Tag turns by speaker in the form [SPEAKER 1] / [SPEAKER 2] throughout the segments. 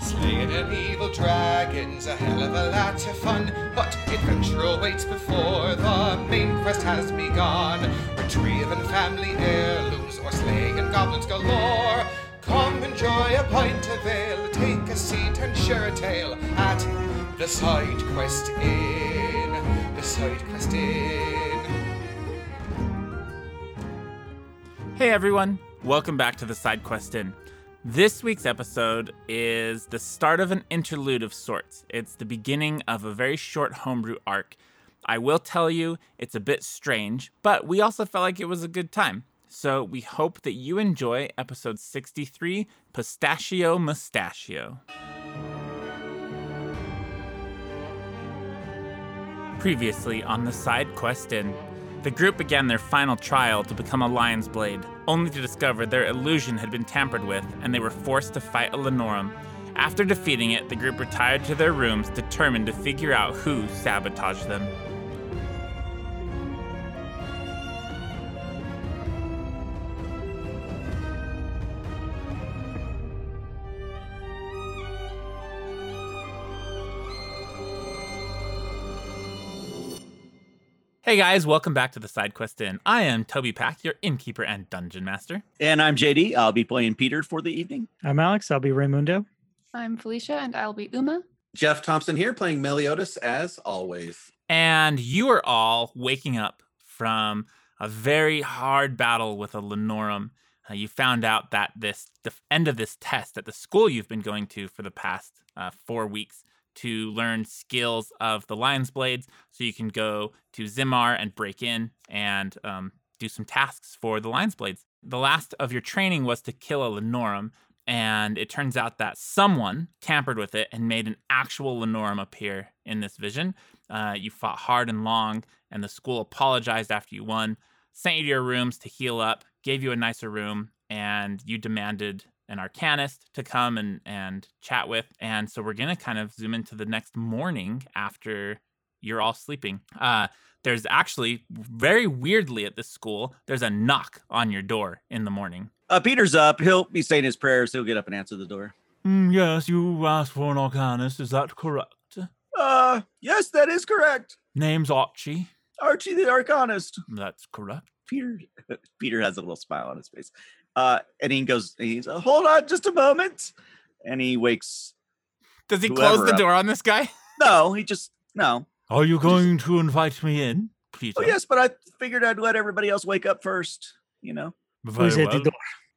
[SPEAKER 1] Slaying an evil dragon's a hell of a lot of fun, but adventure awaits before the main quest has begun. Retrieving family heirlooms or slaying goblins galore. Come enjoy a pint of ale, take a seat and share a tale at the Side Quest Inn. The Side Quest Inn.
[SPEAKER 2] Hey everyone, welcome back to the Side Quest Inn. This week's episode is the start of an interlude of sorts. It's the beginning of a very short homebrew arc. I will tell you, it's a bit strange, but we also felt like it was a good time. So we hope that you enjoy episode 63 Pistachio Mustachio. Previously on the side quest in, the group began their final trial to become a lion's blade, only to discover their illusion had been tampered with and they were forced to fight a Lenorum. After defeating it, the group retired to their rooms determined to figure out who sabotaged them. Hey guys, welcome back to the Side Quest Inn. I am Toby Pack, your innkeeper and dungeon master.
[SPEAKER 3] And I'm JD. I'll be playing Peter for the evening.
[SPEAKER 4] I'm Alex. I'll be Raymundo.
[SPEAKER 5] I'm Felicia, and I'll be Uma.
[SPEAKER 6] Jeff Thompson here playing Meliodas as always.
[SPEAKER 2] And you are all waking up from a very hard battle with a Lenorum. Uh, you found out that this the end of this test at the school you've been going to for the past uh, four weeks to learn skills of the Lion's Blades, so you can go to Zimar and break in and um, do some tasks for the Lion's Blades. The last of your training was to kill a Lenorum, and it turns out that someone tampered with it and made an actual Lenorum appear in this vision. Uh, you fought hard and long, and the school apologized after you won, sent you to your rooms to heal up, gave you a nicer room, and you demanded an arcanist to come and, and chat with. And so we're going to kind of zoom into the next morning after you're all sleeping. Uh, there's actually, very weirdly at this school, there's a knock on your door in the morning.
[SPEAKER 3] Uh, Peter's up. He'll be saying his prayers. He'll get up and answer the door.
[SPEAKER 2] Mm, yes, you asked for an arcanist. Is that correct?
[SPEAKER 3] Uh, yes, that is correct.
[SPEAKER 2] Name's Archie.
[SPEAKER 3] Archie the Arcanist.
[SPEAKER 2] That's correct.
[SPEAKER 3] Peter. Peter has a little smile on his face. Uh, and he goes, he's uh, hold on just a moment. And he wakes.
[SPEAKER 2] Does he
[SPEAKER 3] Whoever
[SPEAKER 2] close the
[SPEAKER 3] up-
[SPEAKER 2] door on this guy?
[SPEAKER 3] No, he just no.
[SPEAKER 2] Are you going to invite me in, Peter?
[SPEAKER 3] Oh yes, but I figured I'd let everybody else wake up first. You know,
[SPEAKER 4] Who's at the door?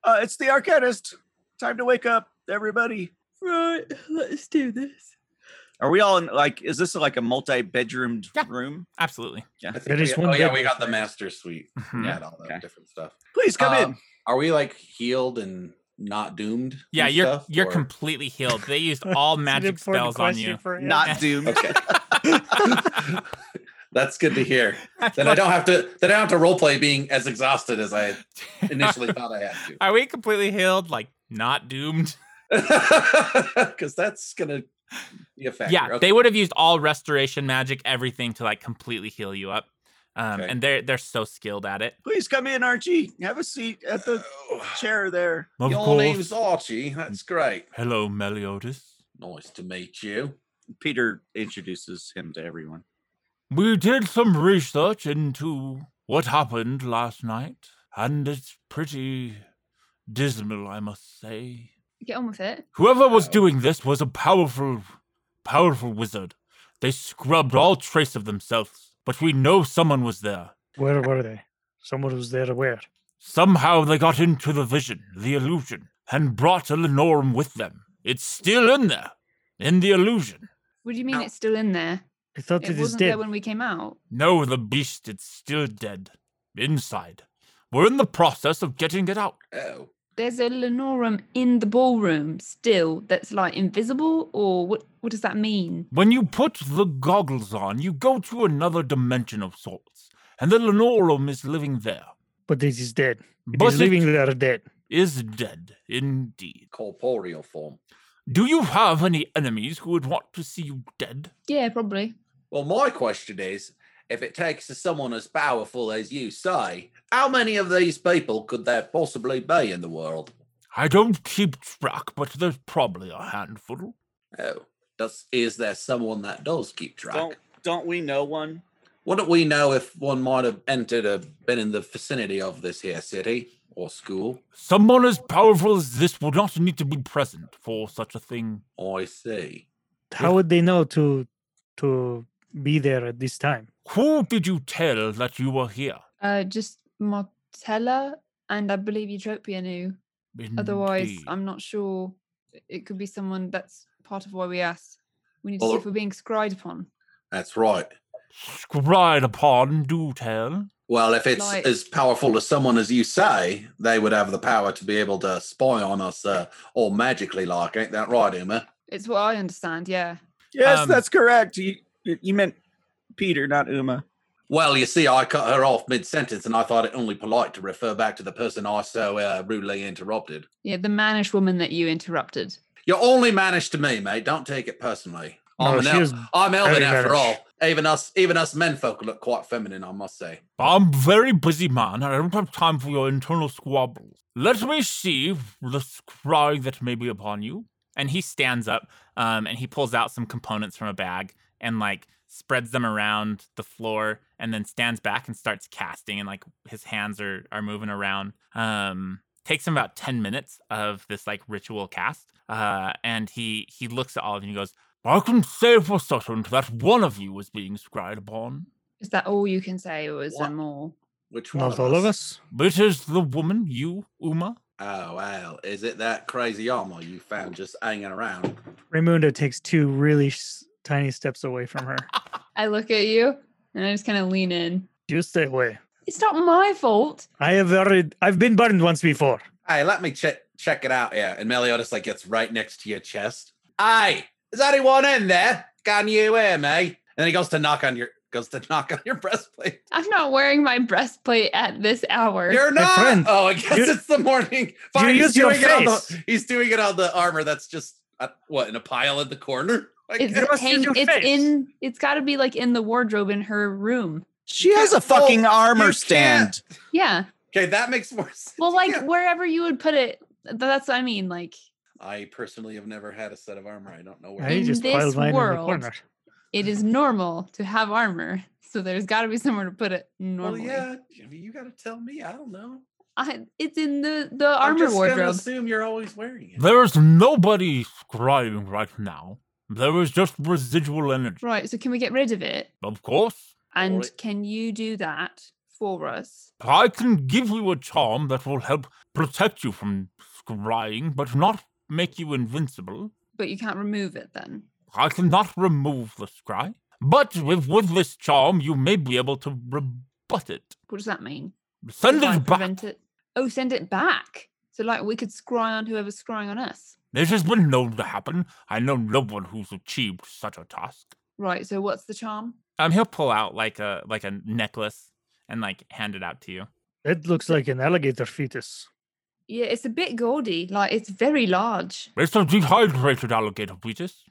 [SPEAKER 3] uh, it's the Arcanist. Time to wake up, everybody.
[SPEAKER 5] Right, let's do this.
[SPEAKER 3] Are we all in like? Is this like a multi-bedroomed
[SPEAKER 2] Yeah.
[SPEAKER 3] room?
[SPEAKER 2] Absolutely.
[SPEAKER 6] I think
[SPEAKER 4] There is
[SPEAKER 6] we-
[SPEAKER 4] one
[SPEAKER 6] oh yeah,
[SPEAKER 4] big
[SPEAKER 6] we got the master suite.
[SPEAKER 2] Mhm.
[SPEAKER 6] Yeah, and all that
[SPEAKER 3] Okay.
[SPEAKER 6] different stuff.
[SPEAKER 3] Please come
[SPEAKER 6] Uh,
[SPEAKER 3] in.
[SPEAKER 6] Are we like healed and not doomed?
[SPEAKER 2] Yeah,
[SPEAKER 6] and
[SPEAKER 2] you're
[SPEAKER 6] stuff,
[SPEAKER 2] you're
[SPEAKER 6] or-
[SPEAKER 2] completely healed. They used all
[SPEAKER 4] It's an
[SPEAKER 2] magic
[SPEAKER 4] important
[SPEAKER 2] spells on
[SPEAKER 4] question
[SPEAKER 2] you.
[SPEAKER 4] for him.
[SPEAKER 3] Not doomed.
[SPEAKER 6] okay. That's good to hear. Then I don't have to. Then I don't have to roleplay being as exhausted as I initially thought I had to.
[SPEAKER 2] Are we completely healed? Like not doomed?
[SPEAKER 6] Because that's gonna be a factor.
[SPEAKER 2] yeah,
[SPEAKER 6] Okay.
[SPEAKER 2] they would have used all restoration magic, everything to like completely heal you up. Um,
[SPEAKER 6] Okay.
[SPEAKER 2] And they're they're so skilled at it.
[SPEAKER 3] Please come in, Archie. Have a seat at the
[SPEAKER 6] Oh,
[SPEAKER 3] chair there.
[SPEAKER 6] Your name's Archie. That's great.
[SPEAKER 2] Hello, Meliodas.
[SPEAKER 6] Nice to meet you.
[SPEAKER 3] Peter introduces him to everyone.
[SPEAKER 2] We did some research into what happened last night, and it's pretty dismal, I must say.
[SPEAKER 5] Get on with it.
[SPEAKER 2] Whoever was
[SPEAKER 6] Oh.
[SPEAKER 2] doing this was a powerful, powerful wizard. They scrubbed all trace of themselves, but we know someone was there.
[SPEAKER 4] Where were they? Someone was there where?
[SPEAKER 2] Somehow they got into the vision, the illusion, and brought a Lenorum with them. It's still in there, in the illusion.
[SPEAKER 5] What do you mean
[SPEAKER 6] Ow.
[SPEAKER 5] it's still in there?
[SPEAKER 4] I thought
[SPEAKER 5] It
[SPEAKER 4] it is
[SPEAKER 5] wasn't
[SPEAKER 4] dead.
[SPEAKER 5] there when we came out.
[SPEAKER 2] No, the beast, it's still dead. Inside. We're in the process of getting it out.
[SPEAKER 6] Oh,
[SPEAKER 5] There's a Lenorum in the ballroom still that's like invisible, or what, what does that mean?
[SPEAKER 2] When you put the goggles on, you go to another dimension of sorts, and the Lenorum is living there.
[SPEAKER 4] But it is dead. It
[SPEAKER 2] But
[SPEAKER 4] is
[SPEAKER 2] it
[SPEAKER 4] living there dead.
[SPEAKER 2] is dead, indeed.
[SPEAKER 6] corporeal form.
[SPEAKER 2] Do you have any enemies who would want to see you dead?
[SPEAKER 5] Yeah, probably.
[SPEAKER 6] Well, my question is if it takes someone as powerful as you say, how many of these people could there possibly be in the world?
[SPEAKER 2] I don't keep track, but there's probably a handful.
[SPEAKER 6] Oh, does is there someone that does keep track?
[SPEAKER 3] Don't don't we know one?
[SPEAKER 6] Wouldn't we know if one might have entered or been in the vicinity of this here city or school?
[SPEAKER 2] Someone as powerful as this would not need to be present for such a thing.
[SPEAKER 6] I see.
[SPEAKER 4] How would they know to to be there at this time?
[SPEAKER 2] Who did you tell that you were here?
[SPEAKER 5] Uh, just Martella and I believe Eutropia knew. Otherwise,
[SPEAKER 2] Indeed.
[SPEAKER 5] I'm not sure. It could be someone that's part of why we asked. We need to see
[SPEAKER 6] Well-
[SPEAKER 5] if we're being scried upon.
[SPEAKER 6] That's right.
[SPEAKER 2] Scried upon, do tell.
[SPEAKER 6] Well, if it's
[SPEAKER 5] Like-
[SPEAKER 6] as powerful as someone as you say, they would have the power to be able to spy on us uh, all magically, like, ain't that right, Uma?
[SPEAKER 5] It's what I understand, yeah.
[SPEAKER 3] Yes,
[SPEAKER 2] Um,
[SPEAKER 3] that's correct. You you meant Peter, not Uma.
[SPEAKER 6] Well, you see, I cut her off mid sentence and I thought it only polite to refer back to the person I so uh, rudely interrupted.
[SPEAKER 5] Yeah, the mannish woman that you interrupted.
[SPEAKER 6] You're only managed to me, mate. Don't take it personally. I'm,
[SPEAKER 4] No,
[SPEAKER 6] an
[SPEAKER 4] she
[SPEAKER 6] el-
[SPEAKER 4] was
[SPEAKER 6] I'm Elvin
[SPEAKER 4] very
[SPEAKER 6] after
[SPEAKER 4] mannish.
[SPEAKER 6] all. Even us, even us men folk look quite feminine, I must say.
[SPEAKER 2] I'm a very busy man, and I don't have time for your internal squabbles. Let me see the scry that may be upon you. And he stands up, um, and he pulls out some components from a bag and like spreads them around the floor, and then stands back and starts casting, and like his hands are are moving around. Um, takes him about ten minutes of this like ritual cast, uh, and he he looks at all of you and he goes, "I can say for certain that one of you is being scried upon."
[SPEAKER 5] Is that all you can say, or is
[SPEAKER 6] What?
[SPEAKER 5] there more?
[SPEAKER 6] Which one?
[SPEAKER 4] not all of us.
[SPEAKER 2] But is the woman, you, Uma?
[SPEAKER 6] Oh well, is it that crazy armor you found just hanging around?
[SPEAKER 4] Raimundo takes two really s- tiny steps away from her.
[SPEAKER 5] I look at you and I just kind of lean in.
[SPEAKER 4] You stay away.
[SPEAKER 5] It's not my fault.
[SPEAKER 4] I have already. I've been burned once before.
[SPEAKER 6] Hey, let me check check it out here. And Meliodas like gets right next to your chest. Hey, is anyone in there? Can you hear me? And then he goes to knock on your goes to knock on your breastplate.
[SPEAKER 5] I'm not wearing my breastplate at this hour.
[SPEAKER 6] You're
[SPEAKER 4] My
[SPEAKER 6] not.
[SPEAKER 4] friend,
[SPEAKER 6] oh, I guess
[SPEAKER 4] you-
[SPEAKER 6] it's the morning.
[SPEAKER 4] you use
[SPEAKER 6] he's
[SPEAKER 4] your
[SPEAKER 6] doing it on the-
[SPEAKER 4] face.
[SPEAKER 6] he's doing it on the armor that's just uh, what in a pile in the corner. I
[SPEAKER 5] it's
[SPEAKER 6] guess.
[SPEAKER 4] must use
[SPEAKER 5] hang-
[SPEAKER 4] your
[SPEAKER 5] it's
[SPEAKER 4] face.
[SPEAKER 5] in. It's got to be like in the wardrobe in her room.
[SPEAKER 3] She has a
[SPEAKER 6] can't- well,
[SPEAKER 3] fucking
[SPEAKER 6] you
[SPEAKER 3] armor
[SPEAKER 6] can't-
[SPEAKER 3] stand.
[SPEAKER 5] Yeah.
[SPEAKER 6] okay, that makes more sense.
[SPEAKER 5] Well, like
[SPEAKER 6] Yeah.
[SPEAKER 5] wherever you would put it. th- That's what I mean. Like
[SPEAKER 6] I personally have never had a set of armor. I don't know where.
[SPEAKER 4] I
[SPEAKER 5] In
[SPEAKER 4] just
[SPEAKER 5] this
[SPEAKER 4] piled mine in the
[SPEAKER 5] world,
[SPEAKER 4] corner.
[SPEAKER 5] it is normal to have armor, so there's got to be somewhere to put it normally.
[SPEAKER 6] Well, yeah, you got to tell me. I don't know.
[SPEAKER 5] I, it's in the the
[SPEAKER 6] I'm
[SPEAKER 5] armor
[SPEAKER 6] just gonna
[SPEAKER 5] wardrobe.
[SPEAKER 6] Assume you're always wearing it.
[SPEAKER 2] There is nobody scrying right now. There is just residual energy.
[SPEAKER 5] Right. So can we get rid of it?
[SPEAKER 2] Of course,
[SPEAKER 5] And
[SPEAKER 6] Alright.
[SPEAKER 5] can you do that for us?
[SPEAKER 2] I can give you a charm that will help protect you from scrying, but not make you invincible.
[SPEAKER 5] But you can't remove it then.
[SPEAKER 2] I cannot remove the scry, but with, with this charm, you may be able to rebut it.
[SPEAKER 5] What does that mean?
[SPEAKER 2] Send
[SPEAKER 5] Does
[SPEAKER 2] it
[SPEAKER 5] that
[SPEAKER 2] back.
[SPEAKER 5] prevent it? Oh, send it back. So like we could scry on whoever's scrying on us.
[SPEAKER 2] This has been known to happen. I know no one who's achieved such a task.
[SPEAKER 5] Right. So what's the charm?
[SPEAKER 2] Um, he'll pull out like a like a necklace and like hand it out to you.
[SPEAKER 4] It looks like an alligator fetus.
[SPEAKER 5] Yeah, it's a bit gaudy. Like it's very large.
[SPEAKER 2] It's a dehydrated alligator fetus.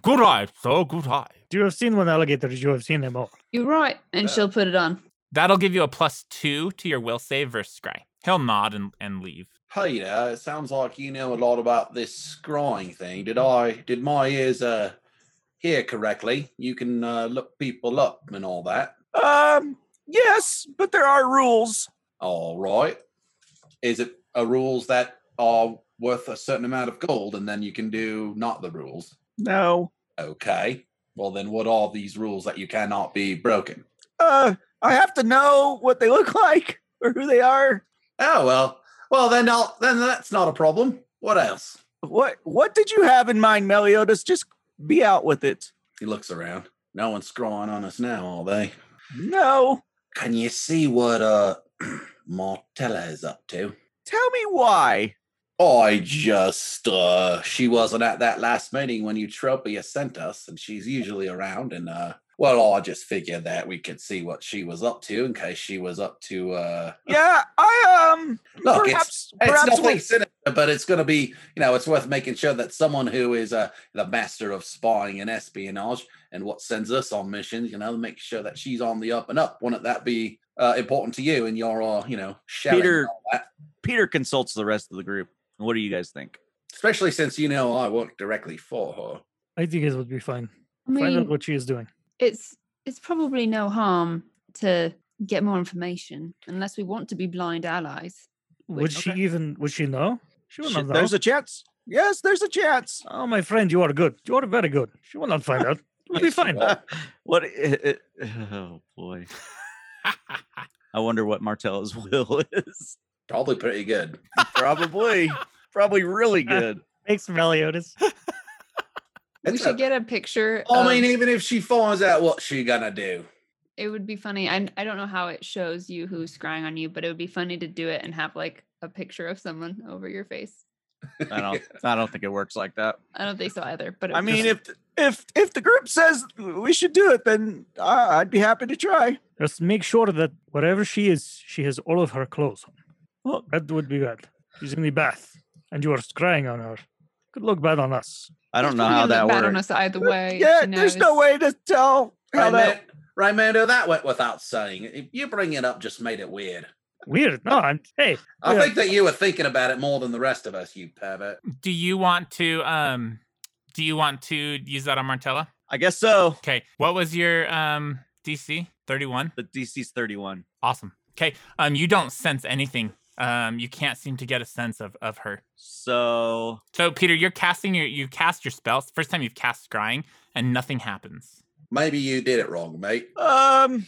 [SPEAKER 2] Good eye, sir. Good eye.
[SPEAKER 4] You have seen one alligator. You have seen them all.
[SPEAKER 5] You're right. And
[SPEAKER 6] Yeah.
[SPEAKER 5] she'll put it on.
[SPEAKER 2] That'll give you a plus two to your will save versus Scry. He'll nod and, and leave.
[SPEAKER 6] Peter, it sounds like you know a lot about this scrying thing. Did I? Did my ears uh hear correctly? You can uh, look people up and all that.
[SPEAKER 3] Um, yes, but there are rules.
[SPEAKER 6] All right. Is it a rules that are worth a certain amount of gold, and then you can do not the rules?
[SPEAKER 3] No.
[SPEAKER 6] Okay. Well, then, what are these rules that you cannot be broken?
[SPEAKER 3] Uh, I have to know what they look like or who they are.
[SPEAKER 6] Oh well. Well, then, I'll, then that's not a problem. What else?
[SPEAKER 3] What What did you have in mind, Meliodas? Just be out with it.
[SPEAKER 6] He looks around. No one's scrying on us now, are they?
[SPEAKER 3] No.
[SPEAKER 6] Can you see what uh Martella is up to?
[SPEAKER 3] Tell me why.
[SPEAKER 6] I just uh she wasn't at that last meeting when Eutropia sent us, and she's usually around and uh well, I just figured that we could see what she was up to in case she was up to uh
[SPEAKER 3] Yeah, I um.
[SPEAKER 6] Look, it's-
[SPEAKER 3] perhaps
[SPEAKER 6] it's
[SPEAKER 3] perhaps
[SPEAKER 6] nothing
[SPEAKER 3] we,
[SPEAKER 6] sinister, but it's going to be, you know, it's worth making sure that someone who is uh, the master of spying and espionage and what sends us on missions, you know, make sure that she's on the up and up. Wouldn't that be uh, important to you and your, uh, you know, shouting
[SPEAKER 3] Peter-
[SPEAKER 6] and all that?
[SPEAKER 3] Peter consults the rest of the group. What do you guys think?
[SPEAKER 6] Especially since you know I work directly for her.
[SPEAKER 4] I think it would be fine.
[SPEAKER 5] I
[SPEAKER 4] Find
[SPEAKER 5] mean,
[SPEAKER 4] out what she is doing.
[SPEAKER 5] it's it's probably no harm to get more information unless we want to be blind allies.
[SPEAKER 4] Would she even? Would she know? She will
[SPEAKER 3] Shit,
[SPEAKER 4] not know.
[SPEAKER 3] there's a chance. Yes, there's a chance.
[SPEAKER 4] oh, my friend, you are good. You are very good. She will not find out. It will be
[SPEAKER 6] Yes, she
[SPEAKER 4] fine.
[SPEAKER 6] will.
[SPEAKER 3] What? It, it- oh boy. I wonder what Martella's will is.
[SPEAKER 6] Probably pretty good.
[SPEAKER 3] Probably, probably really good.
[SPEAKER 4] Thanks, Meliodas.
[SPEAKER 5] we
[SPEAKER 6] It's
[SPEAKER 5] should
[SPEAKER 6] a-
[SPEAKER 5] get a picture.
[SPEAKER 3] Oh,
[SPEAKER 4] Um,
[SPEAKER 6] I mean,
[SPEAKER 5] of-
[SPEAKER 6] even if she finds out what she gonna do,
[SPEAKER 5] it would be funny. I I don't know how it shows you who's scrying on you, but it would be funny to do it and have like a picture of someone over your face.
[SPEAKER 3] I don't. I don't think it works like that.
[SPEAKER 5] I don't think so either. But it
[SPEAKER 3] I
[SPEAKER 5] would be
[SPEAKER 3] mean,
[SPEAKER 5] funny.
[SPEAKER 3] if if if the group says we should do it, then I, I'd be happy to try.
[SPEAKER 4] Just make sure that wherever she is, she has all of her clothes on.
[SPEAKER 3] Well-
[SPEAKER 4] that would be bad. She's in the bath, and you are scrying on her. Could look bad on us.
[SPEAKER 3] I don't
[SPEAKER 5] It's
[SPEAKER 3] know
[SPEAKER 5] probably
[SPEAKER 3] how
[SPEAKER 5] gonna
[SPEAKER 3] that
[SPEAKER 5] look bad on
[SPEAKER 3] works.
[SPEAKER 5] us either way.
[SPEAKER 3] yeah,
[SPEAKER 5] she
[SPEAKER 3] there's no
[SPEAKER 5] knows.
[SPEAKER 3] way to tell how
[SPEAKER 6] right,
[SPEAKER 3] that.
[SPEAKER 6] Man, right, Mando? That went without saying. If You bringing it up just made it weird.
[SPEAKER 4] Weird. No, I'm. Hey,
[SPEAKER 6] I
[SPEAKER 4] Yeah.
[SPEAKER 6] think that you were thinking about it more than the rest of us, you pervert.
[SPEAKER 2] Do you want to um do you want to use that on Martella?
[SPEAKER 3] I guess so.
[SPEAKER 2] Okay. What was your um DC? 31.
[SPEAKER 3] The DC's 31.
[SPEAKER 2] Awesome. Okay. Um you don't sense anything. Um you can't seem to get a sense of of her.
[SPEAKER 3] So
[SPEAKER 2] So Peter, you're casting your you cast your spells. First time you've cast scrying and nothing happens.
[SPEAKER 6] Maybe you did it wrong, mate.
[SPEAKER 3] um,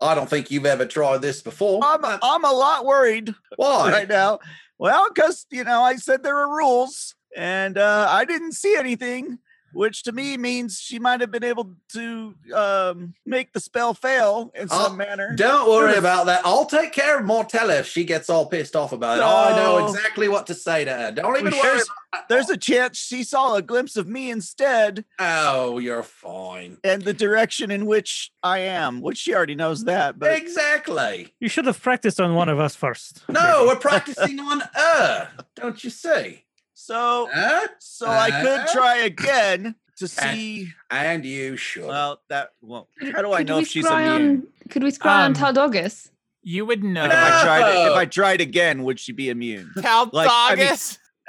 [SPEAKER 6] I don't think you've ever tried this before.
[SPEAKER 3] I'm I'm a lot worried
[SPEAKER 6] Why?
[SPEAKER 3] right now. Well, because you know I said there were rules, and uh, I didn't see anything, which to me means she might have been able to um, make the spell fail in some
[SPEAKER 6] Oh,
[SPEAKER 3] manner.
[SPEAKER 6] Don't worry
[SPEAKER 3] Sure.
[SPEAKER 6] about that. I'll take care of Mortella if she gets all pissed off about it. I know
[SPEAKER 3] No.
[SPEAKER 6] exactly what to say to her. Don't even worry.
[SPEAKER 3] Well, Oh. there's-
[SPEAKER 6] about
[SPEAKER 3] There's a chance she saw a glimpse of me instead,
[SPEAKER 6] oh, you're fine.
[SPEAKER 3] and the direction in which I am, which she already knows that. But
[SPEAKER 6] exactly.
[SPEAKER 4] you should have practiced on one of us first.
[SPEAKER 6] No, we're practicing on her. Don't you see?
[SPEAKER 3] so
[SPEAKER 6] Huh?
[SPEAKER 3] so I could
[SPEAKER 6] Uh,
[SPEAKER 3] try again to
[SPEAKER 6] Okay.
[SPEAKER 3] see.
[SPEAKER 6] And you should.
[SPEAKER 3] Well, that won't.
[SPEAKER 5] Could-
[SPEAKER 3] How do I
[SPEAKER 5] could
[SPEAKER 3] know
[SPEAKER 5] we
[SPEAKER 3] if she's
[SPEAKER 5] scry
[SPEAKER 3] immune?
[SPEAKER 5] on- Could we scry
[SPEAKER 2] Um,
[SPEAKER 5] on Taldogus?
[SPEAKER 2] You would know.
[SPEAKER 3] If I tried it, if
[SPEAKER 6] No.
[SPEAKER 3] I tried again, would she be immune?
[SPEAKER 2] Taldogus.
[SPEAKER 3] Like, I mean-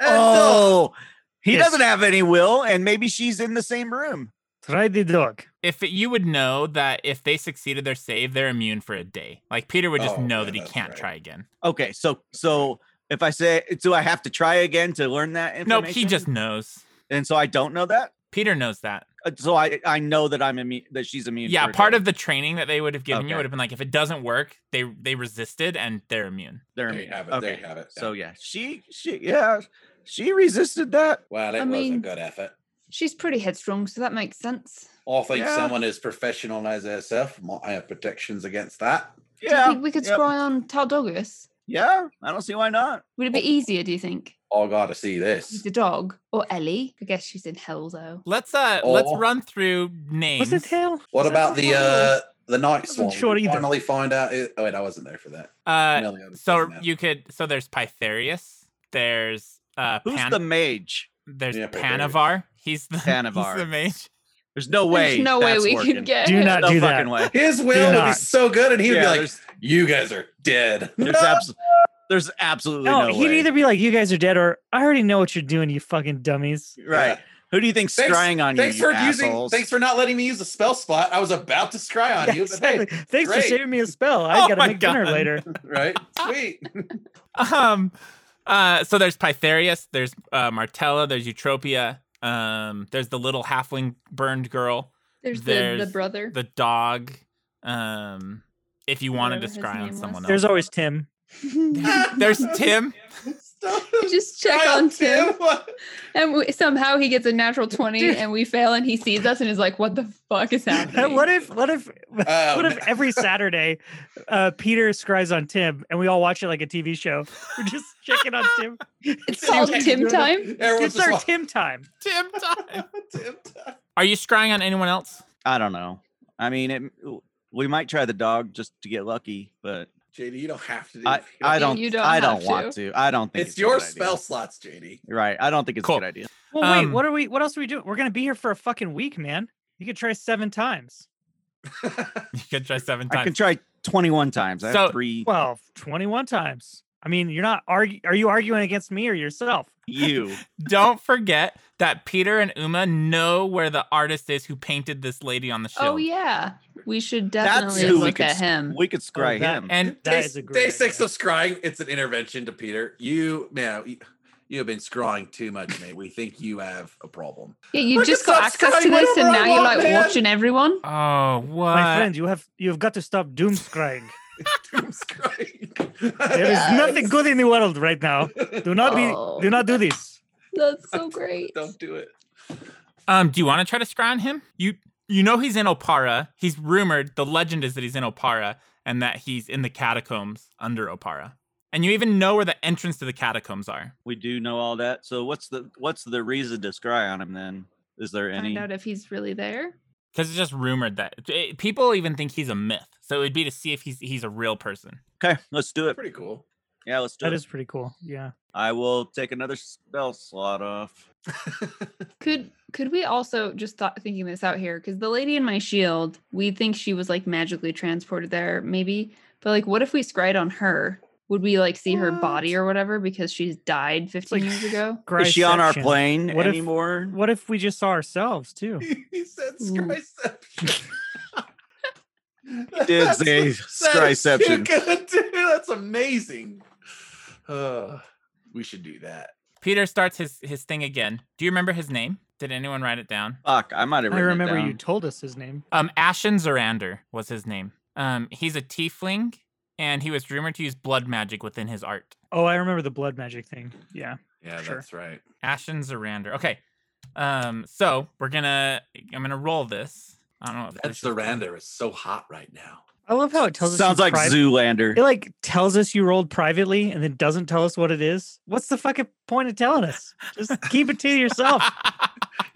[SPEAKER 3] Oh,
[SPEAKER 6] And Uh, no.
[SPEAKER 3] he
[SPEAKER 4] Yes.
[SPEAKER 3] doesn't have any will, and maybe she's in the same room.
[SPEAKER 4] Try the dog.
[SPEAKER 2] if it, you would know that if they succeeded their save, they're immune for a day. Like Peter would just
[SPEAKER 6] Oh,
[SPEAKER 2] know
[SPEAKER 6] yeah,
[SPEAKER 2] that he
[SPEAKER 6] that's
[SPEAKER 2] can't
[SPEAKER 6] right.
[SPEAKER 2] try again.
[SPEAKER 3] Okay, so so if I say, do I have to try again to learn that information?
[SPEAKER 2] Nope, he just knows.
[SPEAKER 3] and so I don't know that.
[SPEAKER 2] Peter knows that.
[SPEAKER 3] Uh, So I I know that I'm immune that she's immune.
[SPEAKER 2] yeah,
[SPEAKER 3] for a
[SPEAKER 2] part
[SPEAKER 3] day.
[SPEAKER 2] of the training that they would have given you
[SPEAKER 3] Okay.
[SPEAKER 2] would have been like, if it doesn't work, they they resisted and they're immune.
[SPEAKER 3] they're
[SPEAKER 6] There you
[SPEAKER 3] immune.
[SPEAKER 6] have it.
[SPEAKER 3] Okay,
[SPEAKER 6] There you have it.
[SPEAKER 3] so yeah, she she yeah she resisted that.
[SPEAKER 6] well, it
[SPEAKER 5] I
[SPEAKER 6] was a
[SPEAKER 5] mean-
[SPEAKER 6] good effort.
[SPEAKER 5] She's pretty headstrong, so that makes sense.
[SPEAKER 6] I think
[SPEAKER 3] Yeah.
[SPEAKER 6] someone as professional as herself might have protections against that.
[SPEAKER 5] Do you
[SPEAKER 3] Yeah,
[SPEAKER 5] think we could
[SPEAKER 3] yep.
[SPEAKER 5] scry on Taldogus?
[SPEAKER 3] yeah. I don't see why not.
[SPEAKER 5] Would it be easier, do you think?
[SPEAKER 6] I got to see this.
[SPEAKER 5] The dog or Ellie? I guess she's in hell though.
[SPEAKER 2] Let's uh let's
[SPEAKER 6] Or-
[SPEAKER 2] run through
[SPEAKER 4] Was
[SPEAKER 2] names.
[SPEAKER 4] it hell?
[SPEAKER 6] What about the uh the night
[SPEAKER 4] Wasn't
[SPEAKER 6] swan?
[SPEAKER 4] sure
[SPEAKER 6] Did we
[SPEAKER 4] either.
[SPEAKER 6] Finally find out. It- oh wait, I wasn't there for that.
[SPEAKER 2] Uh,
[SPEAKER 6] Meliodas was
[SPEAKER 2] so
[SPEAKER 6] in that.
[SPEAKER 2] you could so there's Pytherius. There's uh
[SPEAKER 3] Who's
[SPEAKER 2] Pan-
[SPEAKER 3] the mage?
[SPEAKER 2] there's
[SPEAKER 6] Yeah, Pytherius.
[SPEAKER 2] Panavar. He's the He's the
[SPEAKER 3] Panavar.
[SPEAKER 2] mage.
[SPEAKER 3] There's no way.
[SPEAKER 5] There's no way
[SPEAKER 3] that's
[SPEAKER 5] we
[SPEAKER 3] working.
[SPEAKER 5] could get
[SPEAKER 4] Do
[SPEAKER 5] her.
[SPEAKER 4] not
[SPEAKER 3] No
[SPEAKER 4] do that.
[SPEAKER 3] fucking way.
[SPEAKER 6] his will would be
[SPEAKER 4] not.
[SPEAKER 6] so good, and he'd
[SPEAKER 3] Yeah,
[SPEAKER 6] be like,
[SPEAKER 3] there's,
[SPEAKER 6] "You guys are dead."
[SPEAKER 3] there's, abs- there's absolutely
[SPEAKER 4] No,
[SPEAKER 3] no,
[SPEAKER 4] he'd
[SPEAKER 3] way.
[SPEAKER 4] either be like, "You guys are dead," or "I already know what you're doing, you fucking dummies."
[SPEAKER 3] Right. Who do you think's
[SPEAKER 6] Thanks-
[SPEAKER 3] scrying on
[SPEAKER 6] Thanks
[SPEAKER 3] you?
[SPEAKER 6] for
[SPEAKER 3] you
[SPEAKER 6] using.
[SPEAKER 3] assholes?
[SPEAKER 6] Thanks for not letting me use the spell slot. I was about to scry on
[SPEAKER 4] Yeah,
[SPEAKER 6] you, but
[SPEAKER 4] exactly. Thanks
[SPEAKER 6] great.
[SPEAKER 4] for saving me a spell. I
[SPEAKER 2] Oh
[SPEAKER 4] gotta
[SPEAKER 2] my
[SPEAKER 4] make dinner
[SPEAKER 2] God.
[SPEAKER 4] later.
[SPEAKER 6] hey, right? Sweet.
[SPEAKER 2] Um, uh, so there's Pytherius, there's uh, Martella, there's Eutropia, um, there's the little halfling burned girl,
[SPEAKER 5] There's, the,
[SPEAKER 2] There's
[SPEAKER 5] the brother.
[SPEAKER 2] the dog. Um, if you wanted to
[SPEAKER 5] Whatever his
[SPEAKER 2] scry on
[SPEAKER 5] name
[SPEAKER 3] Oh,
[SPEAKER 2] someone
[SPEAKER 5] was.
[SPEAKER 2] else,
[SPEAKER 4] There's always Tim.
[SPEAKER 2] there's Tim.
[SPEAKER 6] Stop.
[SPEAKER 5] Just check
[SPEAKER 6] Kyle,
[SPEAKER 5] on Tim,
[SPEAKER 6] What?
[SPEAKER 5] and we, somehow he gets a natural twenty,
[SPEAKER 4] Dude.
[SPEAKER 5] and we fail, and he sees us and is like, "What the fuck is happening?"
[SPEAKER 4] what if? What if?
[SPEAKER 6] Oh,
[SPEAKER 4] What if
[SPEAKER 6] no.
[SPEAKER 4] every Saturday, uh, Peter scries on Tim, and we all watch it like a TV show? We're just checking on Tim.
[SPEAKER 5] it's called
[SPEAKER 4] Tim
[SPEAKER 5] Tim
[SPEAKER 4] doing it.
[SPEAKER 5] time?
[SPEAKER 6] Everyone's
[SPEAKER 4] It's our
[SPEAKER 6] just
[SPEAKER 4] Tim time.
[SPEAKER 2] Tim time.
[SPEAKER 6] like, Tim. time."
[SPEAKER 2] Are you scrying on anyone else?
[SPEAKER 3] I don't know. I mean, it, we might try the dog just to get lucky, but
[SPEAKER 6] JD, you don't have to do.
[SPEAKER 3] I,
[SPEAKER 6] you don't
[SPEAKER 3] I
[SPEAKER 5] You-
[SPEAKER 3] don't,
[SPEAKER 5] you don't
[SPEAKER 3] I don't
[SPEAKER 5] have
[SPEAKER 3] want to. I don't think
[SPEAKER 6] It's,
[SPEAKER 3] it's, a
[SPEAKER 6] your
[SPEAKER 3] good idea.
[SPEAKER 6] spell slots, JD.
[SPEAKER 3] Right. I don't think it's
[SPEAKER 2] Cool.
[SPEAKER 3] a good idea.
[SPEAKER 4] Well, wait.
[SPEAKER 2] Um,
[SPEAKER 4] what are we? What else are we doing? We're gonna be here for a fucking week, man. You could try seven times.
[SPEAKER 2] You could try seven
[SPEAKER 3] I can
[SPEAKER 2] times.
[SPEAKER 3] try 21 times. I
[SPEAKER 2] So-
[SPEAKER 3] have three.
[SPEAKER 4] Well, 21 times. I mean, you're not argu- Are you arguing against me or yourself?
[SPEAKER 3] You.
[SPEAKER 2] Don't forget that Peter and Uma know where the artist is who painted this lady on the shield.
[SPEAKER 5] Oh yeah, we should
[SPEAKER 3] That's
[SPEAKER 5] definitely
[SPEAKER 3] who we
[SPEAKER 5] look
[SPEAKER 3] could.
[SPEAKER 5] at
[SPEAKER 3] sc-
[SPEAKER 5] him.
[SPEAKER 3] We could scry
[SPEAKER 4] Oh, that-
[SPEAKER 3] him.
[SPEAKER 2] And
[SPEAKER 4] That
[SPEAKER 6] day,
[SPEAKER 4] is a great
[SPEAKER 6] day six
[SPEAKER 4] idea.
[SPEAKER 6] of scrying. It's an intervention to Peter. You, man, you, you have been scrying too much, mate. We think you have a problem.
[SPEAKER 5] yeah,
[SPEAKER 6] I
[SPEAKER 5] you
[SPEAKER 6] can
[SPEAKER 5] just got
[SPEAKER 6] stop
[SPEAKER 5] access to
[SPEAKER 6] scrying
[SPEAKER 5] this, and
[SPEAKER 6] whenever I
[SPEAKER 5] now you're
[SPEAKER 6] want,
[SPEAKER 5] like
[SPEAKER 6] man.
[SPEAKER 5] watching everyone.
[SPEAKER 2] oh what?
[SPEAKER 4] My friend, you have you've got to stop doom scrying.
[SPEAKER 6] Doom scrying.
[SPEAKER 4] There is nothing good in the world right now. Do not
[SPEAKER 5] Oh.
[SPEAKER 4] be. Do not do this.
[SPEAKER 5] That's so great.
[SPEAKER 6] Don't do it.
[SPEAKER 2] Um, do you want to try to scry on him? You you know he's in Opara. He's rumored. The legend is that he's in Opara and that he's in the catacombs under Opara. And you even know where the entrance to the catacombs are.
[SPEAKER 3] we do know all that. So what's the what's the reason to scry on him then? Is there any?
[SPEAKER 5] Find out if he's really there.
[SPEAKER 2] Because it's just rumored that it- people even think he's a myth. So it'd be to see if he's he's a real person.
[SPEAKER 3] Okay, let's do it.
[SPEAKER 6] Pretty cool.
[SPEAKER 3] Yeah, let's do
[SPEAKER 4] That
[SPEAKER 3] it.
[SPEAKER 4] is pretty cool. Yeah.
[SPEAKER 3] I will take another spell slot off.
[SPEAKER 5] Could could we also just thought thinking this out here because the lady in my shield, we think she was like magically transported there, maybe. But like, what if we scryed on her? Would we like see her body or whatever because she's died 15
[SPEAKER 4] like-
[SPEAKER 5] years ago?
[SPEAKER 3] Is she on our
[SPEAKER 4] Gryception.
[SPEAKER 3] plane
[SPEAKER 4] What if-
[SPEAKER 3] anymore?
[SPEAKER 4] What if we just saw ourselves too?
[SPEAKER 6] he said
[SPEAKER 5] Ooh.
[SPEAKER 6] scryception.
[SPEAKER 3] did
[SPEAKER 6] That's-
[SPEAKER 3] say
[SPEAKER 6] that's too
[SPEAKER 3] scryception.
[SPEAKER 6] good, dude. That's amazing. Uh, we should do that.
[SPEAKER 2] Peter starts his his thing again. Do you remember his name? Did anyone write it down?
[SPEAKER 3] Fuck, I might have.
[SPEAKER 4] I
[SPEAKER 3] written it
[SPEAKER 4] remember you
[SPEAKER 3] down.
[SPEAKER 4] told us his name.
[SPEAKER 2] Um, Ashen Zorander was his name. Um, he's a tiefling, and he was rumored to use blood magic within his art.
[SPEAKER 4] Oh, I remember the blood magic thing. Yeah.
[SPEAKER 6] Yeah,
[SPEAKER 4] Sure.
[SPEAKER 6] that's right.
[SPEAKER 2] Ashen Zorander. Okay. Um, so we're gonna I'm gonna roll this. I don't know if
[SPEAKER 6] That
[SPEAKER 2] this is gonna-
[SPEAKER 6] Zorander is so hot right now.
[SPEAKER 4] I love how it tells us. you
[SPEAKER 3] Sounds like
[SPEAKER 4] priv-
[SPEAKER 3] Zoolander.
[SPEAKER 4] It like tells us you rolled privately and then doesn't tell us what it is. What's the fucking point of telling us? Just keep it to yourself.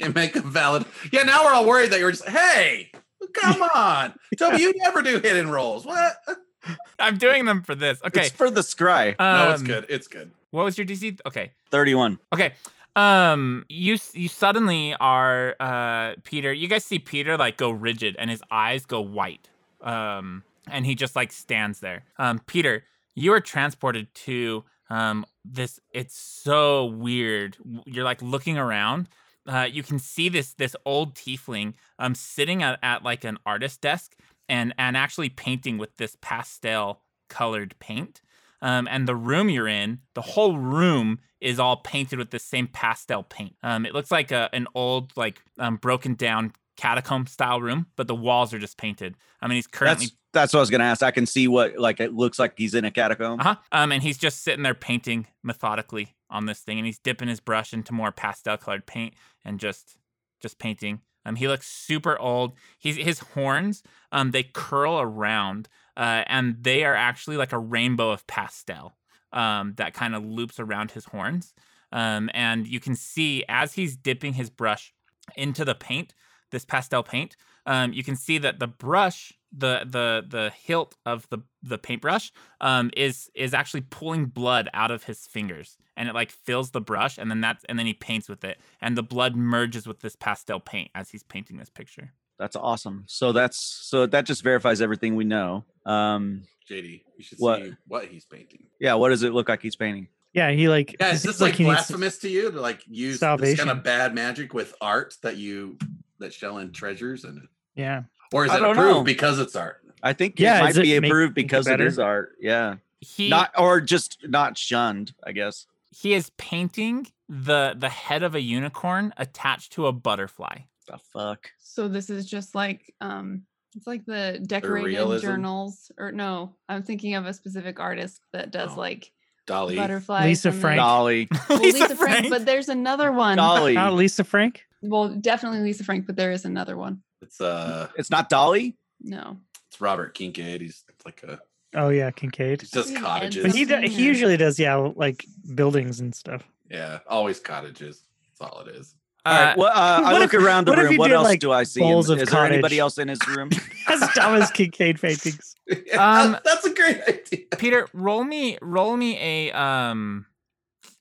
[SPEAKER 6] and make a valid. Yeah, now we're all worried that you're just, hey, come on. Toby, you never do hit and rolls. What?
[SPEAKER 2] I'm doing them for this. Okay.
[SPEAKER 3] It's for the scry.
[SPEAKER 6] no, it's
[SPEAKER 2] um,
[SPEAKER 6] good. It's good.
[SPEAKER 2] What was your DC? Okay.
[SPEAKER 3] Thirty-one.
[SPEAKER 2] Okay. Um, you s- you suddenly are uh Peter. You guys see Peter like go rigid and his eyes go white. Um, and he just like stands there. Um, Peter, you are transported to um this. It's so weird. W- You're like looking around. Uh, you can see this this old tiefling um sitting at, at like an artist desk and and actually painting with this pastel colored paint um, and the room you're in, the whole room is all painted with the same pastel paint. Um, it looks like a, an old, like um, broken down catacomb style room, but the walls are just painted. I mean, he's currently,
[SPEAKER 3] That's that's what I was gonna ask. I can see what like it looks like. He's in a catacomb.
[SPEAKER 2] uh-huh, um, and he's just sitting there painting methodically on this thing, and he's dipping his brush into more pastel colored paint and just, just painting. Um, he looks super old. He's his horns, um, they curl around, uh, and they are actually like a rainbow of pastel. um, that kind of loops around his horns. Um, and you can see as he's dipping his brush into the paint, this pastel paint, um, you can see that the brush, the the the hilt of the the paintbrush, um, is is actually pulling blood out of his fingers, and it like fills the brush, and then that's and then he paints with it, and the blood merges with this pastel paint as he's painting this picture.
[SPEAKER 3] That's awesome. So that's so that just verifies everything we know. Um,
[SPEAKER 6] JD, you should
[SPEAKER 3] What?
[SPEAKER 6] see what he's painting.
[SPEAKER 3] yeah. What does it look like he's painting?
[SPEAKER 4] Yeah, he like.
[SPEAKER 6] Yeah, is
[SPEAKER 4] it's
[SPEAKER 6] this like,
[SPEAKER 4] he needs to-
[SPEAKER 6] blasphemous to you to like use this kind
[SPEAKER 4] Salvation.
[SPEAKER 6] of bad magic with art that you that Shellen treasures and
[SPEAKER 4] yeah.
[SPEAKER 6] or is
[SPEAKER 3] I
[SPEAKER 6] it
[SPEAKER 3] don't
[SPEAKER 6] approved
[SPEAKER 3] know.
[SPEAKER 6] because it's art?
[SPEAKER 3] I think
[SPEAKER 4] Yeah,
[SPEAKER 3] it might
[SPEAKER 4] does it
[SPEAKER 3] be
[SPEAKER 4] make-
[SPEAKER 3] approved
[SPEAKER 4] make it
[SPEAKER 3] because it
[SPEAKER 4] better?
[SPEAKER 3] is art. Yeah,
[SPEAKER 2] He
[SPEAKER 3] not or just not shunned. I guess.
[SPEAKER 2] he is painting the the head of a unicorn attached to a butterfly.
[SPEAKER 3] The fuck.
[SPEAKER 5] So this is just like um it's like the decorated
[SPEAKER 6] realism?
[SPEAKER 5] journals or no, I'm thinking of a specific artist that does
[SPEAKER 6] Oh.
[SPEAKER 5] like
[SPEAKER 6] Dolly.
[SPEAKER 5] butterflies.
[SPEAKER 4] Lisa
[SPEAKER 5] and then-
[SPEAKER 4] Frank.
[SPEAKER 3] Dolly.
[SPEAKER 5] Well, Lisa, Frank, but there's another one.
[SPEAKER 3] Dolly.
[SPEAKER 4] Not Lisa Frank.
[SPEAKER 5] Well, definitely Lisa Frank, but there is another one.
[SPEAKER 6] It's uh
[SPEAKER 3] It's not Dolly.
[SPEAKER 5] No.
[SPEAKER 6] it's Robert Kincaid. He's like a
[SPEAKER 4] Oh yeah, Kincaid.
[SPEAKER 6] he's just
[SPEAKER 5] Maybe Ed
[SPEAKER 4] But
[SPEAKER 6] cottages.
[SPEAKER 4] he do,
[SPEAKER 5] Something
[SPEAKER 4] he
[SPEAKER 5] or-
[SPEAKER 4] usually does yeah like buildings and stuff.
[SPEAKER 6] Yeah, always cottages. That's all it is.
[SPEAKER 3] All right. Well, uh, I
[SPEAKER 4] what
[SPEAKER 3] look
[SPEAKER 4] if-
[SPEAKER 3] around the
[SPEAKER 4] what if
[SPEAKER 3] room.
[SPEAKER 4] you
[SPEAKER 3] What
[SPEAKER 4] did,
[SPEAKER 3] else
[SPEAKER 4] like,
[SPEAKER 3] do I see? in-
[SPEAKER 4] bowls
[SPEAKER 3] Is
[SPEAKER 4] of
[SPEAKER 3] there anybody
[SPEAKER 4] cottage?
[SPEAKER 3] else in his room?
[SPEAKER 4] That's dumb as Kincaid paintings.
[SPEAKER 2] Um,
[SPEAKER 6] That- that's a great idea.
[SPEAKER 2] Peter, roll me, roll me a um,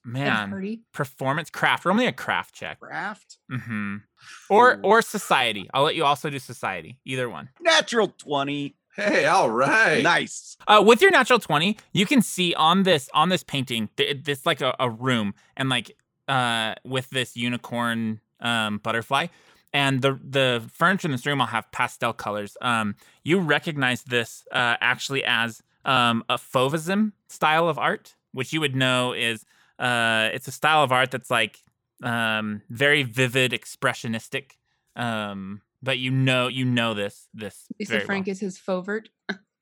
[SPEAKER 5] Ed
[SPEAKER 2] man,
[SPEAKER 5] Hardy.
[SPEAKER 2] performance craft. Roll me a craft check.
[SPEAKER 6] Craft.
[SPEAKER 2] hmm Or
[SPEAKER 6] Ooh.
[SPEAKER 2] or society. I'll let you also do society. Either one.
[SPEAKER 3] Natural twenty.
[SPEAKER 6] Hey, all right.
[SPEAKER 3] Nice.
[SPEAKER 2] Uh, with your natural twenty, you can see on this on this painting, th- this like a, a room, and like uh, with this unicorn um, butterfly, and the the furniture in this room all have pastel colors. Um, you recognize this uh, actually as um, a fauvism style of art, which you would know is uh, it's a style of art that's like um, very vivid, expressionistic. Um, but you know, you know this this.
[SPEAKER 5] Lisa
[SPEAKER 2] very well.
[SPEAKER 5] Frank is his favorite.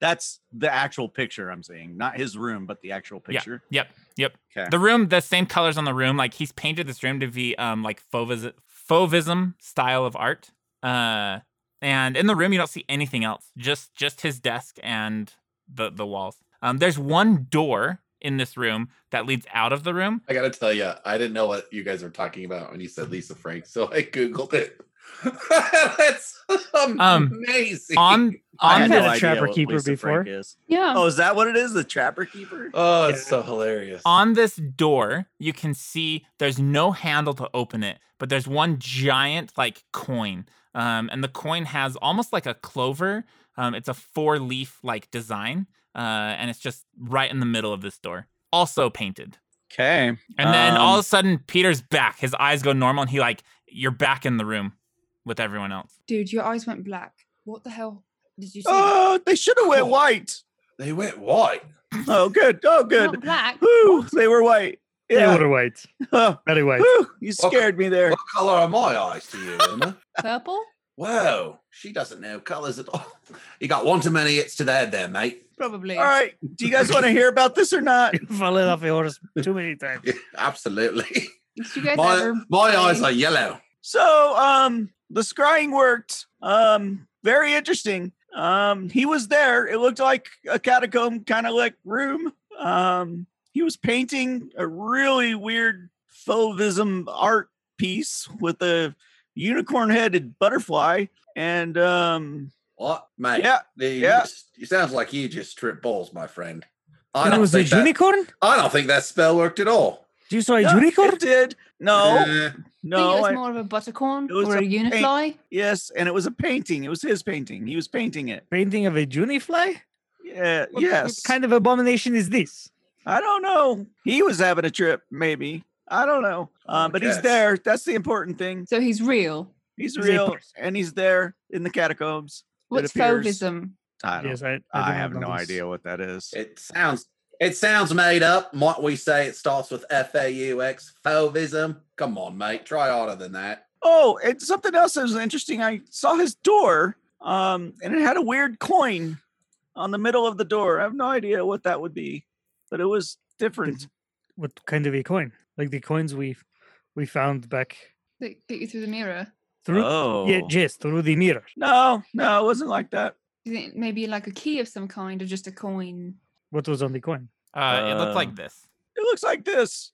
[SPEAKER 3] That's the actual picture I'm seeing, not his room, but the actual picture.
[SPEAKER 2] Yep. Yep.
[SPEAKER 3] Okay.
[SPEAKER 2] The room, the same colors on the room. Like he's painted this room to be um like fauvis- fauvism style of art. Uh, and in the room you don't see anything else. Just just his desk and the the walls. Um, there's one door in this room that leads out of the room.
[SPEAKER 6] I gotta tell you, I didn't know what you guys were talking about when you said Lisa Frank, so I googled it. That's
[SPEAKER 2] Um,
[SPEAKER 6] amazing.
[SPEAKER 2] On
[SPEAKER 3] I
[SPEAKER 2] on
[SPEAKER 3] had
[SPEAKER 4] had
[SPEAKER 2] the
[SPEAKER 4] a trapper
[SPEAKER 3] what
[SPEAKER 4] keeper
[SPEAKER 3] Lisa Frank
[SPEAKER 4] before.
[SPEAKER 3] is.
[SPEAKER 5] Yeah.
[SPEAKER 3] Oh, is that what it is? The trapper keeper?
[SPEAKER 6] oh, it's so hilarious.
[SPEAKER 2] on this door you can see there's no handle to open it, but there's one giant like coin. Um, and the coin has almost like a clover Um, it's a four leaf like design, uh, and it's just right in the middle of this door, also painted.
[SPEAKER 3] Okay.
[SPEAKER 2] And then
[SPEAKER 3] Um,
[SPEAKER 2] all of a sudden, Peter's back. His eyes go normal, and he like, you're back in the room with everyone else.
[SPEAKER 5] Dude, your eyes went black. What the hell did you see? that?
[SPEAKER 3] Oh, they should have went
[SPEAKER 6] Cool.
[SPEAKER 3] white.
[SPEAKER 6] They went white.
[SPEAKER 3] Oh, good. Oh,
[SPEAKER 5] Not
[SPEAKER 3] good.
[SPEAKER 5] black.
[SPEAKER 3] Whew, they were white.
[SPEAKER 4] They
[SPEAKER 3] Yeah.
[SPEAKER 4] would have wiped.
[SPEAKER 3] Oh,
[SPEAKER 4] Betty wiped.
[SPEAKER 3] whew, you
[SPEAKER 6] Well,
[SPEAKER 3] scared me there.
[SPEAKER 6] What color are my eyes to you, Emma?
[SPEAKER 5] Purple?
[SPEAKER 6] Whoa, she doesn't know colors at all. You got one too many hits to there, there, mate.
[SPEAKER 5] Probably.
[SPEAKER 3] All right. Do you guys want to hear about this or not?
[SPEAKER 4] Fallen off the horse too many times.
[SPEAKER 6] Yeah, absolutely.
[SPEAKER 5] Did you guys
[SPEAKER 6] My,
[SPEAKER 5] ever
[SPEAKER 6] my
[SPEAKER 5] play-
[SPEAKER 6] eyes are yellow.
[SPEAKER 3] So, um, the scrying worked. Um, very interesting. Um, he was there. It looked like a catacomb kind of like room. Um, he was painting a really weird fauvism art piece with a unicorn-headed butterfly, and um,
[SPEAKER 6] What, mate?
[SPEAKER 3] yeah,
[SPEAKER 6] You
[SPEAKER 3] yeah.
[SPEAKER 6] just- it sounds like you just trip balls, my friend. I
[SPEAKER 4] It
[SPEAKER 6] don't,
[SPEAKER 4] was a
[SPEAKER 6] think that,
[SPEAKER 4] unicorn?
[SPEAKER 6] I don't think that spell worked at all.
[SPEAKER 4] Do you saw a
[SPEAKER 3] no,
[SPEAKER 4] unicorn?
[SPEAKER 3] it did. No,
[SPEAKER 6] Eh,
[SPEAKER 5] I think it
[SPEAKER 3] no,
[SPEAKER 5] was
[SPEAKER 3] I-
[SPEAKER 5] more of a buttercorn
[SPEAKER 3] it was
[SPEAKER 5] or a,
[SPEAKER 3] a
[SPEAKER 5] unifly.
[SPEAKER 3] yes, and it was a painting. It was his painting. He was painting it.
[SPEAKER 4] Painting of a junifly?
[SPEAKER 3] Yeah,
[SPEAKER 4] What,
[SPEAKER 3] yes.
[SPEAKER 4] What kind of abomination is this?
[SPEAKER 3] I don't know. He was having a trip, maybe. I don't know. Um, but he's
[SPEAKER 6] Yes.
[SPEAKER 3] there. That's the important thing.
[SPEAKER 5] So he's real.
[SPEAKER 3] He's
[SPEAKER 4] He's a
[SPEAKER 3] real,
[SPEAKER 4] person.
[SPEAKER 3] and he's there in the catacombs.
[SPEAKER 5] What's
[SPEAKER 3] appears.
[SPEAKER 5] fauvism?
[SPEAKER 3] I don't.
[SPEAKER 4] I,
[SPEAKER 3] I,
[SPEAKER 4] do
[SPEAKER 3] have
[SPEAKER 4] know
[SPEAKER 3] no
[SPEAKER 4] this.
[SPEAKER 3] idea what that is.
[SPEAKER 6] It sounds it sounds made up. Might we say it starts with F A U X fauvism? Come on, mate. Try harder than that.
[SPEAKER 3] Oh, and something else that was interesting. I saw his door, um, and it had a weird coin on the middle of the door. I have no idea what that would be, but it was different.
[SPEAKER 4] What kind of a coin? Like the coins we we found back
[SPEAKER 5] That get you through the mirror?
[SPEAKER 4] through
[SPEAKER 3] oh,
[SPEAKER 4] yeah, yes, through the mirror.
[SPEAKER 3] no, no, it wasn't like that.
[SPEAKER 5] Do you think maybe like a key of some kind or just a coin?
[SPEAKER 4] What was on the coin?
[SPEAKER 2] Uh, it looked
[SPEAKER 3] Um,
[SPEAKER 2] like this.
[SPEAKER 3] It looks like this.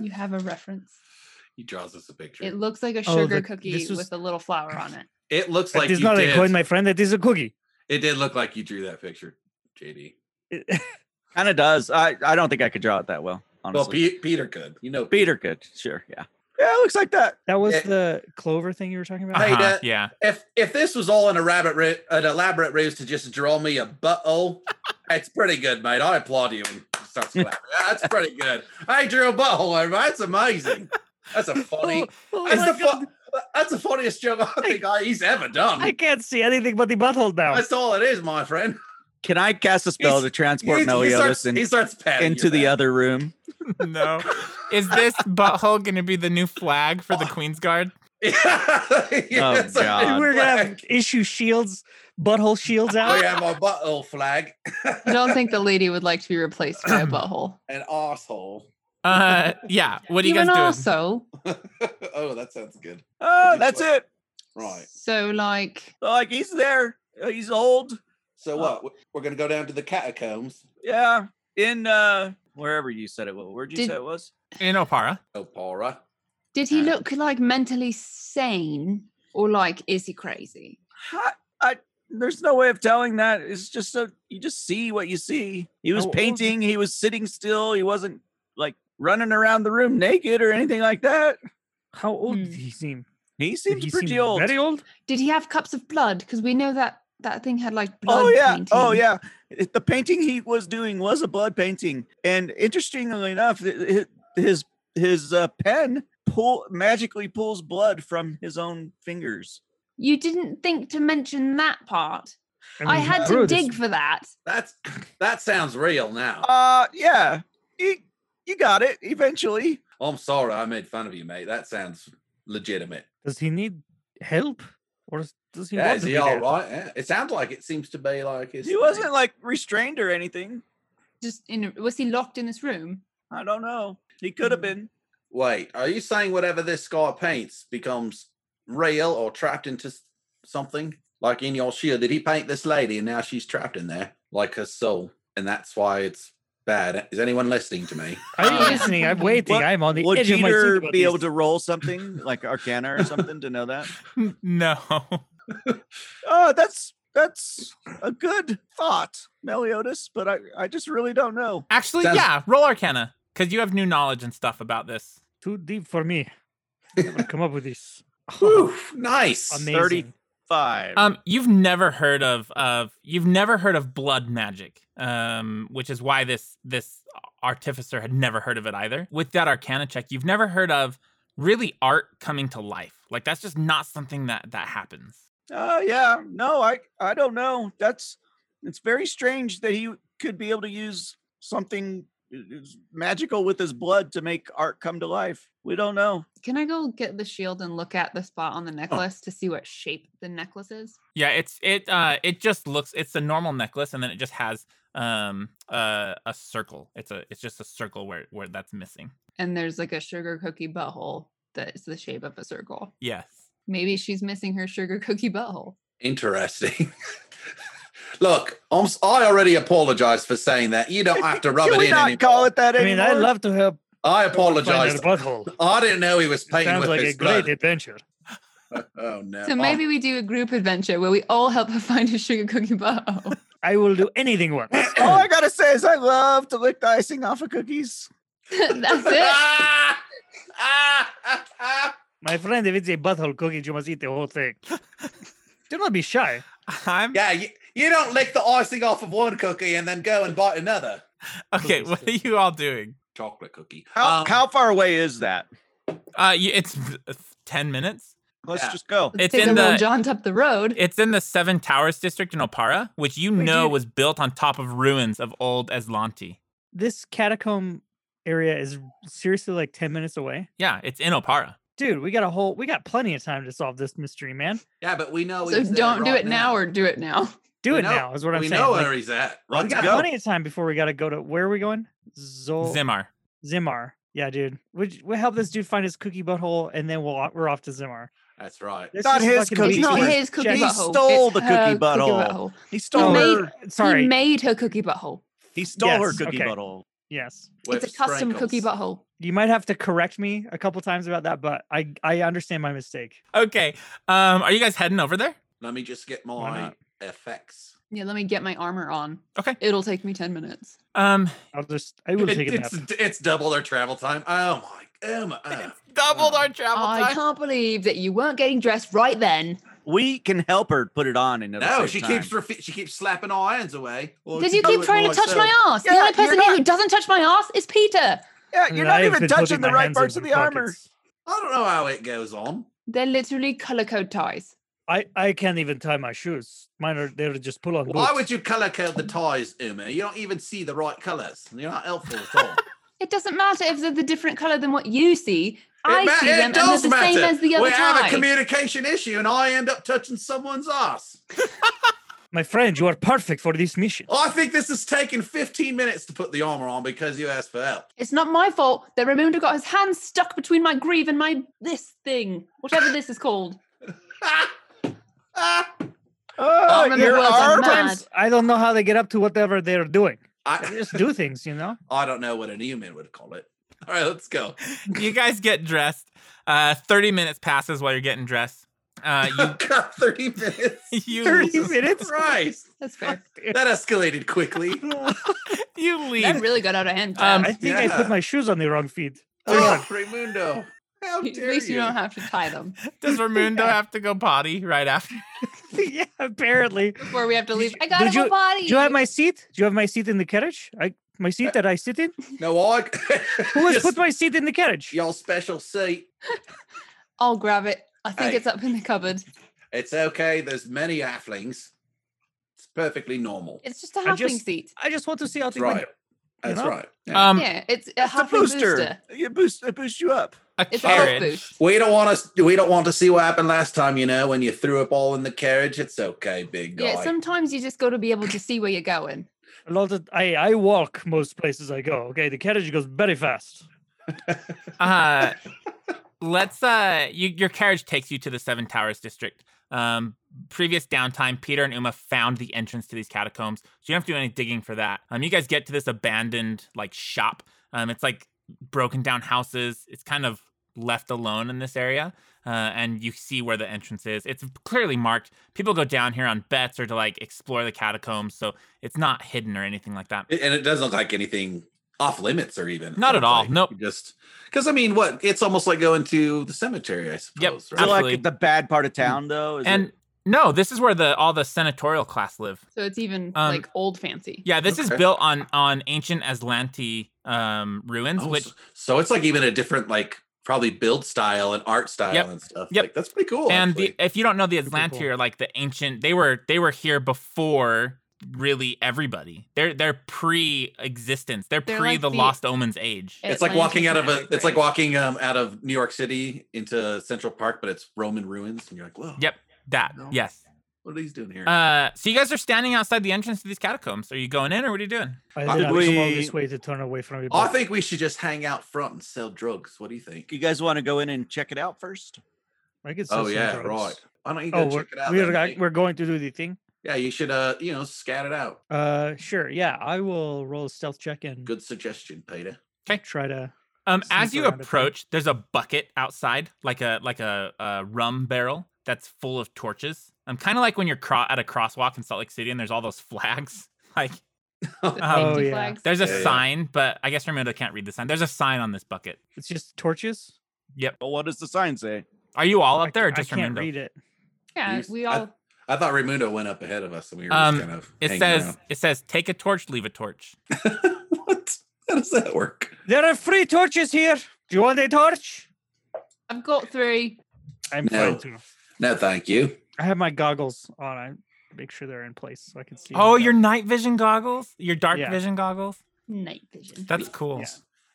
[SPEAKER 5] You have a reference.
[SPEAKER 6] He draws us a picture.
[SPEAKER 5] It looks like a
[SPEAKER 4] Oh,
[SPEAKER 5] sugar
[SPEAKER 4] that-
[SPEAKER 5] cookie
[SPEAKER 4] this was-
[SPEAKER 5] with a little flower on it.
[SPEAKER 6] It looks
[SPEAKER 4] That
[SPEAKER 6] like
[SPEAKER 4] is
[SPEAKER 6] you
[SPEAKER 4] not
[SPEAKER 6] did.
[SPEAKER 4] a coin, my friend. That is a cookie.
[SPEAKER 6] it did look like you drew that picture, JD.
[SPEAKER 3] Kind of does. I, I don't think I could draw it that well. Honestly.
[SPEAKER 6] Well, Pe- Peter could. You know,
[SPEAKER 3] Peter could, sure, yeah. Yeah, it looks like that.
[SPEAKER 4] that was
[SPEAKER 6] Yeah.
[SPEAKER 4] the clover thing you were talking about.
[SPEAKER 6] Hey,
[SPEAKER 2] Uh-huh,
[SPEAKER 6] that-
[SPEAKER 2] yeah.
[SPEAKER 6] If if this was all an elaborate ru- an elaborate ruse to just draw me a butthole, it's pretty good, mate. I applaud you. And he starts clapping. Yeah, That's pretty good. I drew a butthole, everybody. That's amazing. That's a funny.
[SPEAKER 4] Oh, oh
[SPEAKER 6] That's
[SPEAKER 4] my
[SPEAKER 6] the,
[SPEAKER 4] God.
[SPEAKER 6] fu- that's the funniest joke I think I, he's ever done.
[SPEAKER 4] I can't see anything but the butthole now.
[SPEAKER 6] that's all it is, my friend.
[SPEAKER 3] Can I cast a spell
[SPEAKER 6] He's-
[SPEAKER 3] to transport
[SPEAKER 6] he,
[SPEAKER 3] Meliodas
[SPEAKER 6] starts,
[SPEAKER 3] in,
[SPEAKER 6] he starts patting
[SPEAKER 3] into the other room?
[SPEAKER 2] No. Is this butthole going to be the new flag for the Queen's Guard?
[SPEAKER 6] yeah, it's a
[SPEAKER 3] God.
[SPEAKER 6] big
[SPEAKER 4] We're gonna have
[SPEAKER 6] flag.
[SPEAKER 4] issue shields, butthole shields
[SPEAKER 6] I
[SPEAKER 4] out.
[SPEAKER 6] have oh, my butthole flag.
[SPEAKER 5] I don't think the lady would like to be replaced by a butthole.
[SPEAKER 6] An asshole.
[SPEAKER 2] Uh, yeah. What are you
[SPEAKER 5] Even
[SPEAKER 2] guys doing?
[SPEAKER 5] also,
[SPEAKER 6] oh, that sounds good.
[SPEAKER 3] Oh,
[SPEAKER 6] Which
[SPEAKER 3] that's
[SPEAKER 6] way?
[SPEAKER 3] it.
[SPEAKER 6] Right.
[SPEAKER 5] so like
[SPEAKER 3] Like he's there. Uh, He's old.
[SPEAKER 6] So what? we- We're gonna go down to the catacombs.
[SPEAKER 3] Yeah. In uh wherever you said it was. Where'd you
[SPEAKER 5] Did-
[SPEAKER 3] say it was?
[SPEAKER 2] In Opara.
[SPEAKER 6] Oh, Opara.
[SPEAKER 5] Did he
[SPEAKER 6] Uh,
[SPEAKER 5] look like mentally sane or like is he crazy?
[SPEAKER 3] Ha- I, there's no way of telling that. It's just so you just see what you see. He was
[SPEAKER 4] Oh, oh.
[SPEAKER 3] painting, he was sitting still, he wasn't like running around the room naked or anything like that.
[SPEAKER 4] How old
[SPEAKER 5] Hmm.
[SPEAKER 4] did he seem?
[SPEAKER 3] He
[SPEAKER 4] Did
[SPEAKER 3] seems
[SPEAKER 4] he
[SPEAKER 3] pretty
[SPEAKER 4] seem
[SPEAKER 3] old.
[SPEAKER 4] Very old.
[SPEAKER 5] Did he have cups of blood? Because we know that that thing had like blood
[SPEAKER 3] Oh yeah.
[SPEAKER 5] painting.
[SPEAKER 3] Oh yeah. It- The painting he was doing was a blood painting, and interestingly enough, hi- hi- his his uh, pen pull magically pulls blood from his own fingers.
[SPEAKER 5] You didn't think to mention that part. I
[SPEAKER 4] mean,
[SPEAKER 5] had to
[SPEAKER 4] bro, this-
[SPEAKER 5] dig for that.
[SPEAKER 6] That's that sounds real now.
[SPEAKER 3] Uh, yeah. You you got it eventually.
[SPEAKER 6] I'm sorry, I made fun of you, mate. That sounds legitimate.
[SPEAKER 4] Does he need help, or is- does he?
[SPEAKER 6] yeah,
[SPEAKER 4] want
[SPEAKER 6] is
[SPEAKER 4] to
[SPEAKER 6] he
[SPEAKER 4] be
[SPEAKER 6] all
[SPEAKER 4] there?
[SPEAKER 6] right? Yeah. It sounds like it seems to be like his
[SPEAKER 3] He
[SPEAKER 6] thing.
[SPEAKER 3] wasn't like restrained or anything.
[SPEAKER 5] Just in was he locked in this room?
[SPEAKER 3] I don't know. He could have
[SPEAKER 5] Mm.
[SPEAKER 3] been.
[SPEAKER 6] Wait, are you saying whatever this guy paints becomes real or trapped into s- something? Like in your shield, did he paint this lady and now she's trapped in there, like her soul, and that's why it's bad? Is anyone listening to me?
[SPEAKER 4] I'm
[SPEAKER 5] Yeah.
[SPEAKER 4] listening. I'm waiting.
[SPEAKER 3] What-
[SPEAKER 4] I'm on the
[SPEAKER 3] Would
[SPEAKER 4] edge of my seat.
[SPEAKER 3] Jeter
[SPEAKER 4] about
[SPEAKER 3] be
[SPEAKER 4] these.
[SPEAKER 3] able to roll something like Arcana or something to know that?
[SPEAKER 2] no.
[SPEAKER 3] Oh, that's that's a good thought, Meliodas. But I I just really don't know.
[SPEAKER 2] Actually,
[SPEAKER 6] Sounds-
[SPEAKER 2] yeah, roll Arcana because you have new knowledge and stuff about this.
[SPEAKER 4] Too deep for me. I'm gonna come up with this.
[SPEAKER 6] Whew, nice.
[SPEAKER 4] Amazing.
[SPEAKER 3] Five.
[SPEAKER 2] Um, you've never heard of of you've never heard of blood magic, um, which is why this this artificer had never heard of it either. With that Arcana check, you've never heard of really art coming to life. Like that's just not something that that happens.
[SPEAKER 3] Uh, yeah. No, I I don't know. That's it's very strange that he could be able to use something i- is magical with his blood to make art come to life. We don't know.
[SPEAKER 5] Can I go get the shield and look at the spot on the necklace to see what shape the necklace is?
[SPEAKER 2] Yeah, it's it uh it just looks it's a normal necklace and then it just has um uh, a circle. It's a it's just a circle where where that's missing.
[SPEAKER 5] And there's like a sugar cookie butthole that is the shape of a circle.
[SPEAKER 2] Yes.
[SPEAKER 5] Maybe she's missing her sugar cookie butthole.
[SPEAKER 6] Interesting. Look, I'm, s- I already apologize for saying that. You don't have to rub
[SPEAKER 3] Can
[SPEAKER 6] it
[SPEAKER 3] we
[SPEAKER 6] in
[SPEAKER 3] not
[SPEAKER 6] anymore.
[SPEAKER 3] call it that
[SPEAKER 4] I mean,
[SPEAKER 3] anymore?
[SPEAKER 4] I love to help.
[SPEAKER 6] I
[SPEAKER 4] Find
[SPEAKER 6] apologize.
[SPEAKER 4] a butthole.
[SPEAKER 6] I didn't know he was painting
[SPEAKER 4] Sounds
[SPEAKER 6] with
[SPEAKER 4] like a
[SPEAKER 6] his
[SPEAKER 4] great
[SPEAKER 6] blood.
[SPEAKER 4] adventure.
[SPEAKER 6] Oh no!
[SPEAKER 5] So
[SPEAKER 6] Oh,
[SPEAKER 5] maybe we do a group adventure where we all help her find her sugar cookie butthole.
[SPEAKER 4] I will do anything once.
[SPEAKER 3] All I gotta say is I love to lick the icing off of cookies.
[SPEAKER 5] That's it.
[SPEAKER 6] Ah! Ah! Ah! Ah!
[SPEAKER 4] My friend, if it's a butthole cookie, you must eat the whole thing. do not be shy.
[SPEAKER 2] I'm
[SPEAKER 6] Yeah, you, you don't lick the icing off of one cookie and then go and bite another
[SPEAKER 2] okay. What are you all doing?
[SPEAKER 6] chocolate cookie.
[SPEAKER 3] How
[SPEAKER 6] Um,
[SPEAKER 3] how far away is that?
[SPEAKER 2] Uh, y- it's ten minutes.
[SPEAKER 3] Let's
[SPEAKER 6] yeah.
[SPEAKER 3] just go.
[SPEAKER 5] Let's
[SPEAKER 2] It's
[SPEAKER 5] take
[SPEAKER 2] in
[SPEAKER 5] a little
[SPEAKER 2] the-
[SPEAKER 5] jaunt up the road.
[SPEAKER 2] It's in the Seven Towers district in Opara, which you
[SPEAKER 4] Wait,
[SPEAKER 2] know
[SPEAKER 4] dude.
[SPEAKER 2] was built on top of ruins of old Eslanti.
[SPEAKER 4] This catacomb area is seriously like 10 minutes away.
[SPEAKER 2] Yeah, it's in Opara.
[SPEAKER 4] Dude, we got a whole, we got plenty of time to solve this mystery, man.
[SPEAKER 6] Yeah, but we know.
[SPEAKER 5] So
[SPEAKER 6] he's there
[SPEAKER 5] don't do
[SPEAKER 6] right
[SPEAKER 5] it now or do it now.
[SPEAKER 4] Do
[SPEAKER 6] We
[SPEAKER 4] it
[SPEAKER 6] know-
[SPEAKER 4] now, is what I'm
[SPEAKER 6] we
[SPEAKER 4] saying.
[SPEAKER 6] know
[SPEAKER 4] Like,
[SPEAKER 6] where he's at.
[SPEAKER 4] we
[SPEAKER 6] Let's
[SPEAKER 4] got
[SPEAKER 6] go.
[SPEAKER 4] plenty of time before we got to go to, where are we going? Zol-
[SPEAKER 2] Zimar.
[SPEAKER 4] Zimar. Yeah, dude. We, we help this dude find his cookie butthole and then we'll, we're off to Zimar.
[SPEAKER 6] That's right.
[SPEAKER 4] Let's
[SPEAKER 3] Not
[SPEAKER 4] just
[SPEAKER 3] his
[SPEAKER 4] fucking
[SPEAKER 3] cookie,
[SPEAKER 4] make
[SPEAKER 5] It's not
[SPEAKER 4] sure-
[SPEAKER 3] butthole.
[SPEAKER 5] his cookie
[SPEAKER 4] He
[SPEAKER 5] butthole.
[SPEAKER 3] stole
[SPEAKER 5] it's
[SPEAKER 3] the cookie
[SPEAKER 5] her
[SPEAKER 3] butthole. He stole
[SPEAKER 5] made-
[SPEAKER 3] her.
[SPEAKER 4] Sorry.
[SPEAKER 5] He made her cookie butthole.
[SPEAKER 3] He stole her
[SPEAKER 4] Yes,
[SPEAKER 3] cookie
[SPEAKER 4] okay.
[SPEAKER 3] butthole.
[SPEAKER 4] yes.
[SPEAKER 6] With
[SPEAKER 5] it's a custom
[SPEAKER 6] sprinkles.
[SPEAKER 5] cookie butthole.
[SPEAKER 4] You might have to correct me a couple times about that, but I, I understand my mistake.
[SPEAKER 2] Okay. Um, are you guys heading over there?
[SPEAKER 6] Let me just get
[SPEAKER 4] Why
[SPEAKER 6] my
[SPEAKER 4] not?
[SPEAKER 6] effects.
[SPEAKER 5] Yeah, let me get my armor on.
[SPEAKER 2] Okay.
[SPEAKER 5] It'll take me 10 minutes.
[SPEAKER 2] Um,
[SPEAKER 4] I'll just, I will
[SPEAKER 6] It-
[SPEAKER 4] take a nap.
[SPEAKER 6] it's it's double their travel time. Oh my! Oh my! uh,
[SPEAKER 2] it's doubled
[SPEAKER 6] wow.
[SPEAKER 2] our travel
[SPEAKER 5] I
[SPEAKER 2] time.
[SPEAKER 5] can't believe that you weren't getting dressed right then.
[SPEAKER 3] We can help her put it on and it'll
[SPEAKER 6] No,
[SPEAKER 3] save
[SPEAKER 6] she
[SPEAKER 3] time.
[SPEAKER 6] keeps refi- she keeps slapping our irons away. Well,
[SPEAKER 5] Did
[SPEAKER 6] to
[SPEAKER 5] you
[SPEAKER 6] do
[SPEAKER 5] keep
[SPEAKER 6] it
[SPEAKER 5] trying to touch my
[SPEAKER 6] myself-
[SPEAKER 5] ass?
[SPEAKER 3] Yeah,
[SPEAKER 5] the only person
[SPEAKER 3] you're
[SPEAKER 5] here who
[SPEAKER 3] not-
[SPEAKER 5] doesn't touch my ass is Peter.
[SPEAKER 3] Yeah,
[SPEAKER 4] I
[SPEAKER 3] you're
[SPEAKER 4] mean,
[SPEAKER 3] not
[SPEAKER 4] I have
[SPEAKER 3] even
[SPEAKER 4] been putting
[SPEAKER 3] touching
[SPEAKER 4] my
[SPEAKER 3] the right
[SPEAKER 4] hands in
[SPEAKER 3] parts of
[SPEAKER 4] my
[SPEAKER 3] the armor.
[SPEAKER 4] pockets.
[SPEAKER 6] I don't know how it goes on.
[SPEAKER 5] They're literally color code ties.
[SPEAKER 4] I, I can't even tie my shoes. Mine are they're just pull on.
[SPEAKER 6] Why
[SPEAKER 4] boots.
[SPEAKER 6] would you color code the ties, Uma? You don't even see the right colors. You're not helpful at all.
[SPEAKER 5] It doesn't matter if they're the different color than what you see. I
[SPEAKER 6] It ma-
[SPEAKER 5] see
[SPEAKER 6] it
[SPEAKER 5] them and they're
[SPEAKER 6] does
[SPEAKER 5] the same
[SPEAKER 6] matter.
[SPEAKER 5] as the other
[SPEAKER 6] We have
[SPEAKER 5] tie.
[SPEAKER 6] a communication issue, and I end up touching someone's ass.
[SPEAKER 4] my friend? You are perfect for this mission.
[SPEAKER 6] I think this has taken 15 minutes to put the armor on because you asked for help.
[SPEAKER 5] it's not my fault that Raimundo got his hands stuck between my greave and my this thing, whatever this is called.
[SPEAKER 6] Ah! Ah!
[SPEAKER 3] Oh,
[SPEAKER 5] remember
[SPEAKER 3] your
[SPEAKER 5] what I'm
[SPEAKER 3] armor.
[SPEAKER 5] mad.
[SPEAKER 4] I don't know how they get up to whatever they're doing. They
[SPEAKER 6] I,
[SPEAKER 4] just do things, you know.
[SPEAKER 6] I don't know what an human would call it. All right, let's go.
[SPEAKER 2] you guys get dressed. Uh, thirty minutes passes while you're getting dressed. Uh,
[SPEAKER 6] got 30 minutes.
[SPEAKER 2] you you
[SPEAKER 4] Thirty minutes.
[SPEAKER 6] Christ.
[SPEAKER 5] That's fair.
[SPEAKER 6] That escalated quickly.
[SPEAKER 2] you
[SPEAKER 5] that
[SPEAKER 2] leave.
[SPEAKER 5] really got out of hand.
[SPEAKER 2] Um,
[SPEAKER 5] fast.
[SPEAKER 4] I think I put
[SPEAKER 6] Yeah.
[SPEAKER 4] my shoes on the wrong feet.
[SPEAKER 6] Oh, Raimundo.
[SPEAKER 1] How
[SPEAKER 5] At
[SPEAKER 1] dare
[SPEAKER 5] least you
[SPEAKER 1] you?
[SPEAKER 5] don't have to tie them
[SPEAKER 2] Does Ramundo have to go potty right after?
[SPEAKER 4] yeah, apparently. Do
[SPEAKER 5] before we have to
[SPEAKER 4] Did
[SPEAKER 5] leave.
[SPEAKER 4] you-
[SPEAKER 5] I got
[SPEAKER 4] did
[SPEAKER 5] a
[SPEAKER 4] you-
[SPEAKER 5] body.
[SPEAKER 4] you have my seat? Do you have my seat in the carriage? I my seat that I sit in?
[SPEAKER 6] No, I.
[SPEAKER 4] Who has
[SPEAKER 6] Just
[SPEAKER 4] put my seat in the carriage?
[SPEAKER 6] y'all special seat.
[SPEAKER 5] I'll grab it. I think
[SPEAKER 6] Hey.
[SPEAKER 5] it's up in the cupboard.
[SPEAKER 6] It's okay. There's many halflings. It's perfectly normal.
[SPEAKER 5] It's just a
[SPEAKER 4] I
[SPEAKER 5] halfling
[SPEAKER 4] just-
[SPEAKER 5] seat.
[SPEAKER 4] I just want to see out
[SPEAKER 6] That's
[SPEAKER 4] the
[SPEAKER 6] right.
[SPEAKER 4] window.
[SPEAKER 6] That's
[SPEAKER 4] know?
[SPEAKER 6] right. Yeah.
[SPEAKER 2] Um,
[SPEAKER 5] yeah, it's a
[SPEAKER 3] It's a
[SPEAKER 5] halfling
[SPEAKER 3] booster.
[SPEAKER 5] booster.
[SPEAKER 3] It boosts it boosts you up.
[SPEAKER 2] a
[SPEAKER 5] It's a health
[SPEAKER 2] carriage.
[SPEAKER 5] boost.
[SPEAKER 6] we don't want to. We don't want to see what happened last time. You know, when you threw up all in the carriage. It's okay, big guy.
[SPEAKER 5] Yeah, sometimes you just got to be able to see where you're going.
[SPEAKER 4] A lot of I, I walk most places I go. Okay, the carriage goes very fast.
[SPEAKER 2] uh, let's. Uh, you, your carriage takes you to the Seven Towers district. Um, previous downtime, Peter and Uma found the entrance to these catacombs, so you don't have to do any digging for that. Um, you guys get to this abandoned like shop. Um, it's like broken down houses. It's kind of left alone in this area. Uh, and you see where the entrance is. It's clearly marked. People go down here on bets or to like explore the catacombs, so it's not hidden or anything like that.
[SPEAKER 6] It- and it doesn't look like anything off limits or even
[SPEAKER 2] Not at
[SPEAKER 6] sounds
[SPEAKER 2] all,
[SPEAKER 6] like.
[SPEAKER 2] nope.
[SPEAKER 6] You just because I mean, what? It's almost like going to the cemetery, I suppose.
[SPEAKER 3] So
[SPEAKER 6] Right?
[SPEAKER 2] Absolutely.
[SPEAKER 3] like the bad part of town though. oh, Is it-
[SPEAKER 2] and no, this is where the all the senatorial class live.
[SPEAKER 5] So it's even
[SPEAKER 2] Um,
[SPEAKER 5] like old fancy.
[SPEAKER 2] Yeah, this is
[SPEAKER 6] Okay.
[SPEAKER 2] built on on ancient Aslanti um, ruins,
[SPEAKER 6] Oh,
[SPEAKER 2] which
[SPEAKER 6] so, so it's like even a different, like probably build style and art style
[SPEAKER 2] Yep.
[SPEAKER 6] and stuff.
[SPEAKER 2] Yep.
[SPEAKER 6] Like that's pretty cool.
[SPEAKER 2] and the,
[SPEAKER 6] actually.
[SPEAKER 2] if you don't know, the
[SPEAKER 4] Super cool.
[SPEAKER 2] Aslanti are like the ancient. They were they were here before really everybody. They're they're pre-existence. They're,
[SPEAKER 5] They're
[SPEAKER 2] pre
[SPEAKER 5] like
[SPEAKER 2] the,
[SPEAKER 5] the-
[SPEAKER 2] Lost Omens age.
[SPEAKER 5] Yeah.
[SPEAKER 6] it's like
[SPEAKER 5] Atlantis
[SPEAKER 6] walking out of a.
[SPEAKER 5] Maverick,
[SPEAKER 6] It's like
[SPEAKER 5] right?
[SPEAKER 6] walking um out of New York City into Central Park, but it's Roman ruins, and you're like, whoa.
[SPEAKER 2] Yep. That
[SPEAKER 6] No.
[SPEAKER 2] yes.
[SPEAKER 6] What are these doing here?
[SPEAKER 2] Uh, so you guys are standing outside the entrance to these catacombs. Are you going in or what are you doing?
[SPEAKER 4] I
[SPEAKER 6] Uh,
[SPEAKER 4] did not come all
[SPEAKER 3] we-
[SPEAKER 4] this way to turn away from you.
[SPEAKER 6] I think we should just hang out front and sell drugs. What do you think?
[SPEAKER 3] you guys want to go in and check it out first?
[SPEAKER 4] I could sell
[SPEAKER 6] Oh
[SPEAKER 4] some
[SPEAKER 6] yeah,
[SPEAKER 4] drugs.
[SPEAKER 6] right. Why don't you go
[SPEAKER 4] Oh, we're,
[SPEAKER 6] check it out?
[SPEAKER 4] we're,
[SPEAKER 6] then,
[SPEAKER 4] go-
[SPEAKER 6] Jake?
[SPEAKER 4] we're going to do the thing.
[SPEAKER 6] Yeah, you should uh, you know, scat it out.
[SPEAKER 4] Uh, sure. Yeah, I will roll a stealth check and
[SPEAKER 6] Good suggestion, Peter.
[SPEAKER 4] try to.
[SPEAKER 2] Um,
[SPEAKER 4] Sneak
[SPEAKER 2] as you
[SPEAKER 4] around a bit.
[SPEAKER 2] approach, there's a bucket outside, like a like a, a rum barrel that's full of torches. I'm kind of like when you're cro- at a crosswalk in Salt Lake City, and there's all those flags. Like
[SPEAKER 5] The
[SPEAKER 2] um,
[SPEAKER 4] Oh,
[SPEAKER 5] safety
[SPEAKER 4] yeah.
[SPEAKER 5] flags.
[SPEAKER 2] there's a
[SPEAKER 6] Yeah, yeah.
[SPEAKER 2] sign, but I guess Ramundo can't read the sign. There's a sign on this bucket.
[SPEAKER 4] It's just torches.
[SPEAKER 3] But what does the sign say?
[SPEAKER 2] Are you all
[SPEAKER 4] I,
[SPEAKER 2] up there,
[SPEAKER 4] I
[SPEAKER 2] or just
[SPEAKER 4] can't
[SPEAKER 2] Ramundo?
[SPEAKER 4] read it.
[SPEAKER 5] Yeah,
[SPEAKER 6] Use-
[SPEAKER 5] we
[SPEAKER 6] I-
[SPEAKER 5] all.
[SPEAKER 6] I thought Raimundo went up ahead of us and we were
[SPEAKER 2] Um,
[SPEAKER 6] just kind of
[SPEAKER 2] It
[SPEAKER 6] hanging
[SPEAKER 2] says
[SPEAKER 6] around.
[SPEAKER 2] it says take a torch, leave a torch.
[SPEAKER 6] what? How does that work?
[SPEAKER 4] There are free torches here. Do you want a torch?
[SPEAKER 5] I've got three.
[SPEAKER 4] I'm
[SPEAKER 6] No.
[SPEAKER 4] fine too.
[SPEAKER 6] No, thank you.
[SPEAKER 4] I have my goggles on. I make sure they're in place so I can see. in
[SPEAKER 2] Oh,
[SPEAKER 4] the
[SPEAKER 2] your
[SPEAKER 4] dark.
[SPEAKER 2] night vision goggles, your dark
[SPEAKER 4] Yeah.
[SPEAKER 2] vision goggles.
[SPEAKER 5] Night vision.
[SPEAKER 2] That's cool.
[SPEAKER 4] Yeah.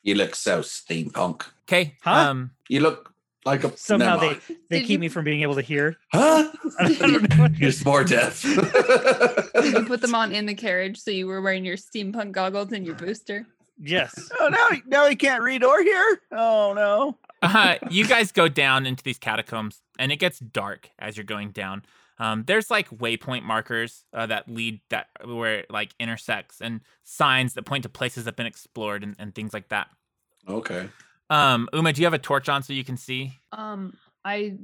[SPEAKER 6] You look so steampunk.
[SPEAKER 2] Okay.
[SPEAKER 4] Huh?
[SPEAKER 2] Um,
[SPEAKER 6] You look like a
[SPEAKER 4] Somehow
[SPEAKER 6] never
[SPEAKER 4] they
[SPEAKER 6] mind.
[SPEAKER 4] they
[SPEAKER 5] Did
[SPEAKER 4] keep
[SPEAKER 5] you-
[SPEAKER 4] me from being able to hear.
[SPEAKER 6] Huh?
[SPEAKER 4] I don't know.
[SPEAKER 6] You're just more deaf.
[SPEAKER 5] Did you put them on in the carriage so you were wearing your steampunk goggles and your booster?
[SPEAKER 4] yes.
[SPEAKER 3] Oh now he- now he can't read or hear? Oh no.
[SPEAKER 2] uh, you guys go down into these catacombs, and it gets dark as you're going down. Um, there's like waypoint markers uh, that lead that where it like intersects, and signs that point to places that've been explored and, and things like that.
[SPEAKER 6] okay.
[SPEAKER 2] Um, Uma, do you have a torch on so you can see?
[SPEAKER 5] Um, I,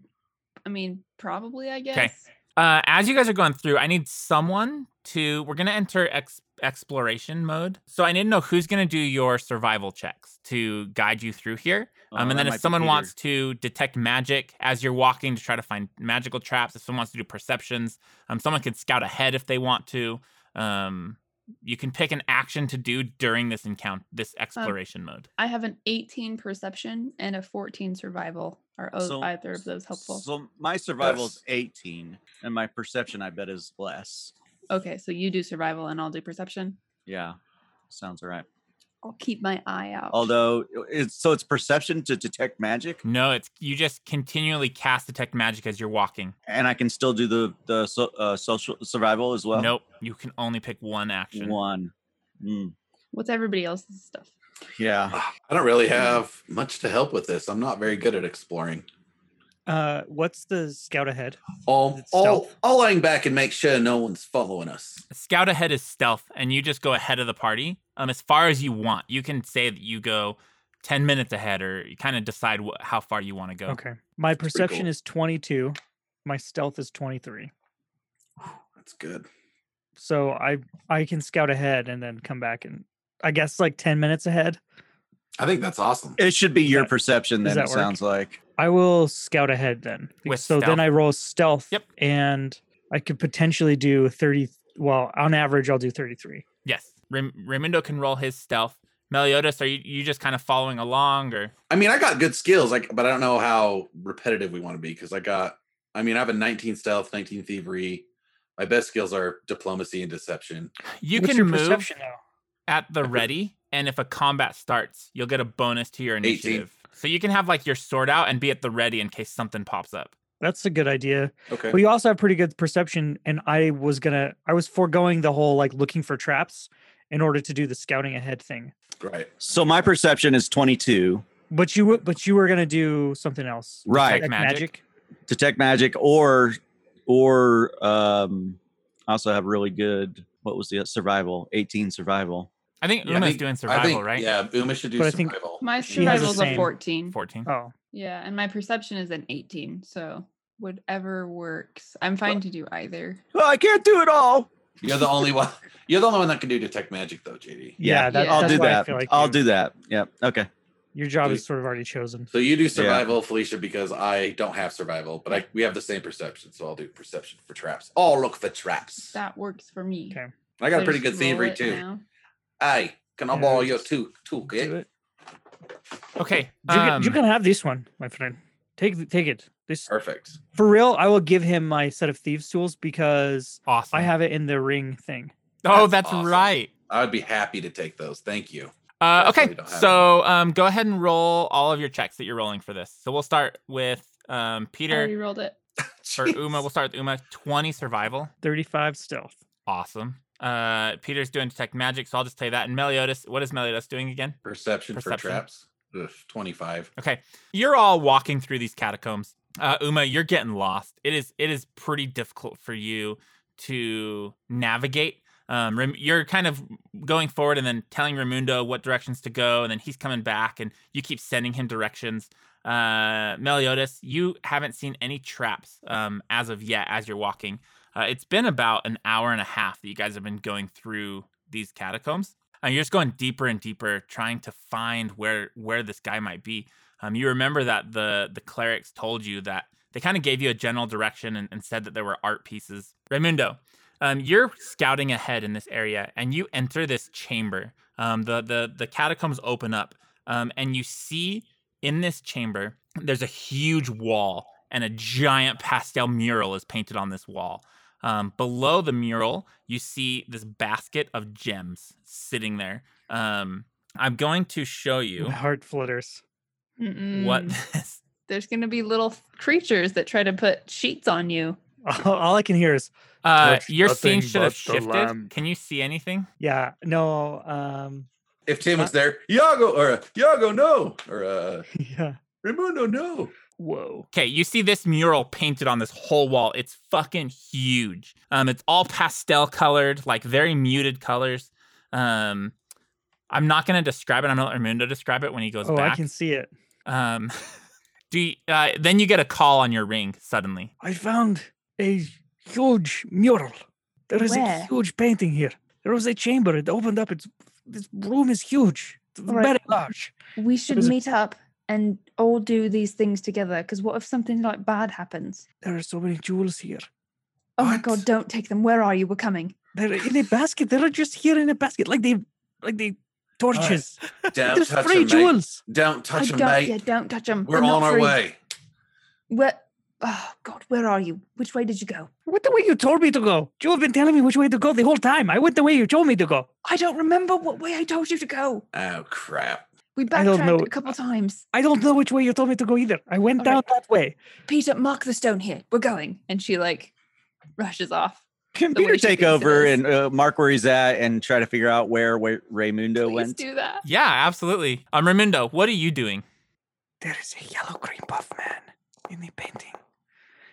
[SPEAKER 5] I mean, probably. I guess.
[SPEAKER 2] Uh, as you guys are going through, I need someone to. We're gonna enter ex- exploration mode, so I need to know who's gonna do your survival checks to guide you through here.
[SPEAKER 3] Oh,
[SPEAKER 2] Um,
[SPEAKER 3] that
[SPEAKER 2] and then
[SPEAKER 3] might
[SPEAKER 2] if
[SPEAKER 3] be
[SPEAKER 2] someone
[SPEAKER 3] Peter.
[SPEAKER 2] wants to detect magic as you're walking to try to find magical traps, if someone wants to do perceptions, um, someone can scout ahead if they want to. Um, you can pick an action to do during this encounter, this exploration mode.
[SPEAKER 5] I have an 18 perception and a 14 survival. Are o-
[SPEAKER 3] So-
[SPEAKER 5] either of those helpful?
[SPEAKER 3] So my survival
[SPEAKER 6] Yes.
[SPEAKER 3] is 18 and my perception I bet is less.
[SPEAKER 5] okay, so you do survival and I'll do perception.
[SPEAKER 3] Yeah. Sounds all right.
[SPEAKER 5] I'll keep my eye out.
[SPEAKER 3] Although it's so it's perception to detect magic
[SPEAKER 2] No, it's you just continually cast detect magic as you're walking.
[SPEAKER 3] and I can still do the the so, uh, social survival as well.
[SPEAKER 2] nope, you can only pick one action.
[SPEAKER 3] One. Mm,
[SPEAKER 5] what's everybody else's stuff?
[SPEAKER 3] yeah.
[SPEAKER 6] I don't really have much to help with this. I'm not very good at exploring.
[SPEAKER 4] Uh, what's the scout ahead?
[SPEAKER 6] I'll,
[SPEAKER 4] It's
[SPEAKER 6] I'll,
[SPEAKER 4] stealth.
[SPEAKER 6] I'll hang back and make sure no one's following us.
[SPEAKER 2] Scout ahead is stealth, and you just go ahead of the party um, as far as you want. You can say that you go ten minutes ahead, or you kind of decide wh- how far you want to go.
[SPEAKER 4] Okay. My
[SPEAKER 6] Oh, pretty
[SPEAKER 4] perception
[SPEAKER 6] cool.
[SPEAKER 4] is 22. My stealth is 23.
[SPEAKER 6] That's good.
[SPEAKER 4] So I I can scout ahead and then come back and I guess like 10 minutes ahead.
[SPEAKER 6] I think that's awesome.
[SPEAKER 7] It should be your
[SPEAKER 4] That-
[SPEAKER 7] perception
[SPEAKER 4] does
[SPEAKER 7] then, it
[SPEAKER 4] that work?
[SPEAKER 7] sounds like.
[SPEAKER 4] I will scout ahead then. Be-
[SPEAKER 2] With
[SPEAKER 4] so
[SPEAKER 2] stealth.
[SPEAKER 4] then I roll stealth.
[SPEAKER 2] Yep.
[SPEAKER 4] And I could potentially do 30. Well, on average, I'll do 33.
[SPEAKER 2] Yes. Rim- Raimundo can roll his stealth. Meliodas, are you, you just kind of following along or
[SPEAKER 6] I mean, I got good skills, like, but I don't know how repetitive we want to be because I got. I mean, I have a 19 stealth, 19 thievery. My best skills are diplomacy and deception.
[SPEAKER 2] you
[SPEAKER 4] What's
[SPEAKER 2] can
[SPEAKER 4] your
[SPEAKER 2] move
[SPEAKER 4] perception now?
[SPEAKER 2] at the ready and if a combat starts, you'll get a bonus to your
[SPEAKER 6] 18.
[SPEAKER 2] initiative. So you can have like your sword out and be at the ready in case something pops up.
[SPEAKER 4] That's a good idea.
[SPEAKER 6] Okay.
[SPEAKER 4] But you also have pretty good perception. And I was gonna, I was foregoing the whole like looking for traps in order to do the scouting ahead thing.
[SPEAKER 6] Right.
[SPEAKER 7] So my perception is 22.
[SPEAKER 4] But you, w- but you were gonna do something else.
[SPEAKER 7] Right.
[SPEAKER 2] Detect
[SPEAKER 4] Detect
[SPEAKER 2] magic.
[SPEAKER 7] Detect magic or or um I also have really good what was the uh, survival? 18 survival.
[SPEAKER 2] I think
[SPEAKER 6] Yeah, I
[SPEAKER 2] Uma's
[SPEAKER 6] think-
[SPEAKER 2] doing
[SPEAKER 6] I
[SPEAKER 2] survival,
[SPEAKER 6] think,
[SPEAKER 2] right?
[SPEAKER 6] Yeah, Uma should do
[SPEAKER 4] But I think-
[SPEAKER 6] survival.
[SPEAKER 5] My
[SPEAKER 4] She has the
[SPEAKER 5] survival's a
[SPEAKER 4] same.
[SPEAKER 5] 14.
[SPEAKER 2] 14.
[SPEAKER 4] Oh,
[SPEAKER 5] Yeah, and my perception is an 18. So whatever works. I'm fine to do either.
[SPEAKER 7] Well, Oh, I can't do it all.
[SPEAKER 6] You're the only one. You're the only one that can do detect magic, though, JD.
[SPEAKER 4] yeah. that,
[SPEAKER 5] Yeah.
[SPEAKER 7] I'll
[SPEAKER 4] that's
[SPEAKER 7] do
[SPEAKER 4] why I
[SPEAKER 7] that.
[SPEAKER 4] feel like
[SPEAKER 7] I'll
[SPEAKER 4] you-
[SPEAKER 7] do that. Yep. Okay.
[SPEAKER 4] Your job
[SPEAKER 6] Do-
[SPEAKER 4] is sort of already chosen.
[SPEAKER 6] So you do survival, Felicia, because I don't have survival, but I we have the same perception, so I'll do perception for traps. Oh, look for traps.
[SPEAKER 5] That works for me.
[SPEAKER 4] Okay.
[SPEAKER 6] I got
[SPEAKER 5] So
[SPEAKER 6] a pretty
[SPEAKER 5] just
[SPEAKER 6] good
[SPEAKER 5] roll
[SPEAKER 6] thievery
[SPEAKER 5] it
[SPEAKER 6] too.
[SPEAKER 5] now.
[SPEAKER 6] Hey, can I
[SPEAKER 4] Yeah,
[SPEAKER 6] borrow
[SPEAKER 4] we
[SPEAKER 6] your
[SPEAKER 4] just
[SPEAKER 6] two
[SPEAKER 4] Do
[SPEAKER 6] toolkit?
[SPEAKER 4] it.
[SPEAKER 2] Okay.
[SPEAKER 4] You can-
[SPEAKER 2] um,
[SPEAKER 4] you can have this one, my friend. Take th- take it. This
[SPEAKER 6] Perfect.
[SPEAKER 4] for real. I will give him my set of thieves tools because
[SPEAKER 2] awesome.
[SPEAKER 4] I have it in the ring thing.
[SPEAKER 2] Oh,
[SPEAKER 6] That's
[SPEAKER 2] that's
[SPEAKER 6] awesome.
[SPEAKER 2] right.
[SPEAKER 6] I would be happy to take those. Thank you.
[SPEAKER 2] Uh,
[SPEAKER 6] That's why
[SPEAKER 2] okay,
[SPEAKER 6] we don't have
[SPEAKER 2] so um, go ahead and roll all of your checks that you're rolling for this. So we'll start with um,
[SPEAKER 5] I already
[SPEAKER 2] Peter
[SPEAKER 5] rolled it.
[SPEAKER 2] or Uma. We'll start with Uma. 20 survival.
[SPEAKER 4] Thirty-five stealth.
[SPEAKER 2] Awesome. Uh, Peter's doing detect magic, so I'll just tell you that. And Meliodas, what is Meliodas doing again?
[SPEAKER 6] Perception, for
[SPEAKER 2] Perception.
[SPEAKER 6] traps. Ugh, Twenty-five.
[SPEAKER 2] Okay, you're all walking through these catacombs. Uh, Uma, you're getting lost. It is it is pretty difficult for you to navigate. Um, Ram- you're kind of going forward and then telling Raimundo what directions to go, and then he's coming back, and you keep sending him directions. Uh, Meliodas, you haven't seen any traps um, as of yet as you're walking. Uh, it's been about an hour and a half that you guys have been going through these catacombs, and you're just going deeper and deeper, trying to find where where this guy might be. Um, you remember that the the clerics told you that they kind of gave you a general direction and, and said that there were art pieces. Raimundo, um, you're scouting ahead in this area, and you enter this chamber. Um, the the the catacombs open up, um, and you see in this chamber there's a huge wall, and a giant pastel mural is painted on this wall. Um, below the mural, you see this basket of gems sitting there. Um, I'm going to show you
[SPEAKER 4] My heart flutters.
[SPEAKER 2] what
[SPEAKER 5] Mm-mm.
[SPEAKER 2] this
[SPEAKER 5] There's going to be little creatures that try to put sheets on you.
[SPEAKER 4] All, all I can hear is
[SPEAKER 2] Uh,
[SPEAKER 4] Touch
[SPEAKER 2] your
[SPEAKER 4] nothing
[SPEAKER 2] scene should have
[SPEAKER 4] but the
[SPEAKER 2] shifted.
[SPEAKER 4] lamp.
[SPEAKER 2] Can you see anything?
[SPEAKER 4] yeah. No. Um.
[SPEAKER 6] If Tim was there, Er, Iago or uh, Iago, no, or uh,
[SPEAKER 4] Yeah.
[SPEAKER 6] Raimundo, no.
[SPEAKER 4] Whoa.
[SPEAKER 2] Okay, you see this mural painted on this whole wall. It's fucking huge. Um, it's all pastel colored, like very muted colors. Um, I'm not gonna describe it. I'm gonna let Raimundo describe it when he goes
[SPEAKER 4] Oh,
[SPEAKER 2] back.
[SPEAKER 4] I can see it.
[SPEAKER 2] Um, do you, uh, then you get a call on your ring suddenly.
[SPEAKER 4] I found a huge mural. There is
[SPEAKER 5] Where?
[SPEAKER 4] a huge painting here. There was a chamber. It opened up. It's this room is huge. It's
[SPEAKER 5] All right.
[SPEAKER 4] very large.
[SPEAKER 5] We should
[SPEAKER 4] There's a-
[SPEAKER 5] meet up and all do these things together because what if something like bad happens?
[SPEAKER 4] There are so many jewels here.
[SPEAKER 5] Oh my
[SPEAKER 6] What?
[SPEAKER 5] god, don't take them. Where are you? We're coming.
[SPEAKER 4] They're in a basket. They're just here in a basket, like they, like they torches.
[SPEAKER 6] Don't
[SPEAKER 4] There's
[SPEAKER 6] touch
[SPEAKER 4] three
[SPEAKER 6] him, mate.
[SPEAKER 4] jewels.
[SPEAKER 6] Don't
[SPEAKER 5] I
[SPEAKER 6] touch him,
[SPEAKER 5] don't, yeah,
[SPEAKER 6] mate.
[SPEAKER 5] don't touch them.
[SPEAKER 6] We're on our way.
[SPEAKER 5] Where? Oh god, where are you? Which way did you go?
[SPEAKER 4] What the way you told me to go? You have been telling me which way to go the whole time. I went the way you told me to go.
[SPEAKER 5] I don't remember what way I told you to go.
[SPEAKER 6] Oh crap!
[SPEAKER 5] We
[SPEAKER 4] I don't
[SPEAKER 5] backtracked
[SPEAKER 4] know.
[SPEAKER 5] a couple times.
[SPEAKER 4] I don't know which way you told me to go either. I went
[SPEAKER 5] All
[SPEAKER 4] down
[SPEAKER 5] right.
[SPEAKER 4] that way.
[SPEAKER 5] Peter, mark the stone here. We're going. And she like rushes off.
[SPEAKER 7] Can
[SPEAKER 5] The way
[SPEAKER 7] Peter
[SPEAKER 5] she
[SPEAKER 7] take
[SPEAKER 5] thinks it
[SPEAKER 7] over
[SPEAKER 5] is.
[SPEAKER 7] and uh, mark where he's at and try to figure out where, where Raymundo
[SPEAKER 5] Please
[SPEAKER 7] went?
[SPEAKER 5] do that.
[SPEAKER 2] Yeah, absolutely. Um, Raimundo, what are you doing?
[SPEAKER 4] There is a yellow green buff man in the painting.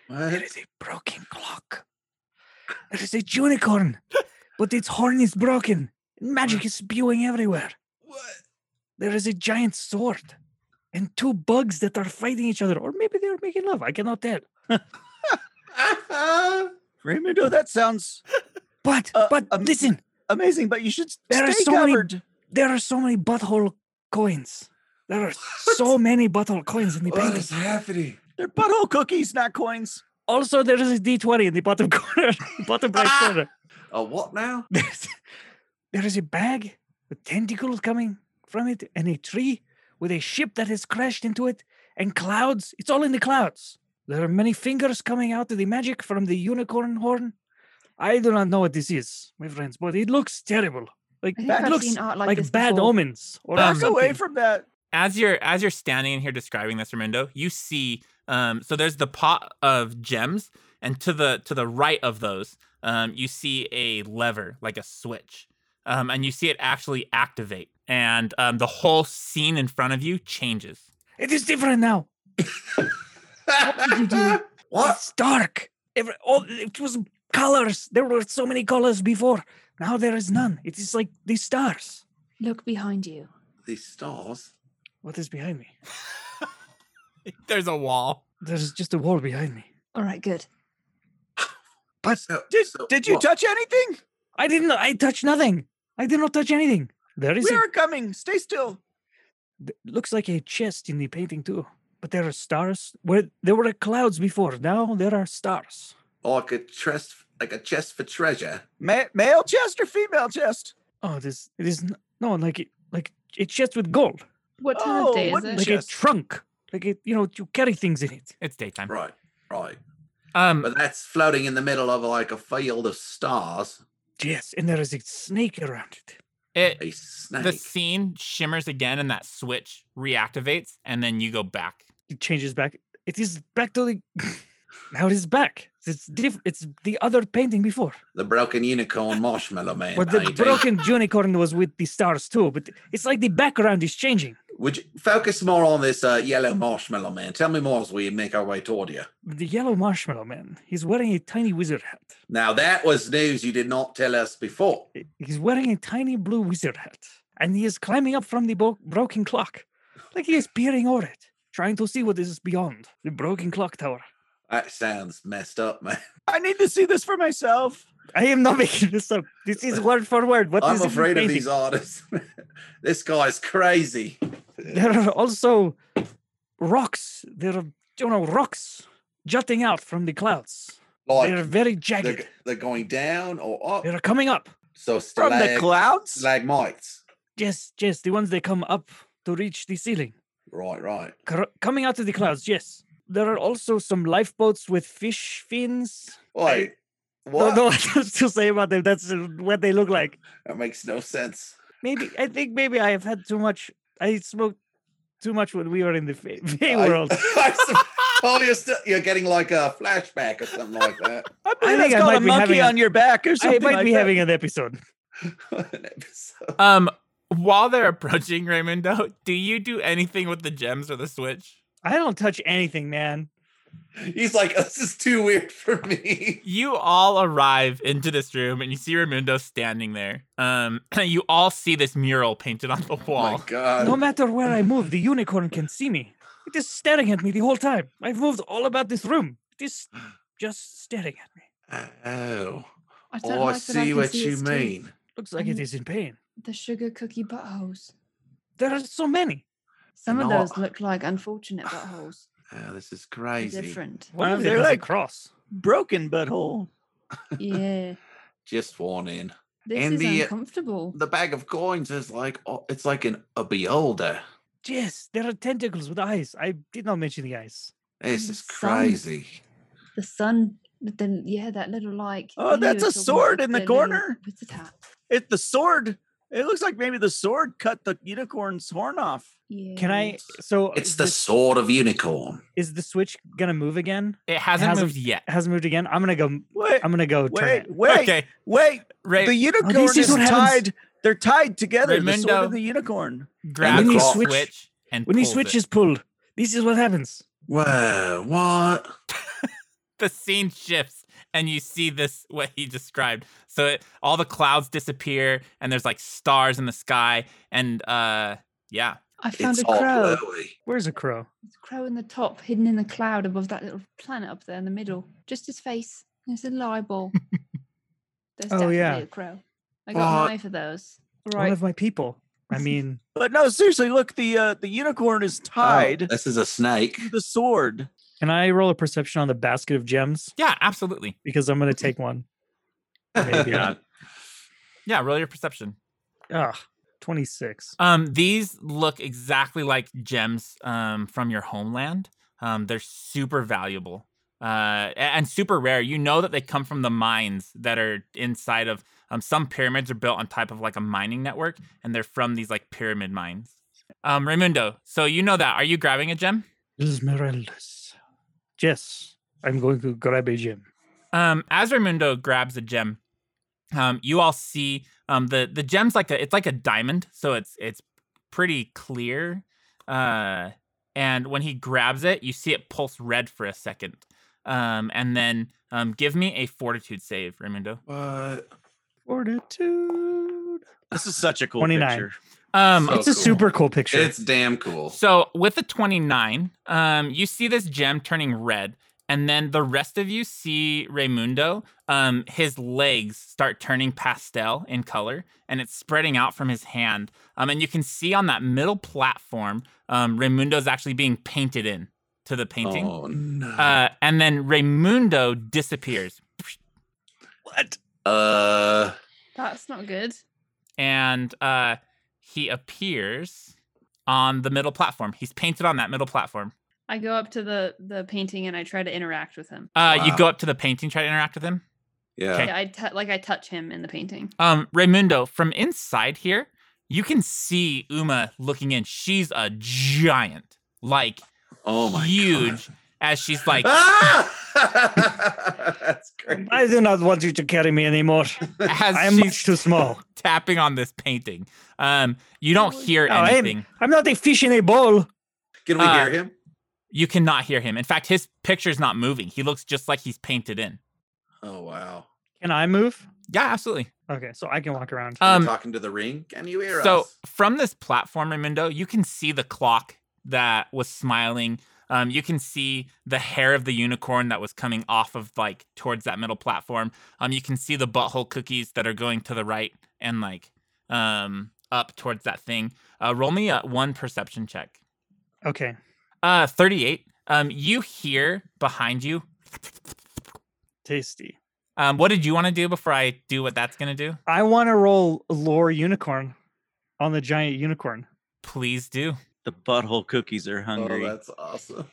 [SPEAKER 4] There is a broken clock. There is a unicorn, but its horn is broken. and Magic is spewing everywhere.
[SPEAKER 6] What?
[SPEAKER 4] There is a giant sword and two bugs that are fighting each other, or maybe they are making love. I cannot tell.
[SPEAKER 7] Raymundo, that sounds
[SPEAKER 4] But
[SPEAKER 7] Uh,
[SPEAKER 4] but
[SPEAKER 7] um,
[SPEAKER 4] listen,
[SPEAKER 7] amazing, but you should s-
[SPEAKER 4] There are
[SPEAKER 7] stay
[SPEAKER 4] so many-
[SPEAKER 7] covered.
[SPEAKER 4] there are so many butthole coins. There are so many butthole coins in the
[SPEAKER 6] What
[SPEAKER 4] painting.
[SPEAKER 6] is happening?
[SPEAKER 3] They're butthole cookies, not coins.
[SPEAKER 4] Also, there is a D20 in the bottom corner, bottom right
[SPEAKER 3] Ah!
[SPEAKER 4] corner.
[SPEAKER 6] A what now?
[SPEAKER 4] There's, there is a bag with tentacles coming from it, and a tree with a ship that has crashed into it, and clouds. It's all in the clouds. There are many fingers coming out of the magic from the unicorn horn. I do not know what this is, my friends, but it looks terrible. Like
[SPEAKER 5] I think
[SPEAKER 3] That
[SPEAKER 5] I've
[SPEAKER 4] looks
[SPEAKER 5] seen art like,
[SPEAKER 4] like,
[SPEAKER 5] this
[SPEAKER 4] bad
[SPEAKER 5] before.
[SPEAKER 4] omens or
[SPEAKER 3] Back
[SPEAKER 4] something.
[SPEAKER 3] away from that.
[SPEAKER 2] as you're as you're standing in here describing this Raimundo, you see um so there's the pot of gems and to the to the right of those um you see a lever like a switch um and you see it actually activate and um the whole scene in front of you changes
[SPEAKER 4] It is different now.
[SPEAKER 6] what?
[SPEAKER 4] It's dark. Every, all, it was colors. There were so many colors before. Now there is none. It is like the stars.
[SPEAKER 5] Look behind you.
[SPEAKER 6] These stars.
[SPEAKER 4] What is behind me?
[SPEAKER 2] there's a wall
[SPEAKER 4] There's just a wall behind me.
[SPEAKER 5] All right, good.
[SPEAKER 6] So-
[SPEAKER 3] Did,
[SPEAKER 6] so
[SPEAKER 3] did you
[SPEAKER 6] what?
[SPEAKER 3] touch anything?
[SPEAKER 4] I didn't. I touched nothing. I did not touch anything. There is.
[SPEAKER 3] we
[SPEAKER 4] A,
[SPEAKER 3] are coming. Stay still.
[SPEAKER 4] th- looks like a chest in the painting too. But there are stars. Where there were clouds before. Now there are stars.
[SPEAKER 6] Or like a chest, like a chest for treasure.
[SPEAKER 3] Ma- male chest or female chest?
[SPEAKER 4] Oh, this. It is n- no like it, like a chest with gold,
[SPEAKER 5] What time
[SPEAKER 3] Oh,
[SPEAKER 5] of day is
[SPEAKER 3] what
[SPEAKER 5] it?
[SPEAKER 4] like
[SPEAKER 3] Chest.
[SPEAKER 4] a trunk, like it. You know, you carry things in it.
[SPEAKER 2] it's daytime
[SPEAKER 6] Right, right.
[SPEAKER 2] um
[SPEAKER 6] But that's floating in the middle of like a field of stars.
[SPEAKER 4] Yes, and there is a snake around it.
[SPEAKER 2] it
[SPEAKER 6] A
[SPEAKER 2] the
[SPEAKER 6] snake.
[SPEAKER 2] scene shimmers again and that switch reactivates and then you go back
[SPEAKER 4] it changes back. It is back to the now it is back. It's diff- it's the other painting before.
[SPEAKER 6] The broken unicorn marshmallow man.
[SPEAKER 4] but the
[SPEAKER 6] maybe.
[SPEAKER 4] broken unicorn was with the stars too, but it's like the background is changing.
[SPEAKER 6] Would you focus more on this uh, yellow marshmallow man? Tell me more as we make our way toward you.
[SPEAKER 4] The yellow marshmallow man, he's wearing a tiny wizard hat.
[SPEAKER 6] Now that was news you did not tell us before.
[SPEAKER 4] He- He's wearing a tiny blue wizard hat. And he is climbing up from the bo- broken clock. Like he is peering over it, trying to see what is beyond the broken clock tower.
[SPEAKER 6] That sounds messed up, man.
[SPEAKER 3] I need to see this for myself.
[SPEAKER 4] I am not making this up. This is word for word. What
[SPEAKER 6] I'm
[SPEAKER 4] is in this
[SPEAKER 6] afraid of
[SPEAKER 4] painting.
[SPEAKER 6] these artists. this guy's crazy.
[SPEAKER 4] there are also rocks. There are you know rocks jutting out from the clouds.
[SPEAKER 6] Like
[SPEAKER 4] they are very
[SPEAKER 6] they're,
[SPEAKER 4] jagged.
[SPEAKER 6] g- they're going down or up.
[SPEAKER 4] They are coming up.
[SPEAKER 6] So
[SPEAKER 3] From
[SPEAKER 6] stalag,
[SPEAKER 3] the clouds?
[SPEAKER 6] stalagmites.
[SPEAKER 4] Yes, yes, the ones that come up to reach the ceiling,
[SPEAKER 6] Right, right.
[SPEAKER 4] Cor- coming out of the clouds. Yes, there are also some lifeboats with fish fins.
[SPEAKER 6] Wait,
[SPEAKER 4] Don't
[SPEAKER 6] what?
[SPEAKER 4] know what else to say about them. That's uh, what they look like.
[SPEAKER 6] That makes no sense.
[SPEAKER 4] Maybe I think maybe I have had too much. I smoked too much when we were in the fa- Fey
[SPEAKER 6] I-
[SPEAKER 4] world.
[SPEAKER 6] I sup- oh, you're still you're getting like a flashback or something like that.
[SPEAKER 3] I believe
[SPEAKER 4] think
[SPEAKER 3] that's
[SPEAKER 4] I
[SPEAKER 3] called
[SPEAKER 4] might
[SPEAKER 3] a
[SPEAKER 4] be
[SPEAKER 3] monkey
[SPEAKER 4] having a-
[SPEAKER 3] on your back or
[SPEAKER 4] I
[SPEAKER 3] something.
[SPEAKER 4] might
[SPEAKER 3] like
[SPEAKER 4] be
[SPEAKER 3] that.
[SPEAKER 4] having an episode.
[SPEAKER 6] An episode.
[SPEAKER 2] um while they're approaching Raimundo, do you do anything with the gems or the switch?
[SPEAKER 4] I don't touch anything, man.
[SPEAKER 6] He's like, "Oh, this is too weird for me.
[SPEAKER 2] you all arrive into this room and you see Raimundo standing there. Um, you all see this mural painted on the
[SPEAKER 6] Oh
[SPEAKER 2] wall.
[SPEAKER 6] my god.
[SPEAKER 4] No matter where I move, the unicorn can see me. It is staring at me the whole time. I've moved all about this room. It is just staring at me.
[SPEAKER 6] Oh,
[SPEAKER 5] I
[SPEAKER 6] oh, I
[SPEAKER 5] like that
[SPEAKER 6] see
[SPEAKER 5] can
[SPEAKER 6] what
[SPEAKER 5] see Mm.
[SPEAKER 6] you
[SPEAKER 5] its teeth.
[SPEAKER 6] mean.
[SPEAKER 4] Looks like it is in pain.
[SPEAKER 5] The sugar cookie buttholes.
[SPEAKER 4] There are so many.
[SPEAKER 5] Some of
[SPEAKER 6] No.
[SPEAKER 5] those look like unfortunate buttholes.
[SPEAKER 6] Oh, this is
[SPEAKER 5] They're
[SPEAKER 6] crazy.
[SPEAKER 5] Different.
[SPEAKER 4] One
[SPEAKER 3] Um,
[SPEAKER 4] of them
[SPEAKER 3] they're
[SPEAKER 4] has
[SPEAKER 3] like-
[SPEAKER 4] a cross.
[SPEAKER 3] Broken butthole.
[SPEAKER 5] Yeah.
[SPEAKER 6] Just one in.
[SPEAKER 5] This
[SPEAKER 6] And
[SPEAKER 5] is
[SPEAKER 6] the- uh,
[SPEAKER 5] uncomfortable.
[SPEAKER 6] The bag of coins is like, oh, it's like an a beholder.
[SPEAKER 4] Yes, there are tentacles with eyes. I did not mention the eyes.
[SPEAKER 6] This is
[SPEAKER 5] Some-
[SPEAKER 6] crazy.
[SPEAKER 5] the sun then yeah that little like
[SPEAKER 3] Oh,
[SPEAKER 5] thing you
[SPEAKER 3] that's
[SPEAKER 5] were
[SPEAKER 3] a
[SPEAKER 5] talking
[SPEAKER 3] sword
[SPEAKER 5] about,
[SPEAKER 3] in the
[SPEAKER 5] little
[SPEAKER 3] corner.
[SPEAKER 5] wizard hat.
[SPEAKER 3] It the sword. It looks like maybe the sword cut the unicorn's horn off.
[SPEAKER 5] yeah.
[SPEAKER 4] Can I? So
[SPEAKER 6] It's
[SPEAKER 4] is
[SPEAKER 6] the
[SPEAKER 4] this-
[SPEAKER 6] sword of unicorn.
[SPEAKER 4] Is the switch gonna move again?
[SPEAKER 2] It hasn't
[SPEAKER 4] hasn't-
[SPEAKER 2] moved yet.
[SPEAKER 4] It hasn't moved again. I'm gonna go. I'm
[SPEAKER 3] Wait,
[SPEAKER 4] gonna go. Turn
[SPEAKER 3] wait,
[SPEAKER 4] it. Oh,
[SPEAKER 3] wait,
[SPEAKER 2] Okay,
[SPEAKER 3] wait.
[SPEAKER 2] Ray,
[SPEAKER 3] The unicorn
[SPEAKER 4] is
[SPEAKER 3] is
[SPEAKER 4] what happens-
[SPEAKER 3] tied. They're tied together. The sword
[SPEAKER 2] Raimundo.
[SPEAKER 3] and the unicorn.
[SPEAKER 2] grabs
[SPEAKER 6] when
[SPEAKER 2] the
[SPEAKER 6] you
[SPEAKER 2] switch,
[SPEAKER 4] switch-
[SPEAKER 2] and
[SPEAKER 4] When the
[SPEAKER 2] pulls
[SPEAKER 4] switch
[SPEAKER 2] it.
[SPEAKER 4] is pulled, this is what happens.
[SPEAKER 6] Whoa, what?
[SPEAKER 2] the scene shifts and you see this what he described so it, all the clouds disappear and there's like stars in the sky and uh yeah
[SPEAKER 5] i found
[SPEAKER 6] it's
[SPEAKER 5] a
[SPEAKER 6] all
[SPEAKER 5] crow
[SPEAKER 6] glowy.
[SPEAKER 4] Where's a crow?
[SPEAKER 5] There's a crow in the top hidden in the cloud above that little planet up there in the middle just his face and it's a libel there's
[SPEAKER 4] Oh,
[SPEAKER 5] definitely
[SPEAKER 4] yeah.
[SPEAKER 5] a crow i got
[SPEAKER 6] But-
[SPEAKER 5] an eye for those
[SPEAKER 4] One
[SPEAKER 5] right
[SPEAKER 4] of my people. I mean,
[SPEAKER 3] But no, seriously, look, the uh, the unicorn is tied
[SPEAKER 6] Oh, this is a snake.
[SPEAKER 3] to the sword.
[SPEAKER 4] can I roll a perception on the basket of gems?
[SPEAKER 2] Yeah, absolutely.
[SPEAKER 4] Because I'm going to take one. Maybe.
[SPEAKER 6] God.
[SPEAKER 2] Yeah, roll your perception.
[SPEAKER 4] Ugh, 26.
[SPEAKER 2] Um, these look exactly like gems um, from your homeland. Um, they're super valuable uh, a- and super rare. You know that they come from the mines that are inside of um, some pyramids are built on type of like a mining network, and they're from these like pyramid mines. Um, Raimundo, so you know that. Are you grabbing a gem?
[SPEAKER 4] Esmeraldas. Yes, I'm going to grab a gem.
[SPEAKER 2] Um, as Raimundo grabs a gem, um, you all see um, the the gem's like a it's like a diamond, so it's it's pretty clear. Uh, and when he grabs it, you see it pulse red for a second, um, and then um, give me a fortitude save, Raimundo.
[SPEAKER 6] What?
[SPEAKER 4] Fortitude.
[SPEAKER 8] This is such a cool
[SPEAKER 4] 29.
[SPEAKER 8] picture.
[SPEAKER 2] Um,
[SPEAKER 6] So
[SPEAKER 4] it's a
[SPEAKER 6] cool.
[SPEAKER 4] super cool picture.
[SPEAKER 6] It's damn cool.
[SPEAKER 2] So with the 29, um, you see this gem turning red, and then the rest of you see Raimundo. Um, his legs start turning pastel in color, and it's spreading out from his hand. Um, and you can see on that middle platform, um, Raimundo's actually being painted in to the painting.
[SPEAKER 6] Oh no. Uh,
[SPEAKER 2] Uh, and then Raimundo disappears,
[SPEAKER 3] What?
[SPEAKER 6] Uh,
[SPEAKER 5] That's not good.
[SPEAKER 2] and uh, he appears on the middle platform. He's painted on that middle platform.
[SPEAKER 5] I go up to the the painting and I try to interact with him.
[SPEAKER 2] Uh, You
[SPEAKER 6] Wow.
[SPEAKER 2] go up to the painting, try to interact with him.
[SPEAKER 6] yeah.
[SPEAKER 2] Okay.
[SPEAKER 5] Yeah, I t- like I touch him in the painting.
[SPEAKER 2] Um, Raimundo, from inside here, you can see Uma looking in. She's a giant, like
[SPEAKER 6] Oh my
[SPEAKER 2] huge,
[SPEAKER 6] God.
[SPEAKER 2] as she's like,
[SPEAKER 6] Ah! That's great.
[SPEAKER 4] I do not want you to carry me anymore.
[SPEAKER 2] as
[SPEAKER 4] I am
[SPEAKER 2] she's
[SPEAKER 4] much too small.
[SPEAKER 2] tapping on this painting. Um, you don't hear
[SPEAKER 4] Oh, I am-
[SPEAKER 2] anything.
[SPEAKER 4] I'm not a fish in a bowl.
[SPEAKER 6] Can we
[SPEAKER 2] Uh,
[SPEAKER 6] hear him?
[SPEAKER 2] You cannot hear him. In fact, his picture's not moving. He looks just like he's painted in.
[SPEAKER 6] Oh wow.
[SPEAKER 4] Can I move?
[SPEAKER 2] Yeah, absolutely.
[SPEAKER 4] Okay, so I can walk around.
[SPEAKER 6] Are we
[SPEAKER 2] Um,
[SPEAKER 6] talking to the ring. Can you hear
[SPEAKER 2] So
[SPEAKER 6] us?
[SPEAKER 2] from this platform, Raimundo, you can see the clock that was smiling. Um, you can see the hair of the unicorn that was coming off of like towards that middle platform. Um, you can see the butthole cookies that are going to the right and like um up towards that thing. Uh, roll me a one perception check.
[SPEAKER 4] Okay.
[SPEAKER 2] Uh, thirty-eight. Um, you hear behind you.
[SPEAKER 4] Tasty.
[SPEAKER 2] Um, what did you want to do before I do what that's gonna do?
[SPEAKER 4] I want to roll lore unicorn on the giant unicorn.
[SPEAKER 2] Please do.
[SPEAKER 8] The butthole cookies are
[SPEAKER 6] Oh,
[SPEAKER 8] hungry.
[SPEAKER 6] that's awesome.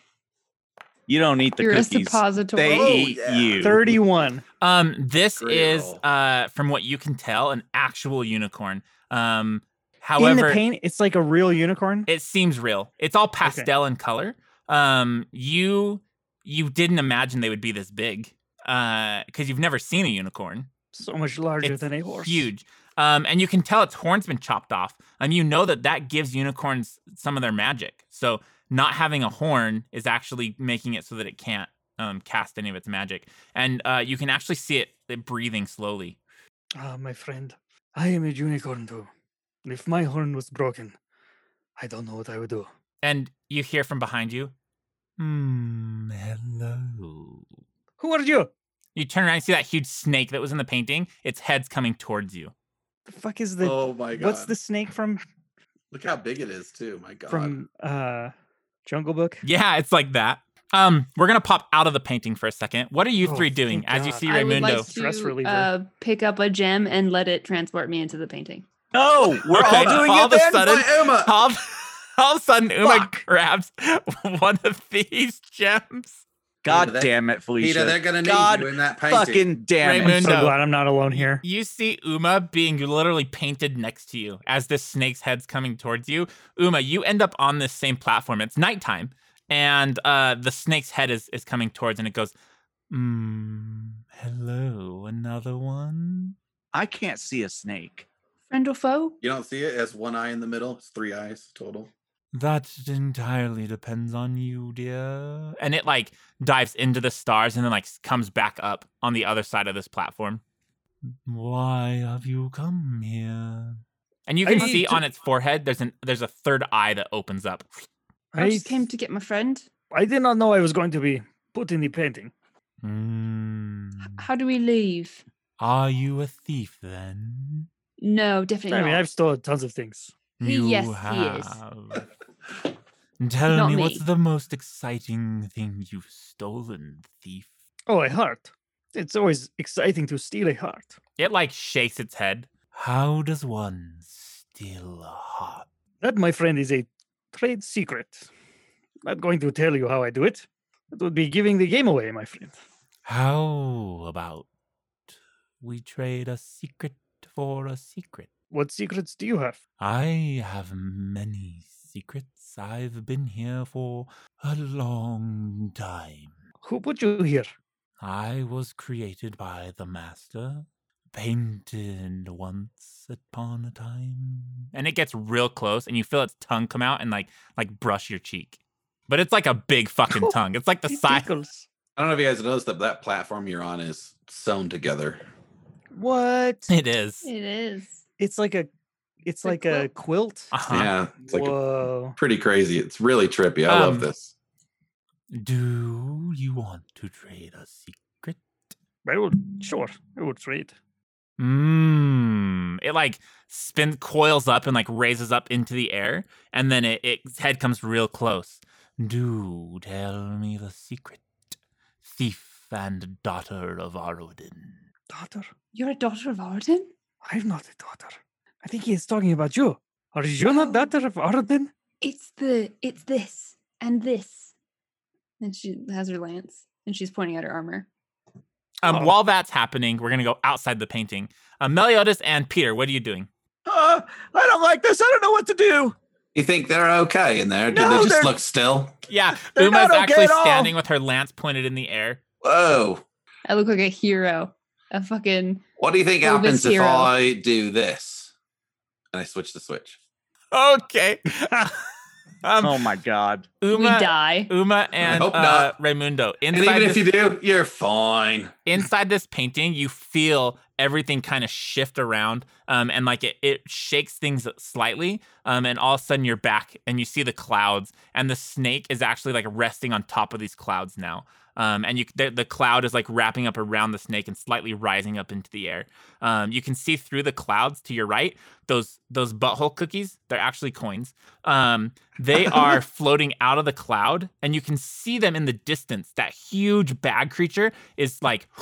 [SPEAKER 8] you don't eat the
[SPEAKER 5] You're a
[SPEAKER 8] cookies. They
[SPEAKER 5] suppository.
[SPEAKER 6] Oh,
[SPEAKER 8] eat
[SPEAKER 6] yeah.
[SPEAKER 8] you.
[SPEAKER 4] 31.
[SPEAKER 2] Um, this
[SPEAKER 6] Great
[SPEAKER 2] is
[SPEAKER 6] roll.
[SPEAKER 2] uh, from what you can tell, an actual unicorn. Um,
[SPEAKER 4] in
[SPEAKER 2] however,
[SPEAKER 4] the paint, it's like a real unicorn.
[SPEAKER 2] it seems real. It's all pastel in color. Um, you you didn't imagine they would be this big, uh, because you've never seen a unicorn.
[SPEAKER 4] so much larger
[SPEAKER 2] It's
[SPEAKER 4] than a horse.
[SPEAKER 2] Huge. Um, and you can tell its horn's been chopped off. Um, you know that that gives unicorns some of their magic. So not having a horn is actually making it so that it can't um cast any of its magic. And uh, you can actually see it, it breathing slowly.
[SPEAKER 4] Ah, my friend, I am a unicorn too. If my horn was broken, I don't know what I would do.
[SPEAKER 2] and you hear from behind you, hmm, hello.
[SPEAKER 4] Who are you?
[SPEAKER 2] You turn around and see that huge snake that was in the painting. Its head's coming towards you.
[SPEAKER 4] The fuck is the?
[SPEAKER 6] oh my god.
[SPEAKER 4] what's the snake from?
[SPEAKER 6] Look how big it is too. My god.
[SPEAKER 4] From uh, Jungle Book.
[SPEAKER 2] Yeah, it's like that. Um, we're gonna pop out of the painting for a second. What are you
[SPEAKER 4] Oh,
[SPEAKER 2] three doing
[SPEAKER 4] thank
[SPEAKER 2] as you
[SPEAKER 4] God.
[SPEAKER 2] see
[SPEAKER 5] I would
[SPEAKER 2] Raimundo?
[SPEAKER 5] like
[SPEAKER 4] Stress
[SPEAKER 5] to
[SPEAKER 4] reliever.
[SPEAKER 5] uh, pick up a gem and let it transport me into the painting.
[SPEAKER 3] No, we're
[SPEAKER 2] Okay,
[SPEAKER 3] all doing
[SPEAKER 2] Oh, all
[SPEAKER 3] it
[SPEAKER 2] of a
[SPEAKER 3] then.
[SPEAKER 2] sudden-
[SPEAKER 6] Why, Uma?
[SPEAKER 2] all, of- all of a sudden, Uma
[SPEAKER 3] Fuck.
[SPEAKER 2] grabs one of these gems.
[SPEAKER 8] God
[SPEAKER 6] Peter, that-
[SPEAKER 8] damn it, Felicia.
[SPEAKER 6] Peter, they're gonna need
[SPEAKER 8] God
[SPEAKER 6] you in that painting.
[SPEAKER 8] Fucking damn
[SPEAKER 4] I'm
[SPEAKER 8] it.
[SPEAKER 4] so
[SPEAKER 2] Raimundo.
[SPEAKER 4] glad I'm not alone here.
[SPEAKER 2] You see Uma being literally painted next to you as this snake's head's coming towards you. Uma, you end up on this same platform. It's nighttime, and uh, the snake's head is, is coming towards, and it goes, mm, "Hello, another one."
[SPEAKER 8] I can't see a snake.
[SPEAKER 5] Friend or foe?
[SPEAKER 6] You don't see it? It has one eye in the middle. It's three eyes total.
[SPEAKER 2] That entirely depends on you, dear. And it like dives into the stars and then like comes back up on the other side of this platform. Why have you come here? And you
[SPEAKER 4] I
[SPEAKER 2] can
[SPEAKER 4] need
[SPEAKER 2] see
[SPEAKER 4] to-
[SPEAKER 2] on its forehead there's an there's a third eye that opens up.
[SPEAKER 5] I just came to get my friend.
[SPEAKER 4] I did not know I was going to be put in the painting.
[SPEAKER 2] Hmm.
[SPEAKER 5] H- How do we leave?
[SPEAKER 2] Are you a thief then?
[SPEAKER 5] No, definitely
[SPEAKER 4] I mean,
[SPEAKER 5] not.
[SPEAKER 4] I've stolen tons of things.
[SPEAKER 5] He-
[SPEAKER 2] you
[SPEAKER 5] yes, he is.
[SPEAKER 2] have. Tell
[SPEAKER 5] Not
[SPEAKER 2] me, what's
[SPEAKER 5] me.
[SPEAKER 2] the most exciting thing you've stolen, thief?
[SPEAKER 4] Oh, a heart. It's always exciting to steal a heart.
[SPEAKER 2] It like shakes its head. How does one steal a heart?
[SPEAKER 4] That, my friend, is a trade secret. Not going to tell you how I do it. That would be giving the game away, my friend.
[SPEAKER 2] How about we trade a secret for a secret?
[SPEAKER 4] What secrets do you have?
[SPEAKER 2] I have many secrets. I've been here for a long time.
[SPEAKER 4] Who put you here?
[SPEAKER 2] I was created by the master, painted once upon a time. And it gets real close, and you feel its tongue come out and like like brush your cheek. But it's like a big fucking tongue. It's like the
[SPEAKER 4] It
[SPEAKER 2] size.
[SPEAKER 4] tickles.
[SPEAKER 6] I don't know if you guys noticed that that platform you're on is sewn together.
[SPEAKER 4] What?
[SPEAKER 2] It is.
[SPEAKER 5] It is.
[SPEAKER 4] It's like a, it's
[SPEAKER 5] a
[SPEAKER 4] like a quilt.
[SPEAKER 2] Uh-huh.
[SPEAKER 6] Yeah, it's like
[SPEAKER 4] Whoa.
[SPEAKER 6] pretty crazy. It's really trippy. I
[SPEAKER 2] Um,
[SPEAKER 6] love this.
[SPEAKER 2] Do you want to trade a secret?
[SPEAKER 4] I would sure. I would trade.
[SPEAKER 2] Mmm. It like spins, coils up, and like raises up into the air, and then it, its head comes real close. Do tell me the secret, thief and daughter of Arodin.
[SPEAKER 4] Daughter?
[SPEAKER 5] You're a daughter of Arden?
[SPEAKER 4] I'm not a daughter. I think he is talking about you. Are you not daughter of Arden?
[SPEAKER 5] It's the it's this and this. And she has her lance and she's pointing at her armor.
[SPEAKER 2] Um,
[SPEAKER 4] Oh.
[SPEAKER 2] While that's happening, we're gonna go outside the painting. Uh, Meliodas and Peter, what are you doing?
[SPEAKER 9] Uh, I don't like this. I don't know what to do.
[SPEAKER 6] You think they're okay in there? Did
[SPEAKER 9] No,
[SPEAKER 6] they
[SPEAKER 9] they're-
[SPEAKER 6] just look still?
[SPEAKER 2] Yeah,
[SPEAKER 9] They're
[SPEAKER 2] Uma's
[SPEAKER 9] not okay
[SPEAKER 2] actually
[SPEAKER 9] at all.
[SPEAKER 2] standing with her lance pointed in the air.
[SPEAKER 6] Whoa.
[SPEAKER 5] I look like a hero. A fucking
[SPEAKER 6] What do you think
[SPEAKER 5] Well,
[SPEAKER 6] happens
[SPEAKER 5] this
[SPEAKER 6] if
[SPEAKER 5] hero.
[SPEAKER 6] I do this? And I switch the switch.
[SPEAKER 2] Okay. um,
[SPEAKER 3] oh my god.
[SPEAKER 5] we
[SPEAKER 2] Uma,
[SPEAKER 5] die.
[SPEAKER 2] Uma, and
[SPEAKER 6] hope
[SPEAKER 2] uh,
[SPEAKER 6] not.
[SPEAKER 2] Raimundo.
[SPEAKER 6] And
[SPEAKER 2] Inside
[SPEAKER 6] even
[SPEAKER 2] this
[SPEAKER 6] if you do, you're fine.
[SPEAKER 2] inside this painting you feel everything kind of shift around um, and like it, it shakes things slightly um, and all of a sudden you're back and you see the clouds and the snake is actually like resting on top of these clouds now um, and you the, the cloud is like wrapping up around the snake and slightly rising up into the air um, you can see through the clouds to your right those those butthole cookies they're actually coins um, they are floating out of the cloud and you can see them in the distance that huge bag creature is like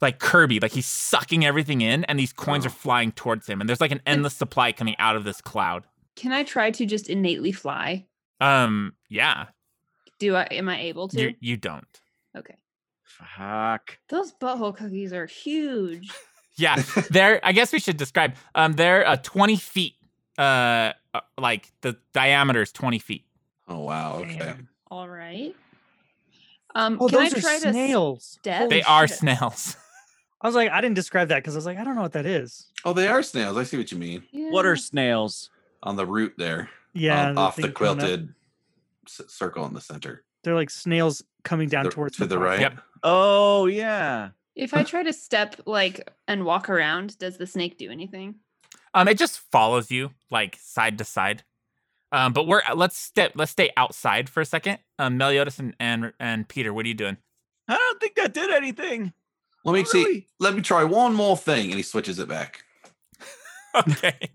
[SPEAKER 2] like Kirby, like he's sucking everything in, and these coins are flying towards him, and there's like an endless supply coming out of this cloud.
[SPEAKER 5] Can I try to just innately fly?
[SPEAKER 2] Um, yeah,
[SPEAKER 5] Do I am I able to?
[SPEAKER 2] you you don't.
[SPEAKER 5] Okay.
[SPEAKER 3] Fuck.
[SPEAKER 5] Those butthole cookies are huge.
[SPEAKER 2] Yeah, they're. I guess we should describe. Um, they're uh, 20 feet. Uh, uh, like the diameter is 20 feet.
[SPEAKER 6] Oh wow, okay.
[SPEAKER 4] Damn.
[SPEAKER 5] All right. Um
[SPEAKER 4] Oh,
[SPEAKER 5] can
[SPEAKER 4] those
[SPEAKER 5] I try
[SPEAKER 4] are
[SPEAKER 5] to
[SPEAKER 4] snails.
[SPEAKER 5] step?
[SPEAKER 4] Holy
[SPEAKER 2] they are
[SPEAKER 4] shit.
[SPEAKER 2] snails.
[SPEAKER 4] I was like, I didn't describe that because I was like, I don't know what that is.
[SPEAKER 6] Oh, they are snails. I see what you mean.
[SPEAKER 3] What are
[SPEAKER 5] Yeah.
[SPEAKER 3] snails?
[SPEAKER 6] On the root there.
[SPEAKER 4] Yeah,
[SPEAKER 6] on-
[SPEAKER 4] the
[SPEAKER 6] off the
[SPEAKER 4] thing coming up.
[SPEAKER 6] quilted s- circle in the center.
[SPEAKER 4] They're like snails coming down
[SPEAKER 6] The-
[SPEAKER 4] towards
[SPEAKER 6] to the
[SPEAKER 4] platform.
[SPEAKER 6] right.
[SPEAKER 2] Yep.
[SPEAKER 3] Oh yeah.
[SPEAKER 5] if I try to step like and walk around, does the snake do anything?
[SPEAKER 2] Um, it just follows you like side to side. Um, but we're let's step let's stay outside for a second. Um, Meliodas and and, and Peter, what are you doing?
[SPEAKER 9] I don't think that did anything.
[SPEAKER 6] Let me
[SPEAKER 9] Not
[SPEAKER 6] see.
[SPEAKER 9] really.
[SPEAKER 6] Let me try one more thing, and he switches it back.
[SPEAKER 2] Okay.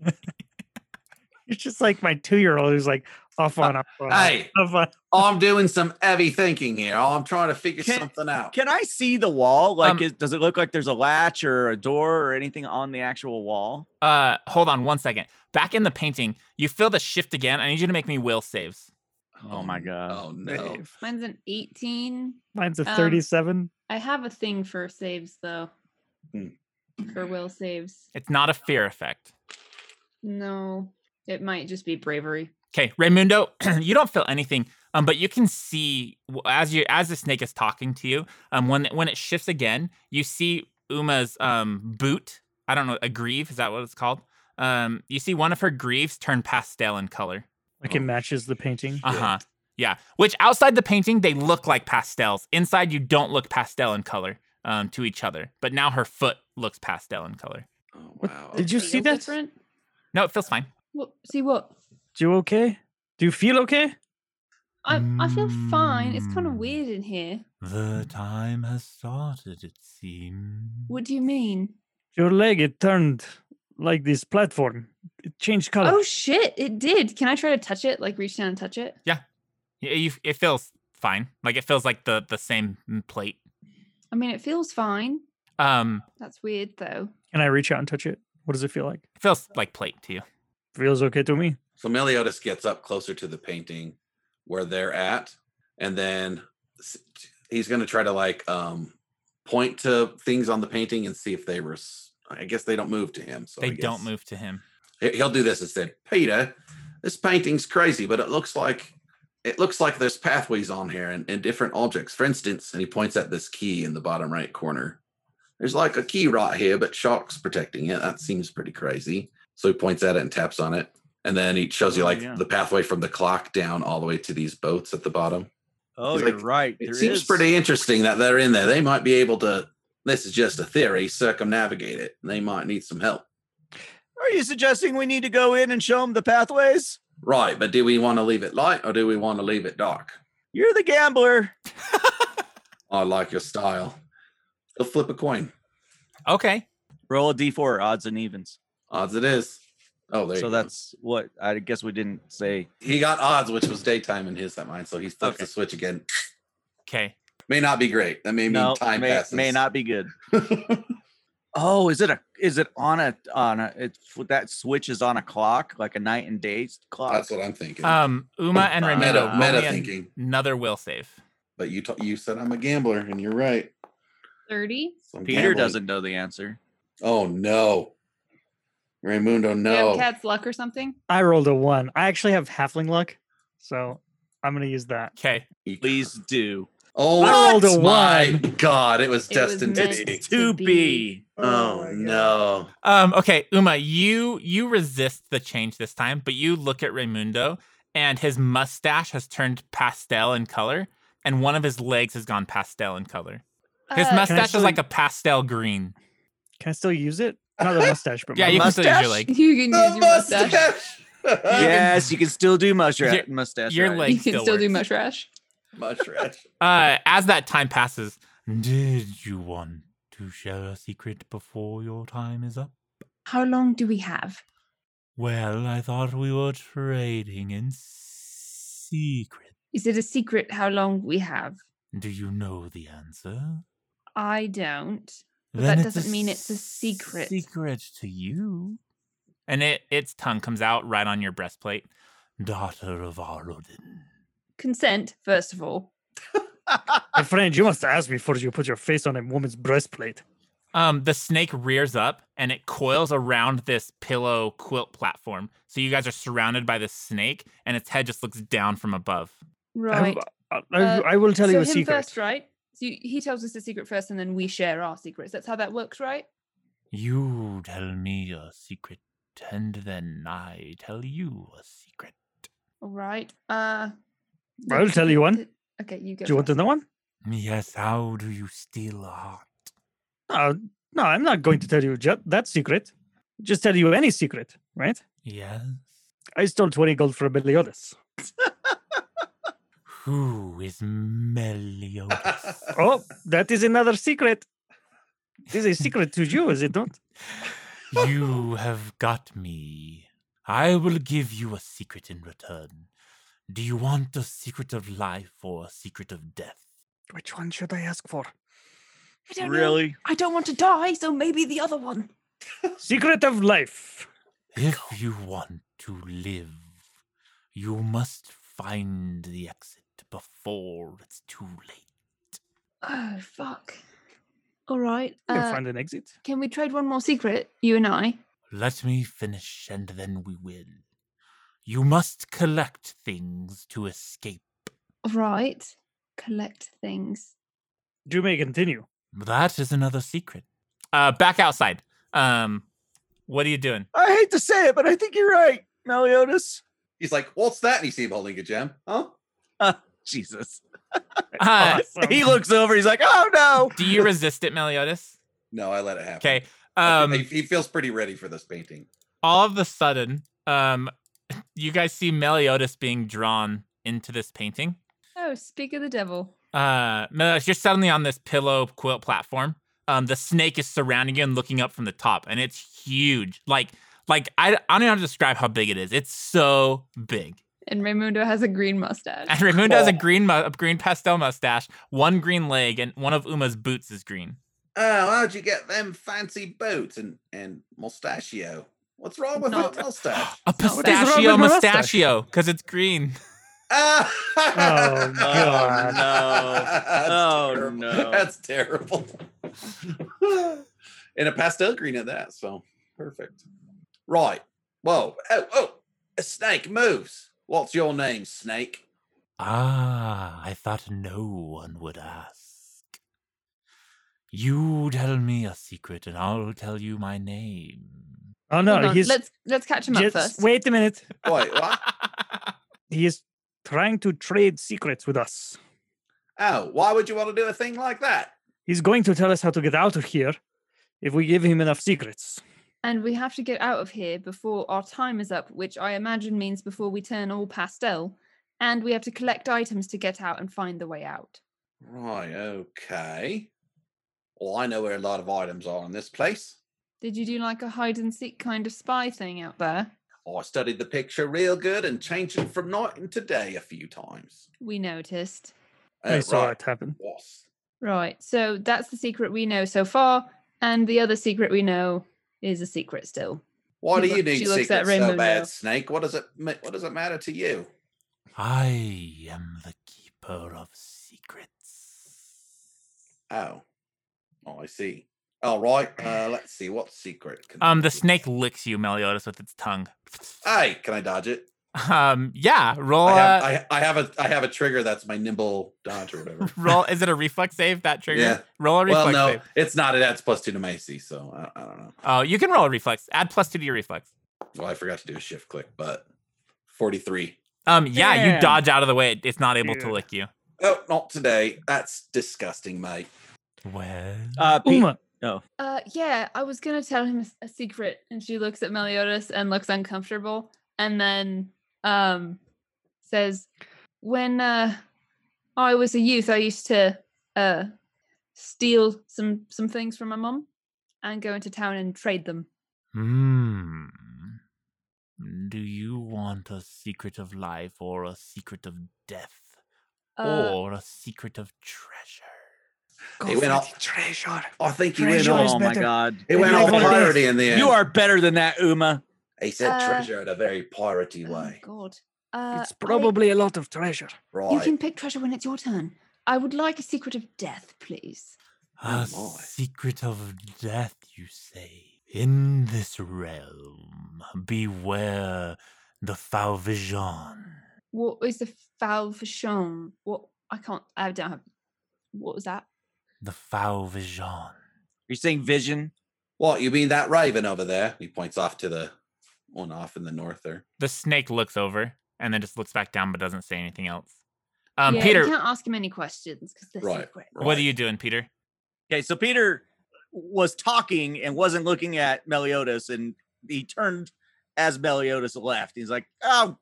[SPEAKER 4] It's just like my two year old who's like off
[SPEAKER 2] Uh,
[SPEAKER 4] on off on.
[SPEAKER 6] Hey,
[SPEAKER 4] off on.
[SPEAKER 6] I'm doing some heavy thinking here. I'm trying to figure
[SPEAKER 3] Can-
[SPEAKER 6] something out.
[SPEAKER 3] Can I see the wall? Like,
[SPEAKER 2] Um,
[SPEAKER 3] is, does it look like there's a latch or a door or anything on the actual wall?
[SPEAKER 2] Uh, hold on one second. Back in the painting, you feel the shift again. I need you to make me will saves.
[SPEAKER 3] Oh my god.
[SPEAKER 6] Oh no.
[SPEAKER 4] Dave.
[SPEAKER 5] Mine's an 18.
[SPEAKER 4] Mine's a
[SPEAKER 5] Um,
[SPEAKER 4] 37.
[SPEAKER 5] I have a thing for saves though.
[SPEAKER 6] Hmm.
[SPEAKER 5] For will saves.
[SPEAKER 2] It's not a fear effect.
[SPEAKER 5] No, it might just be bravery.
[SPEAKER 2] Okay, Raimundo, you don't feel anything, um, but you can see w- as you as the snake is talking to you. Um, when when it shifts again, you see Uma's um boot. I don't know a greave. Is that what it's called? Um, you see one of her greaves turn pastel in color.
[SPEAKER 4] Like it matches the painting.
[SPEAKER 2] Uh huh. Yeah. Which outside the painting they look like pastels. Inside you don't look pastel in color um, to each other. But now her foot looks pastel in color.
[SPEAKER 6] Oh,
[SPEAKER 4] What-
[SPEAKER 6] wow.
[SPEAKER 4] Did you
[SPEAKER 5] Feel
[SPEAKER 4] see that?
[SPEAKER 5] Different?
[SPEAKER 2] No, it feels fine.
[SPEAKER 5] Well, see what?
[SPEAKER 4] Do you okay? Do you feel okay?
[SPEAKER 5] I, I feel fine. It's kind of
[SPEAKER 4] Hmm.
[SPEAKER 2] Mm.
[SPEAKER 5] weird in here.
[SPEAKER 2] The time has started, it seems.
[SPEAKER 5] What do you mean?
[SPEAKER 4] Your leg, it turned like this platform. It changed color.
[SPEAKER 5] Oh shit! It did. Can I try to touch it? Like reach down and touch it?
[SPEAKER 2] Yeah, you, it feels fine. Like it feels like the the same mm, plate.
[SPEAKER 5] I mean, it feels fine.
[SPEAKER 2] Um,
[SPEAKER 5] That's weird though.
[SPEAKER 4] Can I reach out and touch it? What does it feel like?
[SPEAKER 2] it feels like plate to you.
[SPEAKER 4] Feels okay to me.
[SPEAKER 6] So Meliodas gets up closer to the painting where they're at, and then s- he's going to try to like um point to things on the painting and see if they were. I guess they don't move to him. So I
[SPEAKER 2] they don't
[SPEAKER 6] guess-
[SPEAKER 2] move to him.
[SPEAKER 6] He- He'll do this instead. Peter, this painting's crazy, but it looks like it looks like there's pathways on here and, and different objects. For instance, and he points at this key in the bottom right corner. There's like a key right here, but Shark's protecting it. That seems pretty crazy. So he points at it and taps on it. And then he shows you
[SPEAKER 3] Oh,
[SPEAKER 6] like
[SPEAKER 3] yeah.
[SPEAKER 6] the pathway from the clock down all the way to these boats at the bottom.
[SPEAKER 3] Oh,
[SPEAKER 6] He's
[SPEAKER 3] you're
[SPEAKER 6] like,
[SPEAKER 3] right.
[SPEAKER 6] It
[SPEAKER 3] there
[SPEAKER 6] seems
[SPEAKER 3] is-
[SPEAKER 6] pretty interesting that they're in there. They might be able to, this is just a theory, circumnavigate it. They might need some help.
[SPEAKER 10] Are you suggesting we need to go in and show them the pathways?
[SPEAKER 6] Right, but do we want to leave it light or do we want to leave it dark?
[SPEAKER 10] You're the gambler.
[SPEAKER 6] I like your style. He'll flip a coin.
[SPEAKER 2] Okay.
[SPEAKER 3] Roll a d4, odds and evens.
[SPEAKER 6] Odds it is. Oh, there.
[SPEAKER 3] so
[SPEAKER 6] you go.
[SPEAKER 3] that's what I guess we didn't say.
[SPEAKER 6] he got odds, which was daytime in his mind. So he flips
[SPEAKER 3] Okay.
[SPEAKER 6] the switch again.
[SPEAKER 2] Okay.
[SPEAKER 6] May not be great. That may mean
[SPEAKER 3] no,
[SPEAKER 6] time
[SPEAKER 3] may,
[SPEAKER 6] passes.
[SPEAKER 3] may not be good. Oh, is it a is it on a on a it's with that switch is on a clock like a night and day clock?
[SPEAKER 6] that's what I'm thinking.
[SPEAKER 2] Um, Uma and
[SPEAKER 3] Meta-
[SPEAKER 2] Renata, roll
[SPEAKER 6] meta
[SPEAKER 2] me an-
[SPEAKER 6] thinking.
[SPEAKER 2] another will save.
[SPEAKER 6] but you t- you said I'm a gambler, and you're right.
[SPEAKER 5] Thirty.
[SPEAKER 6] So I'm
[SPEAKER 3] Peter
[SPEAKER 6] gambling.
[SPEAKER 3] doesn't know the answer.
[SPEAKER 6] Oh no, Raymundo,
[SPEAKER 5] Do you
[SPEAKER 6] no.
[SPEAKER 5] have cat's luck or something?
[SPEAKER 4] I rolled a one. I actually have halfling luck, so I'm gonna use that.
[SPEAKER 2] Okay.
[SPEAKER 6] You-
[SPEAKER 3] Please do.
[SPEAKER 6] Oh
[SPEAKER 4] I rolled a
[SPEAKER 6] my
[SPEAKER 4] one.
[SPEAKER 6] God, it was
[SPEAKER 5] It was
[SPEAKER 6] destined
[SPEAKER 5] meant
[SPEAKER 6] to be.
[SPEAKER 3] To
[SPEAKER 5] be.
[SPEAKER 3] be.
[SPEAKER 6] Oh, no.
[SPEAKER 2] Um, okay, Uma, you you resist the change this time, but you look at Raimundo and his mustache has turned pastel in color, and one of his legs has gone pastel in color. His
[SPEAKER 5] Uh,
[SPEAKER 2] mustache
[SPEAKER 4] still-
[SPEAKER 2] is like a pastel green.
[SPEAKER 4] Can I still use it? Not the mustache, but
[SPEAKER 2] Yeah,
[SPEAKER 4] my
[SPEAKER 2] you can
[SPEAKER 4] mustache.
[SPEAKER 2] still
[SPEAKER 3] mustache?
[SPEAKER 2] use your leg.
[SPEAKER 5] You can use your mustache.
[SPEAKER 3] yes, you can still do mustache.
[SPEAKER 2] Your-
[SPEAKER 3] mustache
[SPEAKER 2] your
[SPEAKER 3] riding.
[SPEAKER 2] leg-
[SPEAKER 5] You
[SPEAKER 2] Like
[SPEAKER 5] can
[SPEAKER 2] still
[SPEAKER 5] still, do
[SPEAKER 2] works.
[SPEAKER 5] mustache.
[SPEAKER 6] Mushrat.
[SPEAKER 2] Uh, as that time passes, did you want to share a secret before your time is up?
[SPEAKER 5] How long do we have?
[SPEAKER 2] Well, I thought we were trading in secret.
[SPEAKER 5] Is it a secret how long we have?
[SPEAKER 2] Do you know the answer?
[SPEAKER 5] I don't. But
[SPEAKER 2] Then
[SPEAKER 5] that
[SPEAKER 2] it's a
[SPEAKER 5] doesn't mean it's a secret.
[SPEAKER 2] Secret to you. And it its tongue comes out right on your breastplate. Daughter of Arudin.
[SPEAKER 5] Consent, first of all.
[SPEAKER 4] My friend, you must ask before you put your face on a woman's breastplate.
[SPEAKER 2] Um, the snake rears up and it coils around this pillow quilt platform. So you guys are surrounded by this snake, and its head just looks down from above.
[SPEAKER 4] I-
[SPEAKER 5] Right.
[SPEAKER 4] I, I-
[SPEAKER 5] Uh,
[SPEAKER 4] I will tell
[SPEAKER 5] so
[SPEAKER 4] you a
[SPEAKER 5] him
[SPEAKER 4] secret.
[SPEAKER 5] first, right? So you- he tells us the secret first, and then we share our secrets. That's how that works, right?
[SPEAKER 2] You tell me a secret, and then I tell you a secret.
[SPEAKER 5] All right. Uh,
[SPEAKER 4] I'll
[SPEAKER 5] the
[SPEAKER 4] tell you one.
[SPEAKER 5] secret- Okay, you go.
[SPEAKER 4] Do you want
[SPEAKER 5] first.
[SPEAKER 4] another one?
[SPEAKER 2] Yes, how do you steal a heart?
[SPEAKER 4] No, Uh, no, I'm not going to tell you ju- that secret. Just tell you any secret, right?
[SPEAKER 2] Yes.
[SPEAKER 4] I stole 20 gold from Meliodas.
[SPEAKER 2] Who is Meliodas?
[SPEAKER 4] Oh, that is another secret. It is a secret to you, is it not?
[SPEAKER 2] you have got me. I will give you a secret in return. Do you want a secret of life or a secret of death?
[SPEAKER 4] Which one should I ask for?
[SPEAKER 5] I don't know.
[SPEAKER 3] really?
[SPEAKER 5] I don't want to die, so maybe the other one.
[SPEAKER 4] Secret of life.
[SPEAKER 2] If you want to live, you must find the exit before it's too late.
[SPEAKER 5] Oh fuck! All right.
[SPEAKER 4] You can
[SPEAKER 5] Uh,
[SPEAKER 4] find an exit.
[SPEAKER 5] can we trade one more secret, you and I?
[SPEAKER 2] Let me finish and then we will. You must collect things to escape.
[SPEAKER 5] All right. Collect things.
[SPEAKER 4] You may continue.
[SPEAKER 2] That is another secret. Uh, back outside. Um, what are you doing?
[SPEAKER 10] I hate to say it, but I think you're right, Meliodas.
[SPEAKER 6] He's like, what's that? And you see him holding a gem. Huh?
[SPEAKER 3] Jesus.
[SPEAKER 2] Uh,
[SPEAKER 4] Awesome.
[SPEAKER 3] He looks over. He's
[SPEAKER 2] "Ah."
[SPEAKER 3] like, oh no.
[SPEAKER 2] do you resist it, Meliodas?
[SPEAKER 6] No, I let it happen.
[SPEAKER 2] Okay.
[SPEAKER 6] I
[SPEAKER 2] Um,
[SPEAKER 6] think he he feels pretty ready for this painting.
[SPEAKER 2] all of a sudden, um, you guys see Meliodas being drawn into this painting.
[SPEAKER 5] Oh, speak of the devil.
[SPEAKER 2] Uh, Meliodas, you're suddenly on this pillow quilt platform. um, the snake is surrounding you and looking up from the top, and it's huge. Like, like I, I don't know how to describe how big it is. It's so big.
[SPEAKER 5] And Raimundo has a green
[SPEAKER 2] And
[SPEAKER 5] mustache.
[SPEAKER 2] Raimundo
[SPEAKER 8] Oh.
[SPEAKER 2] has a green, mu- a green pastel mustache, one green leg, and one of Uma's boots is green.
[SPEAKER 6] Oh, how'd you get them fancy boots and and mustachio? What's wrong with
[SPEAKER 5] Not-
[SPEAKER 6] that mustache?
[SPEAKER 2] A
[SPEAKER 5] not what I said.
[SPEAKER 2] pistachio
[SPEAKER 8] Robin mustache.
[SPEAKER 2] mustachio, because it's green.
[SPEAKER 6] Ah!
[SPEAKER 8] Oh, God.
[SPEAKER 7] no.
[SPEAKER 6] That's
[SPEAKER 7] Oh,
[SPEAKER 6] terrible.
[SPEAKER 7] no.
[SPEAKER 6] That's terrible. and a pastel green at that, so perfect. Right. Whoa. Oh, oh, a snake moves. What's your name, snake?
[SPEAKER 2] Ah, I thought no one would ask. You tell me a secret, and I'll tell you my name.
[SPEAKER 8] Oh no,
[SPEAKER 5] Hold on,
[SPEAKER 8] he's
[SPEAKER 5] let's let's catch him up
[SPEAKER 8] just-
[SPEAKER 5] first.
[SPEAKER 8] wait a minute.
[SPEAKER 6] Wait, what?
[SPEAKER 8] He is trying to trade secrets with us.
[SPEAKER 6] oh, why would you want to do a thing like that?
[SPEAKER 8] He's going to tell us how to get out of here if we give him enough secrets.
[SPEAKER 5] And we have to get out of here before our time is up, which I imagine means before we turn all pastel. And we have to collect items to get out and find the way out.
[SPEAKER 6] Right, okay. Well, I know where a lot of items are in this place.
[SPEAKER 5] Did you do like a hide and seek kind of spy thing out there?
[SPEAKER 6] I studied the picture real good and changed it from night into day a few times.
[SPEAKER 5] We noticed.
[SPEAKER 6] Oh,
[SPEAKER 8] I saw
[SPEAKER 6] right.
[SPEAKER 8] it happen.
[SPEAKER 6] Wasp.
[SPEAKER 5] Right. So that's the secret we know so far. And the other secret we know is a secret still.
[SPEAKER 6] Why do
[SPEAKER 5] She
[SPEAKER 6] you
[SPEAKER 5] look-
[SPEAKER 6] need
[SPEAKER 5] she looks at
[SPEAKER 6] secrets so
[SPEAKER 5] Rainbow now.
[SPEAKER 6] bad, Snake? What does it ma- What does it matter to you?
[SPEAKER 2] I am the keeper of secrets.
[SPEAKER 6] Oh, I see. All right. Uh, let's see. What secret? Can
[SPEAKER 2] Um,
[SPEAKER 6] I
[SPEAKER 2] the
[SPEAKER 6] do?
[SPEAKER 2] snake licks you, Meliodas, with its tongue.
[SPEAKER 6] Hey, can I dodge it?
[SPEAKER 2] Um, yeah, roll.
[SPEAKER 6] I, have,
[SPEAKER 2] uh,
[SPEAKER 6] I, I have a I have a trigger that's my nimble dodge or whatever.
[SPEAKER 2] roll. Is it a reflex save that trigger?
[SPEAKER 6] Yeah.
[SPEAKER 2] Roll a reflex
[SPEAKER 6] well, no,
[SPEAKER 2] save.
[SPEAKER 6] it's not. It adds plus two to my AC, so I, I don't know.
[SPEAKER 2] Oh, you can roll a reflex. Add plus two to your reflex.
[SPEAKER 6] Well, I forgot to do a shift click, but forty three.
[SPEAKER 2] Um, yeah, you
[SPEAKER 8] Damn.
[SPEAKER 2] dodge out of the way. It- It's not able to
[SPEAKER 8] Dude.
[SPEAKER 2] lick you.
[SPEAKER 6] Oh, not today. That's disgusting, mate.
[SPEAKER 2] Well,
[SPEAKER 7] Uh, Pete,
[SPEAKER 8] Uma,
[SPEAKER 5] Uh, yeah, I was gonna tell him a s- a secret, and she looks at Meliodas and looks uncomfortable, and then um says, "When uh, I was a youth, I used to uh steal some some things from my mum and go into town and trade them."
[SPEAKER 2] hmm. Do you want a secret of life, or a secret of death,
[SPEAKER 5] Uh,
[SPEAKER 2] or a secret of treasure?
[SPEAKER 4] Go
[SPEAKER 6] He
[SPEAKER 4] for
[SPEAKER 6] went
[SPEAKER 4] the
[SPEAKER 6] off-
[SPEAKER 4] treasure.
[SPEAKER 6] I think he went
[SPEAKER 4] Treasure
[SPEAKER 6] off.
[SPEAKER 4] is
[SPEAKER 7] oh my
[SPEAKER 4] better.
[SPEAKER 7] god,
[SPEAKER 6] He went
[SPEAKER 4] Treasure
[SPEAKER 6] off
[SPEAKER 4] is better.
[SPEAKER 6] priority in the end.
[SPEAKER 7] you are better than that, Uma.
[SPEAKER 6] He said
[SPEAKER 5] Uh,
[SPEAKER 6] treasure in a very piratey
[SPEAKER 5] oh
[SPEAKER 6] way.
[SPEAKER 5] God, uh,
[SPEAKER 4] It's
[SPEAKER 5] I-
[SPEAKER 4] probably a lot of treasure.
[SPEAKER 6] Right.
[SPEAKER 5] you can pick treasure when it's your turn. I would like a secret of death, please.
[SPEAKER 2] A
[SPEAKER 6] Oh, my.
[SPEAKER 2] secret of death, you say? In this realm, beware the Falvijan.
[SPEAKER 5] What is the Falvashon? What I can't. I don't have. What was that?
[SPEAKER 2] The Falvijan.
[SPEAKER 7] You're saying vision?
[SPEAKER 6] What, you mean that raven over there? He points off to the one off in the north there.
[SPEAKER 2] The snake looks over and then just looks back down but doesn't say anything else. Um,
[SPEAKER 5] yeah,
[SPEAKER 2] Peter,
[SPEAKER 5] you can't ask him any questions because they're
[SPEAKER 6] Right.
[SPEAKER 5] secret.
[SPEAKER 2] what are you doing, Peter?
[SPEAKER 3] Okay, so Peter was talking and wasn't looking at Meliodas, and he turned as Meliodas left. He's like, "Oh,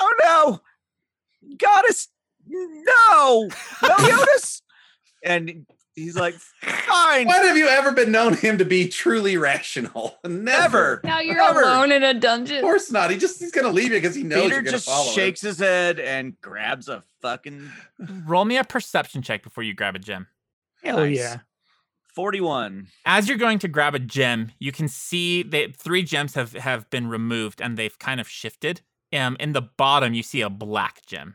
[SPEAKER 3] oh no, goddess, no, Meliodas!" and he's like, "Fine,
[SPEAKER 6] When have you ever been known him to be truly rational? Never.
[SPEAKER 5] Now you're
[SPEAKER 3] Cover.
[SPEAKER 5] alone in a
[SPEAKER 6] Of
[SPEAKER 5] dungeon.
[SPEAKER 6] course not. He just he's gonna leave you because he knows
[SPEAKER 3] Peter
[SPEAKER 6] you're gonna
[SPEAKER 3] just
[SPEAKER 6] follow
[SPEAKER 3] shakes his head and grabs a fucking
[SPEAKER 2] Roll me a perception check before you grab a gem.
[SPEAKER 8] hell
[SPEAKER 3] Nice.
[SPEAKER 8] yeah.
[SPEAKER 3] 41.
[SPEAKER 2] As you're going to grab a gem, you can see that three gems have, have been removed and they've kind of shifted. Um, in the bottom, you see a black gem.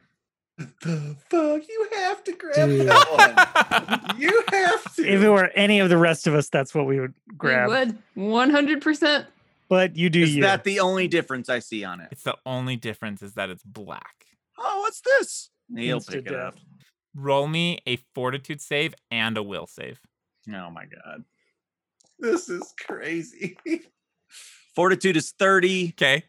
[SPEAKER 6] him. The fuck? You have to grab
[SPEAKER 8] Dude.
[SPEAKER 6] that one. You have to.
[SPEAKER 8] If it were any of the rest of us, that's what we would
[SPEAKER 5] You
[SPEAKER 8] grab.
[SPEAKER 5] would one hundred percent.
[SPEAKER 8] But you do
[SPEAKER 3] Is
[SPEAKER 8] you.
[SPEAKER 3] that the only difference I see on it?
[SPEAKER 2] It's the only difference is that it's black.
[SPEAKER 3] Oh, what's this? And He'll
[SPEAKER 8] Instant
[SPEAKER 3] pick it up.
[SPEAKER 8] death.
[SPEAKER 2] Roll me a fortitude save and a will save.
[SPEAKER 3] Oh my god.
[SPEAKER 6] this is crazy.
[SPEAKER 3] Fortitude is 30.
[SPEAKER 2] Okay.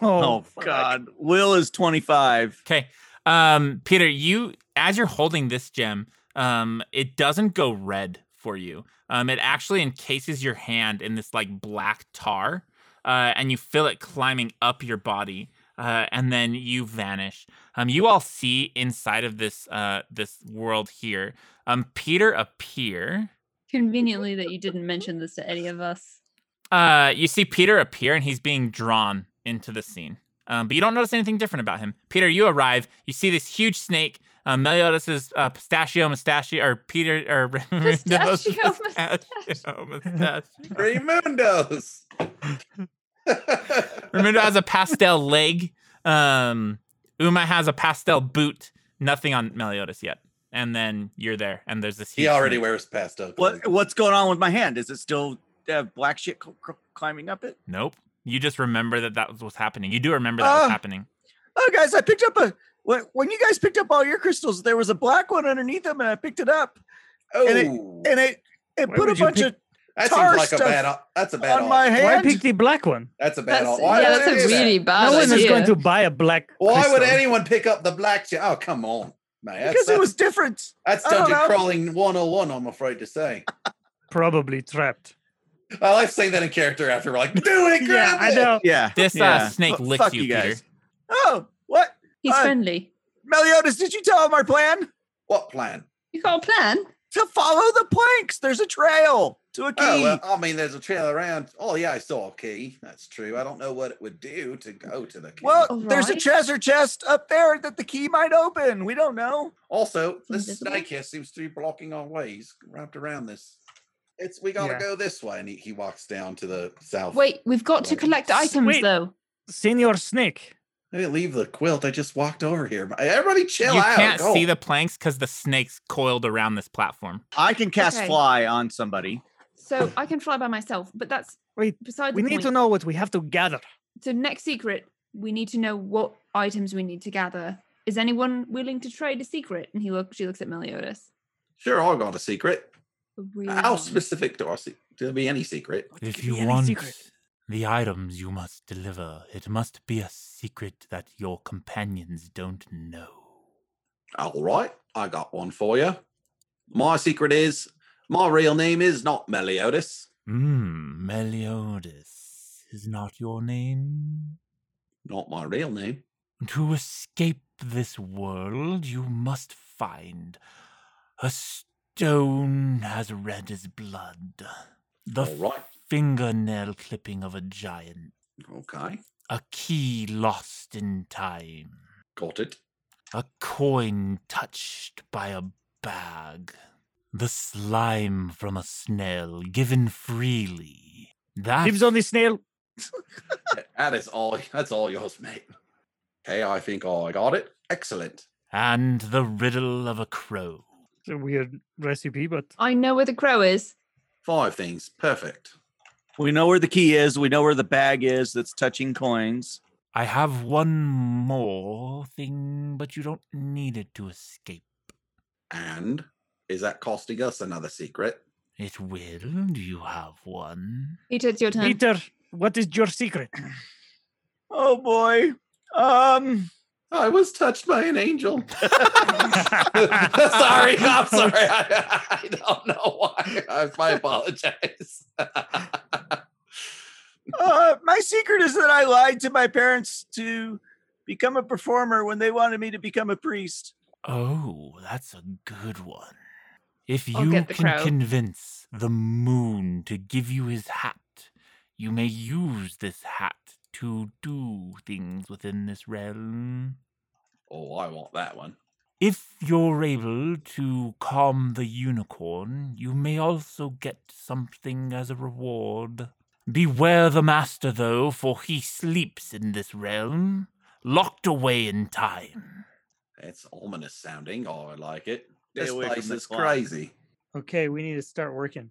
[SPEAKER 8] Oh,
[SPEAKER 3] Oh, god. Will is 25.
[SPEAKER 2] Okay. Um, Peter, you as you're holding this gem, um, it doesn't go red for you. Um, it actually encases your hand in this like black tar, uh, and you feel it climbing up your body, uh, and then you vanish. Um, you all see inside of this uh this world here. Um, Peter appear.
[SPEAKER 5] Conveniently that you didn't mention this to any of us.
[SPEAKER 8] Uh, you see Peter appear and he's being drawn into the scene. Um, but you don't notice anything different about him. Peter, you arrive. You see this huge snake. Um, Meliodas' uh, pistachio mustachio, or Peter, or Raimundo's
[SPEAKER 5] Pistachio
[SPEAKER 8] pistachio mustachio.
[SPEAKER 6] Raymundos.
[SPEAKER 8] Raimundo has a pastel leg. Um, Uma has a pastel boot. Nothing on Meliodas yet. And then you're there, and there's this.
[SPEAKER 6] he
[SPEAKER 8] huge
[SPEAKER 6] already
[SPEAKER 8] snake.
[SPEAKER 6] wears pastel. clothes.
[SPEAKER 3] What what's going on with my hand? Is it still uh, black shit cl- cl- climbing up it?
[SPEAKER 8] Nope. You just remember that that was what's happening. You do remember that was
[SPEAKER 3] Ah.
[SPEAKER 8] happening.
[SPEAKER 3] Oh, guys, I picked up a. When when you guys picked up all your crystals, there was a black one underneath them, and I picked it up, and it-
[SPEAKER 6] Oh,
[SPEAKER 3] and it it
[SPEAKER 4] Why
[SPEAKER 3] put a
[SPEAKER 4] would you
[SPEAKER 3] bunch
[SPEAKER 4] pick
[SPEAKER 3] of
[SPEAKER 6] that
[SPEAKER 3] tar
[SPEAKER 6] seems like a
[SPEAKER 3] stuff
[SPEAKER 6] bad. o- That's a bad.
[SPEAKER 3] on
[SPEAKER 6] op-
[SPEAKER 3] my
[SPEAKER 4] Why
[SPEAKER 3] hand.
[SPEAKER 4] pick the black one?
[SPEAKER 6] That's a bad.
[SPEAKER 5] That's,
[SPEAKER 6] op. Why
[SPEAKER 5] yeah,
[SPEAKER 6] would
[SPEAKER 5] that's
[SPEAKER 6] they
[SPEAKER 5] a
[SPEAKER 6] do that?
[SPEAKER 5] really bad
[SPEAKER 4] No one is
[SPEAKER 5] idea.
[SPEAKER 4] going to buy a black.
[SPEAKER 6] Why would
[SPEAKER 4] crystal.
[SPEAKER 6] anyone pick up the black shit? Oh, come on, man. That's,
[SPEAKER 3] because
[SPEAKER 6] that's,
[SPEAKER 3] it was different.
[SPEAKER 6] that's
[SPEAKER 3] I don't
[SPEAKER 6] dungeon
[SPEAKER 3] know.
[SPEAKER 6] crawling 101, I'm afraid to say.
[SPEAKER 4] Probably trapped.
[SPEAKER 6] I like saying that in character after we're like, do it,
[SPEAKER 4] Yeah,
[SPEAKER 6] grab
[SPEAKER 4] I
[SPEAKER 6] it.
[SPEAKER 4] know.
[SPEAKER 2] Yeah.
[SPEAKER 8] This uh,
[SPEAKER 2] yeah.
[SPEAKER 8] snake
[SPEAKER 2] Fu-
[SPEAKER 8] licks
[SPEAKER 2] fuck
[SPEAKER 8] you,
[SPEAKER 2] you guys.
[SPEAKER 8] Peter.
[SPEAKER 3] Oh, what?
[SPEAKER 5] He's
[SPEAKER 3] Uh,
[SPEAKER 5] friendly.
[SPEAKER 3] Meliodas, did you tell him our plan?
[SPEAKER 6] What plan?
[SPEAKER 5] You call a plan?
[SPEAKER 3] To follow the planks. There's a trail to a key.
[SPEAKER 6] Oh, well, I mean, there's a trail around. Oh, yeah, I saw a key. That's true. I don't know what it would do to go to the key.
[SPEAKER 3] well,
[SPEAKER 5] All
[SPEAKER 3] there's a
[SPEAKER 5] right.
[SPEAKER 3] treasure chest up there that the key might open. We don't know.
[SPEAKER 6] also, this
[SPEAKER 5] Invisible?
[SPEAKER 6] snake here seems to be blocking our ways wrapped around this. It's we gotta
[SPEAKER 4] Yeah.
[SPEAKER 6] go this way, and he, he walks down to the south.
[SPEAKER 5] Wait, we've got to
[SPEAKER 6] Wait.
[SPEAKER 5] collect items
[SPEAKER 4] Wait.
[SPEAKER 5] though.
[SPEAKER 4] Senior Snake.
[SPEAKER 6] I didn't leave the quilt. I just walked over here. Everybody, chill
[SPEAKER 8] you
[SPEAKER 6] out.
[SPEAKER 8] can't
[SPEAKER 6] Go.
[SPEAKER 8] see the planks because the snake's coiled around this platform.
[SPEAKER 2] I can cast
[SPEAKER 5] Okay.
[SPEAKER 2] fly on somebody.
[SPEAKER 5] So I can fly by myself, but that's
[SPEAKER 4] Wait,
[SPEAKER 5] beside
[SPEAKER 4] We
[SPEAKER 5] the
[SPEAKER 4] need
[SPEAKER 5] point.
[SPEAKER 4] to know what we have to gather.
[SPEAKER 5] So next secret, we need to know what items we need to gather. Is anyone willing to trade a secret? And he look she looks at Meliodas.
[SPEAKER 6] Sure, I got a secret.
[SPEAKER 5] A real
[SPEAKER 6] How
[SPEAKER 4] Mm.
[SPEAKER 5] one.
[SPEAKER 6] specific do I see? There'll be any secret.
[SPEAKER 8] If
[SPEAKER 4] Give
[SPEAKER 8] you
[SPEAKER 4] me any
[SPEAKER 8] want
[SPEAKER 4] secret.
[SPEAKER 8] the items you must deliver, it must be a secret that your companions don't know.
[SPEAKER 6] All right, I got one for you. My secret is my real name is not Meliodas.
[SPEAKER 8] Hmm, Meliodas is not your name.
[SPEAKER 6] Not my real name.
[SPEAKER 8] To escape this world, you must find a stone as red as blood, the
[SPEAKER 6] All right.
[SPEAKER 8] fingernail clipping of a giant,
[SPEAKER 6] Okay.
[SPEAKER 8] a key lost in time.
[SPEAKER 6] Got it.
[SPEAKER 8] A coin touched by a bag. The slime from a snail given freely. That
[SPEAKER 4] Dibs on the snail.
[SPEAKER 6] That is all that's all yours, mate. Okay, I think I got it. Excellent.
[SPEAKER 8] and the riddle of a crow.
[SPEAKER 4] It's a weird recipe, but
[SPEAKER 5] I know where the crow is.
[SPEAKER 6] Five things. Perfect.
[SPEAKER 2] We know where the key is. We know where the bag is that's touching coins.
[SPEAKER 8] I have one more thing, Mm, but you don't need it to escape.
[SPEAKER 6] And is that costing us another secret?
[SPEAKER 8] It will. Do you have one?
[SPEAKER 5] Peter, it's your turn.
[SPEAKER 4] Peter, what is your secret?
[SPEAKER 3] Oh boy. Um.
[SPEAKER 6] I was touched by an angel. sorry, I'm sorry. I, I don't know why. I, Oh, I apologize.
[SPEAKER 3] Uh, my secret is that I lied to my parents to become a performer when they wanted me to become a priest.
[SPEAKER 8] Oh, that's a good one. If
[SPEAKER 5] I'll
[SPEAKER 8] you
[SPEAKER 5] get
[SPEAKER 8] can
[SPEAKER 5] the crow.
[SPEAKER 8] convince the moon to give you his hat, you may use this hat to do things within this realm.
[SPEAKER 6] oh, I want that one.
[SPEAKER 8] If you're able to calm the unicorn, you may also get something as a reward. Beware the master, though, for he sleeps in this realm, locked away in time.
[SPEAKER 6] It's ominous sounding. Oh, I like it.
[SPEAKER 2] Stay
[SPEAKER 6] This
[SPEAKER 2] away from
[SPEAKER 6] place
[SPEAKER 2] the
[SPEAKER 6] is
[SPEAKER 2] clock.
[SPEAKER 6] crazy.
[SPEAKER 4] okay, we need to start working.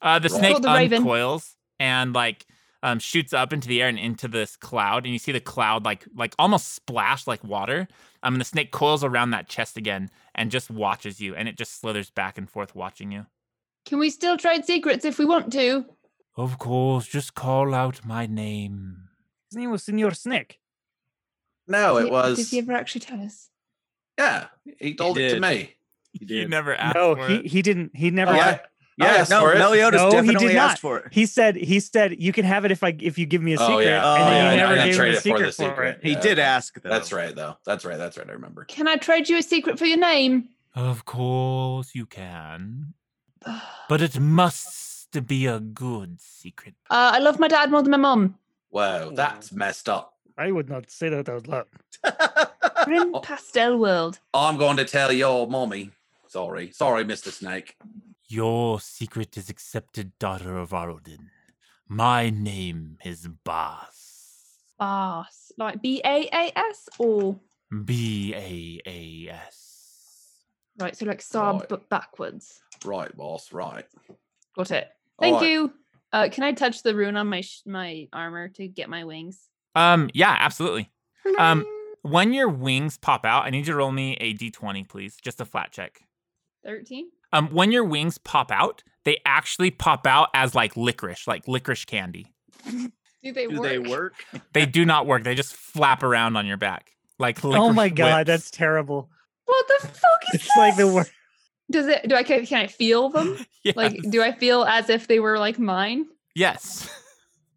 [SPEAKER 8] Uh, the
[SPEAKER 6] Right.
[SPEAKER 8] snake
[SPEAKER 5] Called the raven.
[SPEAKER 8] uncoils and like um, shoots up into the air and into this cloud, and you see the cloud like like almost splash like water. Um, and the snake coils around that chest again and just watches you, and it just slithers back and forth watching you.
[SPEAKER 5] Can we still trade secrets if we want to?
[SPEAKER 8] Of course, just call out my name.
[SPEAKER 4] His name was Senior Snake.
[SPEAKER 6] No,
[SPEAKER 5] Did
[SPEAKER 6] it
[SPEAKER 5] he- Did
[SPEAKER 6] was.
[SPEAKER 5] he ever actually tell us?
[SPEAKER 6] yeah, he told it to
[SPEAKER 2] did.
[SPEAKER 6] me.
[SPEAKER 8] You never asked
[SPEAKER 4] No,
[SPEAKER 8] for
[SPEAKER 4] he,
[SPEAKER 8] it.
[SPEAKER 4] he didn't. He never.
[SPEAKER 6] Oh,
[SPEAKER 4] asked-
[SPEAKER 6] I, I
[SPEAKER 2] Yeah,
[SPEAKER 6] asked
[SPEAKER 2] no,
[SPEAKER 6] for it.
[SPEAKER 2] Meliodas
[SPEAKER 4] No, he did
[SPEAKER 2] definitely
[SPEAKER 4] not.
[SPEAKER 2] asked for it.
[SPEAKER 4] He said. He said you can have it if I if you give me a
[SPEAKER 6] Oh,
[SPEAKER 4] secret.
[SPEAKER 6] yeah.
[SPEAKER 4] And
[SPEAKER 2] Oh,
[SPEAKER 4] then you
[SPEAKER 2] yeah,
[SPEAKER 4] never
[SPEAKER 2] I
[SPEAKER 4] gave him
[SPEAKER 6] traded
[SPEAKER 4] a
[SPEAKER 6] for the
[SPEAKER 4] secret for,
[SPEAKER 6] secret.
[SPEAKER 4] it.
[SPEAKER 2] He
[SPEAKER 6] Yeah,
[SPEAKER 2] did
[SPEAKER 6] okay.
[SPEAKER 2] ask, though.
[SPEAKER 6] That's right, though. That's right. That's right. I remember.
[SPEAKER 5] Can I trade you a secret for your name?
[SPEAKER 8] Of course you can.
[SPEAKER 2] but it must be a good secret.
[SPEAKER 5] Uh, I love my dad more than my mum.
[SPEAKER 6] Wow, that's messed up.
[SPEAKER 8] I would not say that out loud.
[SPEAKER 5] We're in
[SPEAKER 6] Oh.
[SPEAKER 5] pastel world.
[SPEAKER 6] I'm going to tell your mommy. Sorry, sorry, Mister Snake.
[SPEAKER 2] Your secret is accepted, daughter of Arodin. My name is Bas.
[SPEAKER 5] Bass. Like B A A S or
[SPEAKER 2] B A A S.
[SPEAKER 5] right, so like Saab
[SPEAKER 6] Right.
[SPEAKER 5] but backwards.
[SPEAKER 6] Right, boss. Right.
[SPEAKER 5] Got it.
[SPEAKER 6] All
[SPEAKER 5] Thank
[SPEAKER 6] right.
[SPEAKER 5] you. Uh, can I touch the rune on my sh- my armor to get my wings?
[SPEAKER 2] Um, yeah, absolutely. Um, When your wings pop out, I need you to roll me a d20, please. Just a flat check.
[SPEAKER 5] thirteen.
[SPEAKER 2] Um, when your wings pop out, they actually pop out as like licorice, like licorice candy.
[SPEAKER 5] Do they
[SPEAKER 7] Do
[SPEAKER 5] work?
[SPEAKER 7] they work?
[SPEAKER 2] They do not work. They just flap around on your back. Like licorice
[SPEAKER 8] oh my
[SPEAKER 2] whips.
[SPEAKER 8] god, that's terrible.
[SPEAKER 5] What the fuck is
[SPEAKER 8] It's like the
[SPEAKER 5] this?
[SPEAKER 8] worst.
[SPEAKER 5] Does it? Do I can, can I feel them? Like, do I feel as if they were like mine?
[SPEAKER 2] Yes.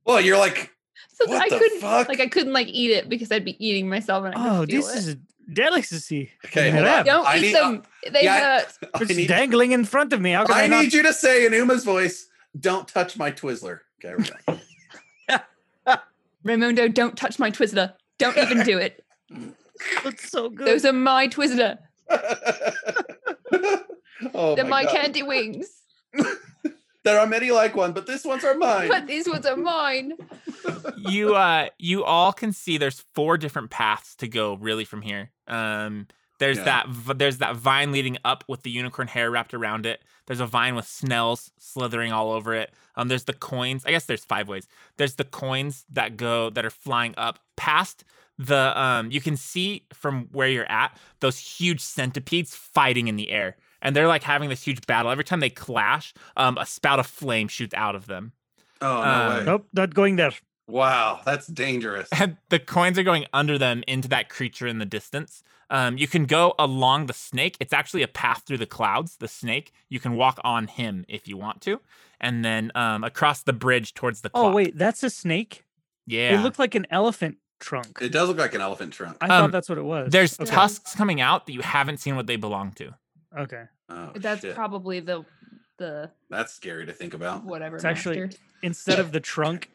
[SPEAKER 6] Well, you're like,
[SPEAKER 5] So
[SPEAKER 6] What
[SPEAKER 5] I
[SPEAKER 6] the
[SPEAKER 5] couldn't
[SPEAKER 6] fuck?
[SPEAKER 5] like I couldn't like eat it because I'd be eating myself. And I couldn't
[SPEAKER 8] Oh,
[SPEAKER 5] feel
[SPEAKER 8] this
[SPEAKER 5] it.
[SPEAKER 8] is a delicacy.
[SPEAKER 6] okay,
[SPEAKER 8] Yeah,
[SPEAKER 6] hold on.
[SPEAKER 5] Don't
[SPEAKER 6] I
[SPEAKER 5] eat
[SPEAKER 6] need- uh,
[SPEAKER 5] them. they
[SPEAKER 6] yeah, I-
[SPEAKER 5] hurt.
[SPEAKER 6] I
[SPEAKER 8] It's
[SPEAKER 6] need,
[SPEAKER 8] dangling in front of me. How can I,
[SPEAKER 6] I
[SPEAKER 8] not?
[SPEAKER 6] need you to say in Uma's voice, "Don't touch my Twizzler." Okay, we go.
[SPEAKER 5] Raimundo, don't touch my Twizzler. Don't even do it.
[SPEAKER 8] It's so good.
[SPEAKER 5] Those are my Twizzler.
[SPEAKER 6] oh
[SPEAKER 5] They're my,
[SPEAKER 6] my God.
[SPEAKER 5] candy wings.
[SPEAKER 6] there are many like one, but this one's are mine. Oh,
[SPEAKER 5] But these ones are mine.
[SPEAKER 2] you uh you all can see there's four different paths to go really from here. Um there's
[SPEAKER 6] Yeah.
[SPEAKER 2] that v- there's that vine leading up with the unicorn hair wrapped around it. There's a vine with snails slithering all over it. Um there's the coins. I guess there's five ways. There's the coins that go that are flying up past the um you can see from where you're at those huge centipedes fighting in the air. And they're like having this huge battle. Every time they clash, um a spout of flame shoots out of them.
[SPEAKER 6] oh no
[SPEAKER 2] Um,
[SPEAKER 6] way!
[SPEAKER 8] Nope, not going there.
[SPEAKER 6] Wow, that's dangerous.
[SPEAKER 2] and the coins are going under them into that creature in the distance. Um, you can go along the snake. It's actually a path through the clouds. The snake. You can walk on him if you want to, and then um, across the bridge towards the.
[SPEAKER 8] Oh
[SPEAKER 2] clock.
[SPEAKER 8] wait, that's a snake.
[SPEAKER 2] Yeah.
[SPEAKER 8] It looked like an elephant trunk.
[SPEAKER 6] It does look like an elephant trunk.
[SPEAKER 8] I
[SPEAKER 2] Um,
[SPEAKER 8] thought that's what it was.
[SPEAKER 2] There's
[SPEAKER 8] okay.
[SPEAKER 2] tusks coming out that you haven't seen what they belong to.
[SPEAKER 8] Okay,
[SPEAKER 6] Oh,
[SPEAKER 5] That's
[SPEAKER 6] shit.
[SPEAKER 5] probably the the
[SPEAKER 6] that's scary to think about.
[SPEAKER 5] whatever.
[SPEAKER 8] It's actually-
[SPEAKER 5] master.
[SPEAKER 8] instead of the trunk,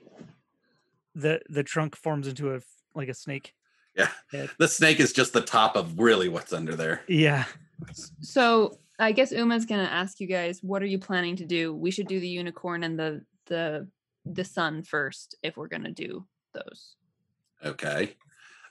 [SPEAKER 8] the the trunk forms into a f- like a snake.
[SPEAKER 6] Yeah,
[SPEAKER 8] Yeah.
[SPEAKER 6] the snake is just the top of really what's under there.
[SPEAKER 8] Yeah.
[SPEAKER 5] So I guess Uma's gonna ask you guys, what are you planning to do? We should do the unicorn and the the the sun first if we're gonna do those.
[SPEAKER 6] Okay.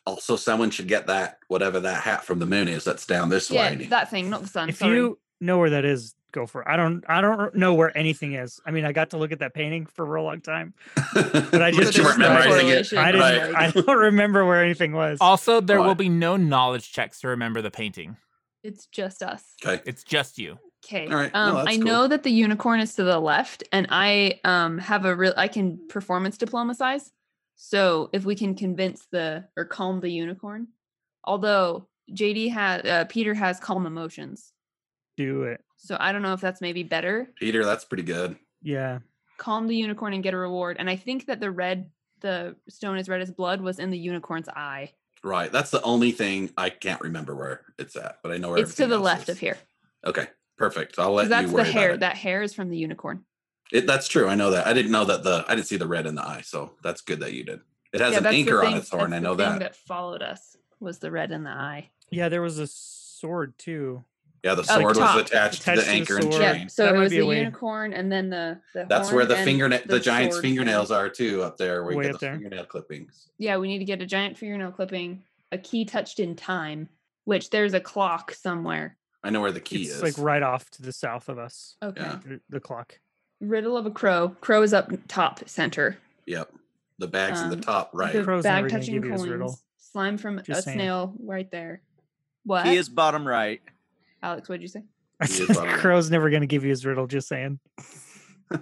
[SPEAKER 6] Also, someone should get that whatever that hat from the moon is that's down this
[SPEAKER 5] yeah,
[SPEAKER 6] way.
[SPEAKER 5] that thing, not the sun.
[SPEAKER 8] if
[SPEAKER 5] sorry.
[SPEAKER 8] you know where that is, go for it. I don't. I don't r- know where anything is. I mean, I got to look at that painting for a real long time.
[SPEAKER 6] but
[SPEAKER 8] I
[SPEAKER 5] So
[SPEAKER 8] just-
[SPEAKER 6] you
[SPEAKER 5] there's
[SPEAKER 6] weren't
[SPEAKER 5] no
[SPEAKER 6] memorizing it.
[SPEAKER 5] correlation,
[SPEAKER 8] I didn't.
[SPEAKER 6] Right.
[SPEAKER 8] I don't remember where anything was.
[SPEAKER 2] Also, there will
[SPEAKER 6] Right.
[SPEAKER 2] be no knowledge checks to remember the painting.
[SPEAKER 5] It's just us.
[SPEAKER 6] Okay.
[SPEAKER 2] It's just you.
[SPEAKER 5] Okay.
[SPEAKER 6] All right, no,
[SPEAKER 5] Um,
[SPEAKER 6] that's
[SPEAKER 5] I
[SPEAKER 6] cool.
[SPEAKER 5] know that the unicorn is to the left, and I um have a real I can performance diplomatize. So if we can convince the or calm the unicorn, although JD has uh, Peter has calm emotions,
[SPEAKER 8] Do it.
[SPEAKER 5] so I don't know if that's maybe better.
[SPEAKER 6] Peter, that's pretty good.
[SPEAKER 8] Yeah.
[SPEAKER 5] Calm the unicorn and get a reward. And I think that the red, the stone is red as blood, was in the unicorn's eye.
[SPEAKER 6] Right. That's the only thing I can't remember where it's at, but I know where
[SPEAKER 5] It's to
[SPEAKER 6] everything
[SPEAKER 5] the
[SPEAKER 6] else
[SPEAKER 5] left
[SPEAKER 6] is.
[SPEAKER 5] of here.
[SPEAKER 6] Okay. Perfect. I'll
[SPEAKER 5] 'Cause
[SPEAKER 6] let
[SPEAKER 5] That's
[SPEAKER 6] you
[SPEAKER 5] the
[SPEAKER 6] worry
[SPEAKER 5] hair.
[SPEAKER 6] about it.
[SPEAKER 5] That hair is from the unicorn.
[SPEAKER 6] It- That's true. I know that. I didn't know that the I didn't see the red in the eye, so that's good that you did. It has an
[SPEAKER 5] that's the
[SPEAKER 6] anchor on
[SPEAKER 5] thing-
[SPEAKER 6] its horn.
[SPEAKER 5] that's
[SPEAKER 6] I
[SPEAKER 5] the
[SPEAKER 6] know
[SPEAKER 5] thing
[SPEAKER 6] that.
[SPEAKER 5] that followed us was the red in the eye.
[SPEAKER 8] Yeah. There was a sword too.
[SPEAKER 6] Yeah, the
[SPEAKER 5] Oh,
[SPEAKER 6] sword was
[SPEAKER 5] top.
[SPEAKER 6] attached,
[SPEAKER 8] Attached
[SPEAKER 6] to
[SPEAKER 8] to
[SPEAKER 6] the
[SPEAKER 8] the
[SPEAKER 6] anchor and
[SPEAKER 8] sword.
[SPEAKER 6] chain.
[SPEAKER 5] Yeah, so
[SPEAKER 8] That
[SPEAKER 5] it
[SPEAKER 8] might
[SPEAKER 5] was
[SPEAKER 8] be
[SPEAKER 5] the
[SPEAKER 8] a way-
[SPEAKER 5] unicorn and then the, the
[SPEAKER 6] That's where
[SPEAKER 5] horn
[SPEAKER 6] the
[SPEAKER 5] and
[SPEAKER 6] fingernail, the, giant's
[SPEAKER 5] sword thing.
[SPEAKER 6] fingernails are too, up there where you
[SPEAKER 8] Way
[SPEAKER 6] get
[SPEAKER 8] up
[SPEAKER 6] those
[SPEAKER 8] there.
[SPEAKER 6] fingernail clippings.
[SPEAKER 5] Yeah, we need to get a giant fingernail clipping, a key touched in time, which there's a clock somewhere.
[SPEAKER 6] I know where the key
[SPEAKER 8] it's
[SPEAKER 6] is.
[SPEAKER 8] like right off to the south of us.
[SPEAKER 5] Okay.
[SPEAKER 6] Yeah.
[SPEAKER 8] The, the clock.
[SPEAKER 5] Riddle of a crow. Crow is up top center.
[SPEAKER 6] Yep. The bags in
[SPEAKER 5] Um,
[SPEAKER 6] the top right.
[SPEAKER 5] The
[SPEAKER 8] Crow's
[SPEAKER 5] bag
[SPEAKER 8] never gonna
[SPEAKER 5] touching
[SPEAKER 8] give you his riddle.
[SPEAKER 5] coins. Slime from a
[SPEAKER 8] Just saying.
[SPEAKER 5] snail right there. What?
[SPEAKER 7] He is bottom right.
[SPEAKER 5] Alex, what'd you say?
[SPEAKER 8] I
[SPEAKER 6] He is
[SPEAKER 8] said
[SPEAKER 6] on it.
[SPEAKER 8] Crow's never gonna give you his riddle. Just saying.
[SPEAKER 6] Uh,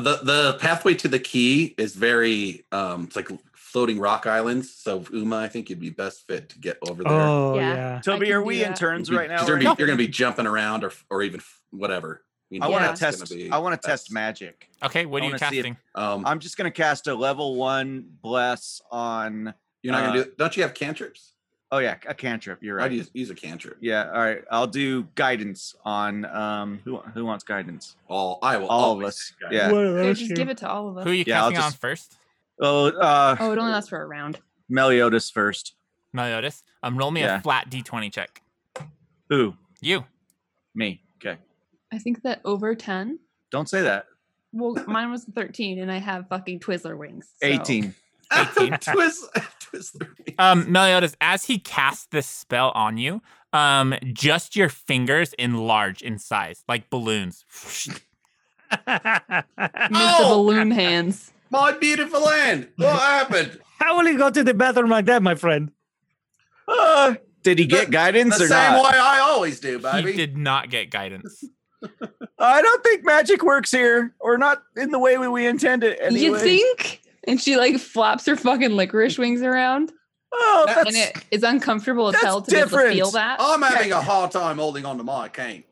[SPEAKER 6] the the pathway to the key is very um it's like floating rock islands. So Uma, I think you'd be best fit to get over there.
[SPEAKER 8] Oh
[SPEAKER 5] Yeah.
[SPEAKER 8] yeah.
[SPEAKER 7] Toby,
[SPEAKER 5] can
[SPEAKER 7] are
[SPEAKER 5] do
[SPEAKER 7] we in
[SPEAKER 5] that.
[SPEAKER 7] turns
[SPEAKER 6] You'd be-
[SPEAKER 7] right now?
[SPEAKER 6] You're gonna,
[SPEAKER 7] or
[SPEAKER 6] be,
[SPEAKER 7] no?
[SPEAKER 6] you're gonna be jumping around or or even f- whatever. You
[SPEAKER 7] I
[SPEAKER 6] know
[SPEAKER 7] want
[SPEAKER 5] Yeah.
[SPEAKER 7] to
[SPEAKER 6] that's gonna
[SPEAKER 7] test.
[SPEAKER 6] be-
[SPEAKER 7] I want to
[SPEAKER 6] that's-
[SPEAKER 7] test magic.
[SPEAKER 2] Okay. What
[SPEAKER 7] I
[SPEAKER 2] are you
[SPEAKER 7] wanna see if-
[SPEAKER 2] casting?
[SPEAKER 6] Um,
[SPEAKER 7] I'm just going to cast a level one bless on.
[SPEAKER 6] you're not gonna
[SPEAKER 7] uh,
[SPEAKER 6] do. Don't you have cantrips?
[SPEAKER 11] Oh yeah, a cantrip. You're
[SPEAKER 6] I'd
[SPEAKER 11] right.
[SPEAKER 6] use, use a cantrip.
[SPEAKER 11] yeah. All right. I'll do guidance on um who who wants guidance?
[SPEAKER 6] All I will.
[SPEAKER 11] All of
[SPEAKER 6] always
[SPEAKER 11] us.
[SPEAKER 6] take
[SPEAKER 11] Yeah.
[SPEAKER 6] guidance.
[SPEAKER 5] Could just give it to all of us.
[SPEAKER 2] Who are you
[SPEAKER 11] Yeah, I'll
[SPEAKER 2] casting on
[SPEAKER 11] just-
[SPEAKER 2] first?
[SPEAKER 11] Oh, uh,
[SPEAKER 5] oh, it only lasts for a round.
[SPEAKER 11] Meliodas first.
[SPEAKER 2] Meliodas. Um, roll me
[SPEAKER 11] Yeah.
[SPEAKER 2] a flat d20 check.
[SPEAKER 11] Who?
[SPEAKER 2] You.
[SPEAKER 11] Me. Okay.
[SPEAKER 5] I think that over ten.
[SPEAKER 11] Don't say that.
[SPEAKER 5] Well, mine was thirteen, and I have fucking Twizzler wings. so-
[SPEAKER 11] Eighteen.
[SPEAKER 6] Twist, twist the ring.
[SPEAKER 2] Um, Meliodas, as he casts this spell on you, um, just your fingers enlarge in size, like balloons.
[SPEAKER 5] Mr. Balloon hands.
[SPEAKER 6] My beautiful land. What happened?
[SPEAKER 4] How will you go to the bathroom like that, my friend?
[SPEAKER 11] Uh, did he get
[SPEAKER 6] The
[SPEAKER 11] guidance
[SPEAKER 6] same
[SPEAKER 11] or not?
[SPEAKER 6] way I always do,
[SPEAKER 2] he
[SPEAKER 6] baby.
[SPEAKER 2] did not get guidance.
[SPEAKER 3] I don't think magic works here, or not in the way we, we intend it. Anyway.
[SPEAKER 5] You think? And she like flaps her fucking licorice wings around,
[SPEAKER 3] Oh,
[SPEAKER 6] That-
[SPEAKER 5] and
[SPEAKER 3] that's-
[SPEAKER 5] it is uncomfortable as
[SPEAKER 3] that's
[SPEAKER 5] hell to be able to
[SPEAKER 3] different.
[SPEAKER 5] feel that.
[SPEAKER 6] I'm having a hard time holding on to my cane.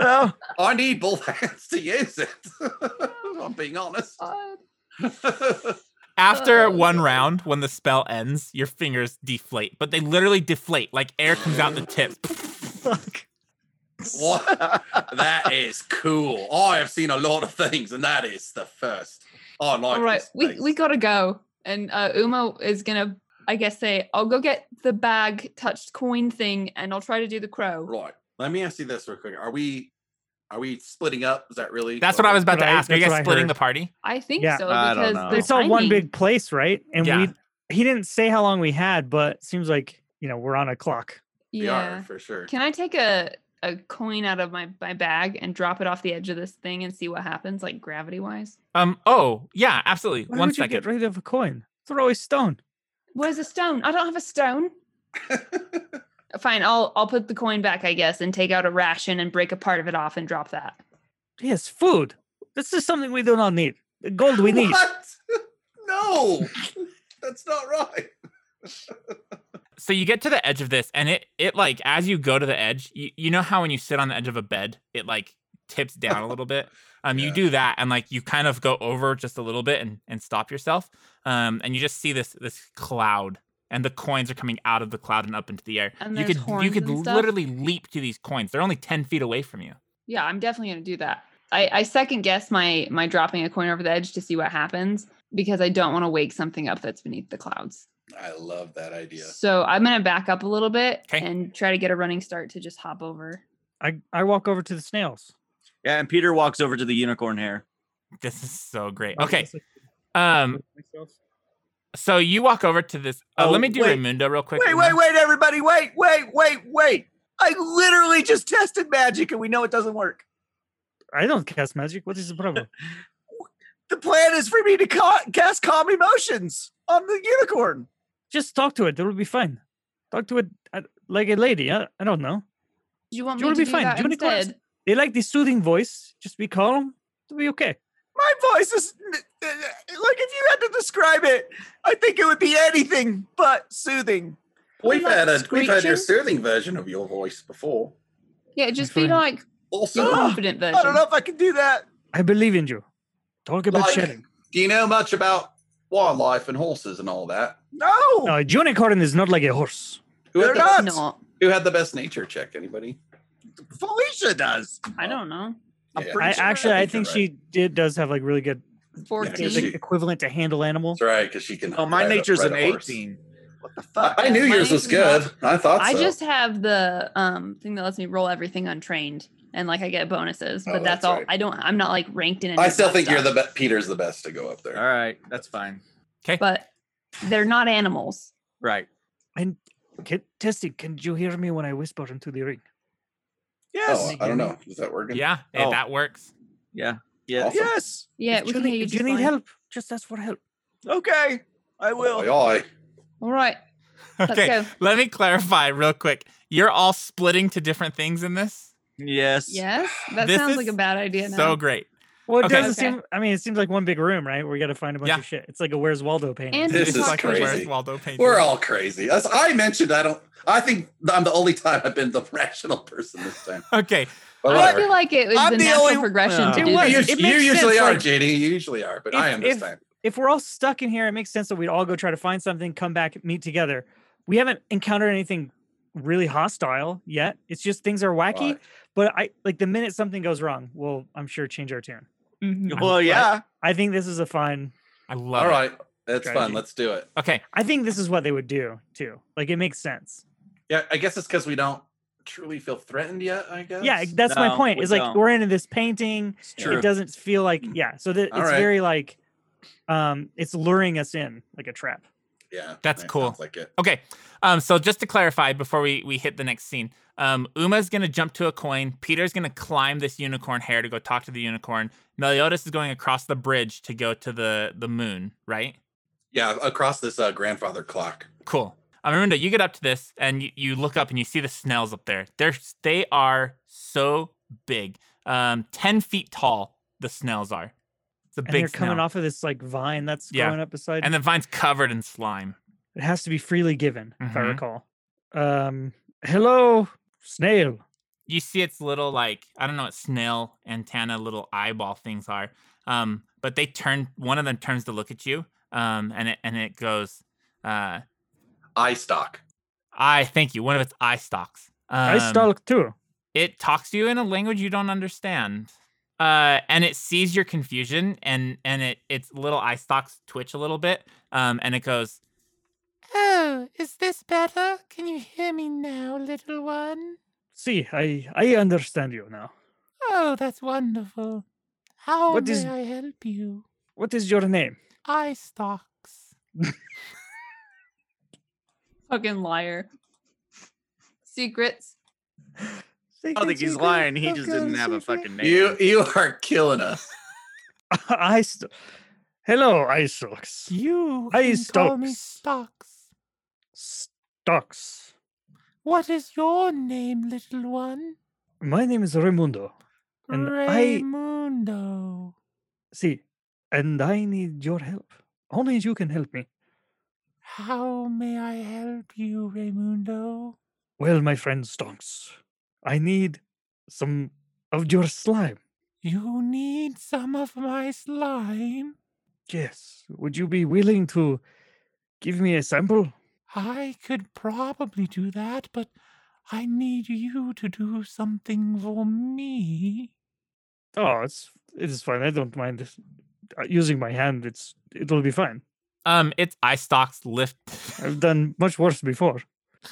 [SPEAKER 3] oh,
[SPEAKER 6] I need both hands to use it. if I'm being honest.
[SPEAKER 5] God.
[SPEAKER 2] After
[SPEAKER 5] Oh,
[SPEAKER 2] one round, when the spell ends, your fingers deflate, but they literally deflate, like air comes out the tips.
[SPEAKER 4] Fuck.
[SPEAKER 6] what? That is cool. I have seen a lot of things, and that is the first. I like
[SPEAKER 5] All right,
[SPEAKER 6] this
[SPEAKER 5] we,
[SPEAKER 6] place.
[SPEAKER 5] we gotta go. And uh, Uma is gonna, I guess, say, I'll go get the bag touched coin thing and I'll try to do the crow.
[SPEAKER 6] Right. Let me ask you this real quick. Are we are we splitting up? Is that really
[SPEAKER 2] That's what I was about to
[SPEAKER 4] Right,
[SPEAKER 2] ask. Are you
[SPEAKER 4] that's
[SPEAKER 2] guys
[SPEAKER 4] what I
[SPEAKER 2] splitting
[SPEAKER 4] heard.
[SPEAKER 2] the party?
[SPEAKER 5] I think
[SPEAKER 4] Yeah.
[SPEAKER 5] so
[SPEAKER 11] I don't
[SPEAKER 5] because
[SPEAKER 11] know.
[SPEAKER 5] the
[SPEAKER 4] It's all one
[SPEAKER 5] timing-
[SPEAKER 4] big place, right? And
[SPEAKER 2] Yeah.
[SPEAKER 4] we he didn't say how long we had, but seems like you know we're on a clock.
[SPEAKER 6] we
[SPEAKER 5] Yeah.
[SPEAKER 6] are for sure.
[SPEAKER 5] Can I take a a coin out of my my bag and drop it off the edge of this thing and see what happens, like gravity wise?
[SPEAKER 2] Um. Oh, yeah, absolutely.
[SPEAKER 4] Why
[SPEAKER 2] one
[SPEAKER 4] would you get
[SPEAKER 2] second.
[SPEAKER 4] rid of a coin? Throw a stone.
[SPEAKER 5] Where's a stone? I don't have a stone. Fine, I'll I'll put the coin back, I guess, and take out a ration and break a part of it off and drop that.
[SPEAKER 4] Yes, food. This is something we do not need. The gold we need.
[SPEAKER 6] What? no. That's not right.
[SPEAKER 2] so you get to the edge of this, and it it like as you go to the edge, you, you know how when you sit on the edge of a bed, it like tips down a little bit. Um, you
[SPEAKER 6] Yeah.
[SPEAKER 2] do that, and like you kind of go over just a little bit and and stop yourself. Um, and you just see this this cloud, and the coins are coming out of the cloud and up into the air.
[SPEAKER 5] And
[SPEAKER 2] you
[SPEAKER 5] there's
[SPEAKER 2] could you
[SPEAKER 5] horns
[SPEAKER 2] could
[SPEAKER 5] and stuff?
[SPEAKER 2] literally leap to these coins. They're only ten feet away from you.
[SPEAKER 5] Yeah, I'm definitely gonna do that. I, I second guess my my dropping a coin over the edge to see what happens because I don't want to wake something up that's beneath the clouds.
[SPEAKER 6] I love that idea.
[SPEAKER 5] So I'm gonna back up a little bit
[SPEAKER 2] 'Kay.
[SPEAKER 5] and try to get a running start to just hop over.
[SPEAKER 4] I, I walk over to the snails.
[SPEAKER 11] Yeah, and Peter walks over to the unicorn hair.
[SPEAKER 2] This is so great.
[SPEAKER 4] I
[SPEAKER 2] Okay.
[SPEAKER 4] guess I
[SPEAKER 2] Um.
[SPEAKER 4] can myself.
[SPEAKER 2] So you walk over to this. Uh,
[SPEAKER 3] Oh,
[SPEAKER 2] let me do
[SPEAKER 3] wait.
[SPEAKER 2] Raimundo real quick.
[SPEAKER 3] wait,
[SPEAKER 2] Uma.
[SPEAKER 3] wait, wait, everybody, wait, wait, wait, wait. I literally just tested magic, and we know it doesn't work.
[SPEAKER 4] I don't cast magic. What is the problem?
[SPEAKER 3] The plan is for me to ca- cast calm emotions on the unicorn.
[SPEAKER 4] Just talk to it. It will be fine. Talk to it uh, like a lady. I, I don't know.
[SPEAKER 5] Do you want
[SPEAKER 4] You'll
[SPEAKER 5] me to
[SPEAKER 4] be
[SPEAKER 5] do
[SPEAKER 4] fine.
[SPEAKER 5] that
[SPEAKER 4] Unicorns-
[SPEAKER 5] instead?
[SPEAKER 4] They like the soothing voice. Just be calm. It'll be okay.
[SPEAKER 3] My voice is like if you had to describe it, I think it would be anything but soothing.
[SPEAKER 6] We've
[SPEAKER 5] Like
[SPEAKER 6] had a we've had
[SPEAKER 5] screeching?
[SPEAKER 6] your soothing version of your voice before.
[SPEAKER 5] Yeah, just be
[SPEAKER 4] fine.
[SPEAKER 5] like your
[SPEAKER 6] Also,
[SPEAKER 3] Ugh,
[SPEAKER 5] confident version.
[SPEAKER 3] I don't know if I can do that.
[SPEAKER 4] I believe in you. Talk about
[SPEAKER 6] Like-
[SPEAKER 4] sharing.
[SPEAKER 6] do you know much about wildlife and horses and all that?
[SPEAKER 3] No.
[SPEAKER 4] No, a unicorn is not like a horse.
[SPEAKER 6] Who had,
[SPEAKER 3] They're
[SPEAKER 6] the,
[SPEAKER 3] not-
[SPEAKER 5] It's not.
[SPEAKER 6] who had the best nature check? Anybody?
[SPEAKER 3] Felicia does.
[SPEAKER 5] I don't know.
[SPEAKER 3] I'm
[SPEAKER 6] Yeah.
[SPEAKER 3] pretty
[SPEAKER 4] I
[SPEAKER 3] sure
[SPEAKER 4] actually, I
[SPEAKER 6] think
[SPEAKER 4] think
[SPEAKER 6] you're
[SPEAKER 4] she did does have like really good, like,
[SPEAKER 5] Fourteen.
[SPEAKER 6] she-
[SPEAKER 4] equivalent to handle animal.
[SPEAKER 6] That's right, because she can.
[SPEAKER 11] Oh, my
[SPEAKER 6] ride a-
[SPEAKER 11] nature's
[SPEAKER 6] ride
[SPEAKER 11] an
[SPEAKER 6] a horse.
[SPEAKER 11] eighteen.
[SPEAKER 3] What the
[SPEAKER 6] I,
[SPEAKER 3] fuck?
[SPEAKER 6] I knew
[SPEAKER 5] My
[SPEAKER 6] yours was
[SPEAKER 5] nature's
[SPEAKER 6] good. I thought so.
[SPEAKER 5] I just have the um thing that lets me roll everything untrained and like I get bonuses,
[SPEAKER 6] Oh,
[SPEAKER 5] but that's,
[SPEAKER 6] that's
[SPEAKER 5] all.
[SPEAKER 6] right.
[SPEAKER 5] I don't. I'm not like ranked in. Any
[SPEAKER 6] I
[SPEAKER 5] of
[SPEAKER 6] still
[SPEAKER 5] that
[SPEAKER 6] think you're
[SPEAKER 5] stuff.
[SPEAKER 6] the best. Peter's the best to go up there.
[SPEAKER 11] All right, that's fine.
[SPEAKER 5] But they're not animals.
[SPEAKER 11] Right.
[SPEAKER 4] And can, testing, can you hear me when I whisper into the ring?
[SPEAKER 3] Yes.
[SPEAKER 6] Oh, I don't know. Is that working?
[SPEAKER 2] Yeah, eh,
[SPEAKER 11] Oh.
[SPEAKER 2] that works.
[SPEAKER 11] Yeah. Yeah.
[SPEAKER 6] Awesome.
[SPEAKER 3] Yes.
[SPEAKER 5] Yeah,
[SPEAKER 4] If
[SPEAKER 5] we
[SPEAKER 4] you
[SPEAKER 5] can
[SPEAKER 4] need-
[SPEAKER 5] hear you.
[SPEAKER 4] if you
[SPEAKER 5] just
[SPEAKER 4] need
[SPEAKER 5] fine.
[SPEAKER 4] help, just ask for help.
[SPEAKER 3] Okay. I
[SPEAKER 6] Oi,
[SPEAKER 3] will.
[SPEAKER 6] oi.
[SPEAKER 5] All right, let's
[SPEAKER 2] Okay,
[SPEAKER 5] go.
[SPEAKER 2] let me clarify real quick. You're all splitting to different things in this.
[SPEAKER 11] Yes.
[SPEAKER 5] Yes, that
[SPEAKER 2] This
[SPEAKER 5] soun't sounds like a
[SPEAKER 2] is
[SPEAKER 5] bad idea. Now.
[SPEAKER 2] So great.
[SPEAKER 4] Well, it
[SPEAKER 2] Okay.
[SPEAKER 4] doesn't
[SPEAKER 5] Okay.
[SPEAKER 4] seem. I mean, it seems like one big room, right? Where you got to find a bunch
[SPEAKER 2] Yeah.
[SPEAKER 4] of shit. It's like a Where's Waldo painting.
[SPEAKER 5] And
[SPEAKER 6] This
[SPEAKER 5] it's
[SPEAKER 6] is
[SPEAKER 5] like-
[SPEAKER 2] where's
[SPEAKER 6] crazy.
[SPEAKER 2] Waldo painted.
[SPEAKER 6] We're all crazy. As I mentioned, I don't. I think I'm the only time I've been the rational person this time.
[SPEAKER 2] okay.
[SPEAKER 6] But
[SPEAKER 5] I
[SPEAKER 6] whatever.
[SPEAKER 5] feel like it was
[SPEAKER 3] I'm
[SPEAKER 5] the
[SPEAKER 3] the
[SPEAKER 5] natural
[SPEAKER 3] only-
[SPEAKER 5] progression
[SPEAKER 11] Yeah.
[SPEAKER 5] to
[SPEAKER 4] It
[SPEAKER 5] do
[SPEAKER 4] was-
[SPEAKER 5] this.
[SPEAKER 6] you
[SPEAKER 4] it
[SPEAKER 6] you
[SPEAKER 4] makes
[SPEAKER 6] usually
[SPEAKER 4] sense,
[SPEAKER 6] are,
[SPEAKER 4] like,
[SPEAKER 6] JD. You usually are, but I
[SPEAKER 4] if-
[SPEAKER 6] am this
[SPEAKER 4] if-
[SPEAKER 6] time.
[SPEAKER 12] if we're all stuck in here, it makes sense that we'd all go try to find something, come back, meet together. We haven't encountered anything really hostile yet. It's just things are wacky.
[SPEAKER 6] Right.
[SPEAKER 12] But I like the minute something goes wrong, we'll I'm sure change our tune.
[SPEAKER 4] Mm-hmm.
[SPEAKER 5] Mhm.
[SPEAKER 3] Well, yeah.
[SPEAKER 12] I think this is a fun.
[SPEAKER 2] Mm-hmm. I love
[SPEAKER 6] All
[SPEAKER 2] it.
[SPEAKER 6] right, that's fun.
[SPEAKER 12] Strategy.
[SPEAKER 6] Let's do it.
[SPEAKER 2] Okay.
[SPEAKER 12] I think this is what they would do too. Like it makes sense.
[SPEAKER 6] Yeah, I guess it's because we don't truly feel threatened yet. I guess.
[SPEAKER 12] Yeah, that's my
[SPEAKER 13] No,
[SPEAKER 12] point.
[SPEAKER 13] we
[SPEAKER 12] It's like
[SPEAKER 13] don't.
[SPEAKER 12] we're into this painting.
[SPEAKER 13] It's
[SPEAKER 12] It doesn't feel like yeah. So that it's
[SPEAKER 6] All right.
[SPEAKER 12] very like, um, it's luring us in like a trap.
[SPEAKER 6] Yeah,
[SPEAKER 2] That's
[SPEAKER 6] that
[SPEAKER 2] cool.
[SPEAKER 6] Sounds like it.
[SPEAKER 2] Okay. Um, so just to clarify before we, we hit the next scene, um, Uma's going to jump to a coin. Peter's going to climb this unicorn hair to go talk to the unicorn. Meliodas is going across the bridge to go to the, the moon, right?
[SPEAKER 6] Yeah, across this uh, grandfather clock.
[SPEAKER 2] Cool. Um, Arunda, you get up to this and you, you look up and you see the snails up there. They're, they are so big. Um, 10 feet tall, the snails are. It's a
[SPEAKER 12] And
[SPEAKER 2] big
[SPEAKER 12] they're coming
[SPEAKER 2] snail.
[SPEAKER 12] off of this like vine that's
[SPEAKER 2] Yeah.
[SPEAKER 12] going up beside.
[SPEAKER 2] And the vine's covered in slime.
[SPEAKER 12] It has to be freely given, if I
[SPEAKER 2] Mhm.
[SPEAKER 12] recall. Um, hello, snail.
[SPEAKER 2] you see its little like I don't know what snail antenna little eyeball things are. Um, but they turn one of them turns to look at you. Um, and it and it goes, uh,
[SPEAKER 6] Eye stock.
[SPEAKER 2] I thank you. One of its eye stalks. Um,
[SPEAKER 12] I stalk too.
[SPEAKER 2] It talks to you in a language you don't understand. Uh, and it sees your confusion and and it its little eye stalks twitch a little bit. Um, and it goes,
[SPEAKER 14] Oh, is this better? Can you hear me now, little one?
[SPEAKER 4] See, I I understand you now.
[SPEAKER 14] Oh, that's wonderful. How
[SPEAKER 4] What
[SPEAKER 14] may
[SPEAKER 4] is-
[SPEAKER 14] I help you?
[SPEAKER 4] What is your name?
[SPEAKER 14] Eye stalks.
[SPEAKER 5] Fucking liar. Secrets.
[SPEAKER 3] I don't think he's lying. He just didn't have a fucking name.
[SPEAKER 6] You you are killing us.
[SPEAKER 4] I st- Hello, I stalks.
[SPEAKER 14] You
[SPEAKER 4] I
[SPEAKER 14] can call me
[SPEAKER 4] stalks.
[SPEAKER 14] stalks.
[SPEAKER 4] Stalks.
[SPEAKER 14] What is your name, little one?
[SPEAKER 4] My name is Raimundo. And I-
[SPEAKER 14] Raymundo.
[SPEAKER 4] See, and I need your help. Only you can help me.
[SPEAKER 14] How may I help you, Raymundo?
[SPEAKER 4] Well, my friend Stonks, I need some of your slime.
[SPEAKER 14] You need some of my slime.
[SPEAKER 4] Yes. Would you be willing to give me a sample?
[SPEAKER 14] I could probably do that, but I need you to do something for me.
[SPEAKER 4] Oh, it's it is fine. I don't mind this- uh, using my hand. It's it'll be fine.
[SPEAKER 2] um, its eye stalks lift.
[SPEAKER 4] I've done much worse before.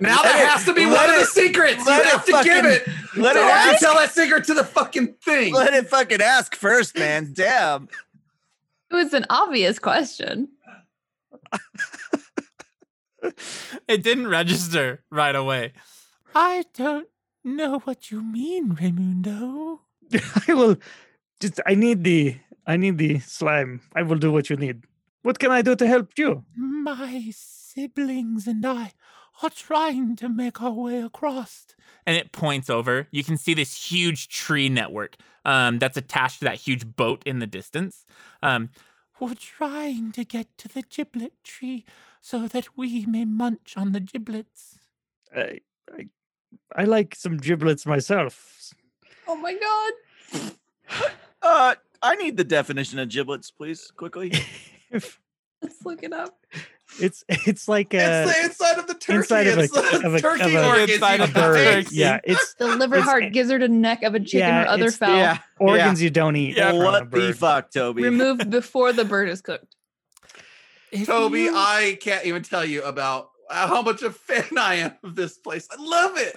[SPEAKER 6] Now that has to be
[SPEAKER 3] let
[SPEAKER 6] one of the
[SPEAKER 3] it-
[SPEAKER 6] secrets. You
[SPEAKER 3] let it
[SPEAKER 6] have to
[SPEAKER 3] fucking-
[SPEAKER 6] give it.
[SPEAKER 3] let
[SPEAKER 6] So
[SPEAKER 3] it
[SPEAKER 6] I can
[SPEAKER 3] ask-
[SPEAKER 6] tell that secret to the fucking thing.
[SPEAKER 3] Let it fucking ask first, man. Damn.
[SPEAKER 5] It was an obvious question.
[SPEAKER 2] it didn't register right away.
[SPEAKER 14] I don't know what you mean, Raymundo.
[SPEAKER 4] I will just I need the I need the slime. I will do what you need. What can I do to help you?
[SPEAKER 14] My siblings and I are trying to make our way across.
[SPEAKER 2] and it points over. You can see this huge tree network um, that's attached to that huge boat in the distance. Um,
[SPEAKER 14] We're trying to get to the giblet tree so that we may munch on the giblets.
[SPEAKER 4] I I, I like some giblets myself.
[SPEAKER 5] Oh my god.
[SPEAKER 3] Uh, I need the definition of giblets, please, quickly.
[SPEAKER 4] If
[SPEAKER 5] Let's look it up.
[SPEAKER 4] it's it's like
[SPEAKER 3] Uh,
[SPEAKER 4] a
[SPEAKER 6] it's the inside of the turkey.
[SPEAKER 4] inside of a-
[SPEAKER 6] it's the
[SPEAKER 4] of a-
[SPEAKER 6] turkey
[SPEAKER 4] of a-
[SPEAKER 6] organs,
[SPEAKER 2] Inside
[SPEAKER 6] you
[SPEAKER 2] of a
[SPEAKER 6] guys.
[SPEAKER 2] turkey.
[SPEAKER 4] yeah, it's
[SPEAKER 5] The liver
[SPEAKER 4] It's-
[SPEAKER 5] heart gizzard and neck of a chicken
[SPEAKER 4] yeah,
[SPEAKER 5] or other
[SPEAKER 4] it's-
[SPEAKER 5] fowl.
[SPEAKER 4] organs you don't eat.
[SPEAKER 2] Yeah.
[SPEAKER 4] from a
[SPEAKER 3] What the
[SPEAKER 4] bird.
[SPEAKER 3] fuck, Toby?
[SPEAKER 5] Removed before the bird is cooked.
[SPEAKER 14] If
[SPEAKER 6] Toby,
[SPEAKER 14] you-
[SPEAKER 6] I can't even tell you about how much a fan I am of this place. I love it.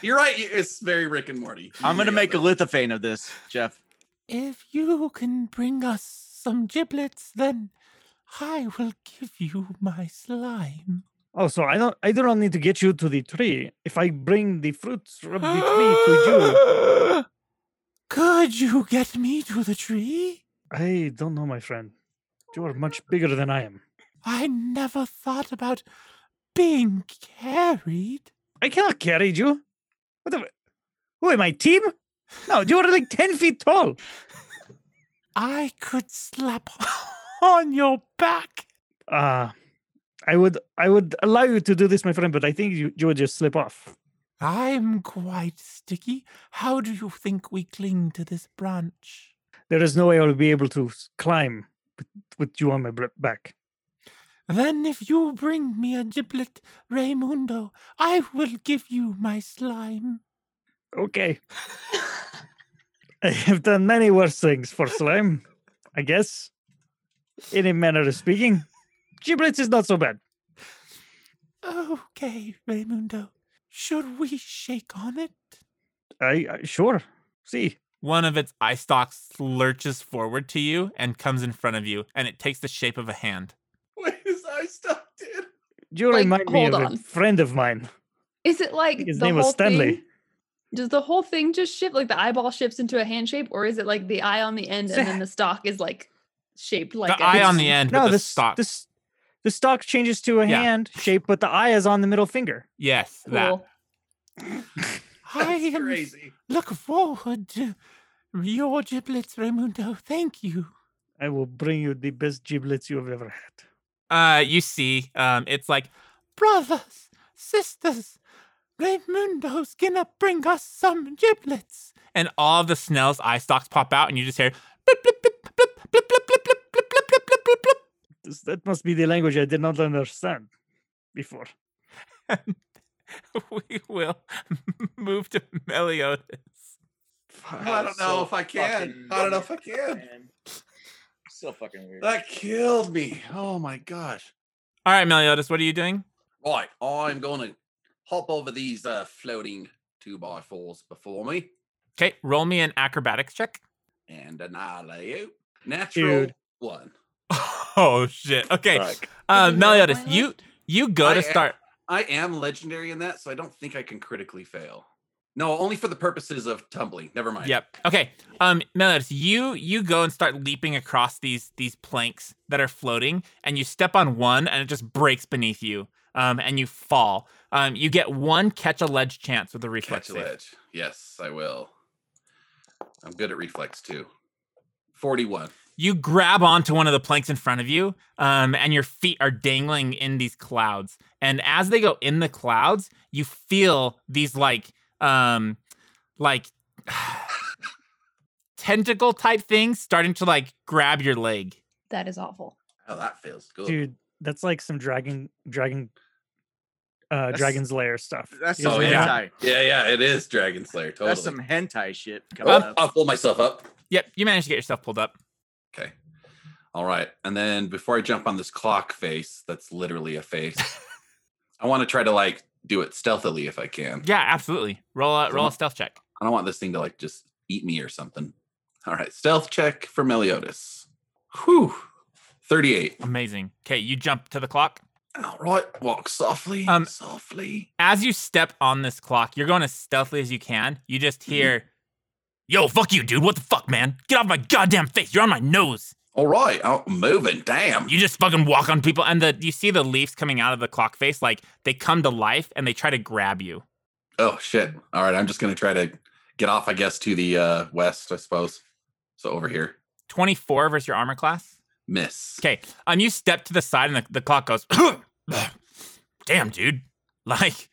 [SPEAKER 6] You're right. It's very Rick and Morty.
[SPEAKER 3] I'm gonna
[SPEAKER 6] Yeah,
[SPEAKER 3] make a
[SPEAKER 6] but-
[SPEAKER 3] lithophane of this, Jeff.
[SPEAKER 14] If you can bring us some giblets, then I will give you my slime.
[SPEAKER 4] Oh, so I don't I do not need to get you to the tree. If I bring the fruits from the tree to you,
[SPEAKER 14] Could you get me to the tree?
[SPEAKER 4] I don't know, my friend. You are much bigger than I am.
[SPEAKER 14] I never thought about being carried.
[SPEAKER 4] I cannot carry you. What the? Who am I, team? No, you are like ten feet tall.
[SPEAKER 14] I could slap on your back.
[SPEAKER 4] Uh I would I would allow you to do this, my friend, but I think you, you would just slip off.
[SPEAKER 14] I'm quite sticky. How do you think we cling to this branch?
[SPEAKER 8] There is no way I will be able to s- climb with, with you on my br- back.
[SPEAKER 14] Then, if you bring me a giblet, Raimundo, I will give you my slime.
[SPEAKER 8] Okay. I have done many worse things for slime, I guess. In a manner of speaking, giblets is not so bad.
[SPEAKER 14] Okay, Raimundo. Should we shake on it?
[SPEAKER 8] I, I sure see.
[SPEAKER 2] One of its eye stalks lurches forward to you and comes in front of you, and it takes the shape of a hand.
[SPEAKER 6] Wait, his eye stopped dude.
[SPEAKER 8] You
[SPEAKER 5] Like,
[SPEAKER 8] remind me
[SPEAKER 5] hold
[SPEAKER 8] of a
[SPEAKER 5] on.
[SPEAKER 8] friend of mine.
[SPEAKER 5] Is it like
[SPEAKER 8] His
[SPEAKER 5] the
[SPEAKER 8] name was
[SPEAKER 5] whole
[SPEAKER 8] Stanley.
[SPEAKER 5] thing- Does the whole thing just shift? Like the eyeball shifts into a hand shape, or is it like the eye on the end and then the stalk is like shaped like
[SPEAKER 2] the
[SPEAKER 5] a
[SPEAKER 2] eye on the
[SPEAKER 5] hand?
[SPEAKER 2] end,
[SPEAKER 8] no,
[SPEAKER 2] but the
[SPEAKER 8] this
[SPEAKER 2] stalk.
[SPEAKER 8] this the stock changes to a
[SPEAKER 2] Yeah.
[SPEAKER 8] hand shape, but the eye is on the middle finger.
[SPEAKER 2] yes, that.
[SPEAKER 5] Cool.
[SPEAKER 14] I
[SPEAKER 6] That's
[SPEAKER 14] am
[SPEAKER 6] crazy.
[SPEAKER 14] look forward to your giblets, Raimundo. Thank you.
[SPEAKER 8] I will bring you the best giblets you have ever had.
[SPEAKER 2] Uh, you see, um, it's like
[SPEAKER 14] Brothers, sisters, Raimundo's gonna bring us some giblets.
[SPEAKER 2] and all of the Snell's eye stalks pop out, and you just hear
[SPEAKER 14] Blip, blip, blip, blip, blip, blip, blip, blip, blip, blip, blip, blip, blip, blip.
[SPEAKER 8] This, that must be the language I did not understand before.
[SPEAKER 2] we will move to Meliodas.
[SPEAKER 6] I don't know if I can. I don't know if I can.
[SPEAKER 7] So fucking weird.
[SPEAKER 6] That killed me. Oh my gosh.
[SPEAKER 2] All right, Meliodas, what are you doing?
[SPEAKER 6] Right, I'm gonna hop over these uh, floating two by fours before me
[SPEAKER 2] Okay, roll me an acrobatics check.
[SPEAKER 6] and annihilate you. Natural
[SPEAKER 8] Dude.
[SPEAKER 6] one.
[SPEAKER 2] Oh shit. Okay,
[SPEAKER 8] Fuck.
[SPEAKER 2] uh,
[SPEAKER 5] Did you roll
[SPEAKER 2] Meliodas,
[SPEAKER 5] my
[SPEAKER 2] you
[SPEAKER 5] last?
[SPEAKER 2] you go
[SPEAKER 6] I
[SPEAKER 2] to
[SPEAKER 6] am-
[SPEAKER 2] start.
[SPEAKER 6] I am legendary in that, so I don't think I can critically fail. No, only for the purposes of tumbling. Never mind.
[SPEAKER 2] Yep. Okay. Um, Meliodas, you you go and start leaping across these these planks that are floating, and you step on one, and it just breaks beneath you. Um, and you fall. Um, you get one catch a ledge chance with a reflex
[SPEAKER 6] Catch a
[SPEAKER 2] save.
[SPEAKER 6] ledge. Yes, I will. I'm good at reflex too. 41.
[SPEAKER 2] you grab onto one of the planks in front of you, um, and your feet are dangling in these clouds. And as they go in the clouds, you feel these like, um, like tentacle type things starting to like grab your leg.
[SPEAKER 5] That is awful.
[SPEAKER 6] Oh, that feels good.
[SPEAKER 8] Dude, that's like some dragon dragon uh
[SPEAKER 7] That's-
[SPEAKER 8] dragon's lair stuff.
[SPEAKER 7] That's
[SPEAKER 8] You
[SPEAKER 7] some
[SPEAKER 8] guys
[SPEAKER 6] Oh,
[SPEAKER 8] remember
[SPEAKER 2] yeah.
[SPEAKER 8] that?
[SPEAKER 7] hentai.
[SPEAKER 6] Yeah, yeah, it is Dragon Slayer. Totally.
[SPEAKER 7] That's some hentai shit. coming
[SPEAKER 6] Oh,
[SPEAKER 7] up.
[SPEAKER 6] I'll pull myself up.
[SPEAKER 2] Yep, you managed to get yourself pulled up.
[SPEAKER 6] Okay. All right. And then before I jump on this clock face, that's literally a face. I want to try to like do it stealthily if I can.
[SPEAKER 2] Yeah, absolutely. Roll a roll a stealth check.
[SPEAKER 6] I don't want this thing to like just eat me or something. All right. Stealth check for Meliodas. Whew. 38.
[SPEAKER 2] Amazing. Okay, you jump to the clock.
[SPEAKER 6] All right. Walk softly.
[SPEAKER 2] Um,
[SPEAKER 6] softly.
[SPEAKER 2] As you step on this clock, you're going as stealthily as you can. You just
[SPEAKER 6] Mm-hmm.
[SPEAKER 2] hear, "Yo, fuck you, dude! What the fuck, man? Get off my goddamn face! You're on my nose!"
[SPEAKER 6] All right. I'm moving. Damn.
[SPEAKER 2] you just fucking walk on people and the you see the leaves coming out of the clock face like they come to life and they try to grab you
[SPEAKER 6] Oh shit. All right, I'm just gonna try to get off, I guess, to the uh west, I suppose. So over here.
[SPEAKER 2] 24 versus your armor class
[SPEAKER 6] Miss.
[SPEAKER 2] okay um you step to the side and the, the clock goes damn dude like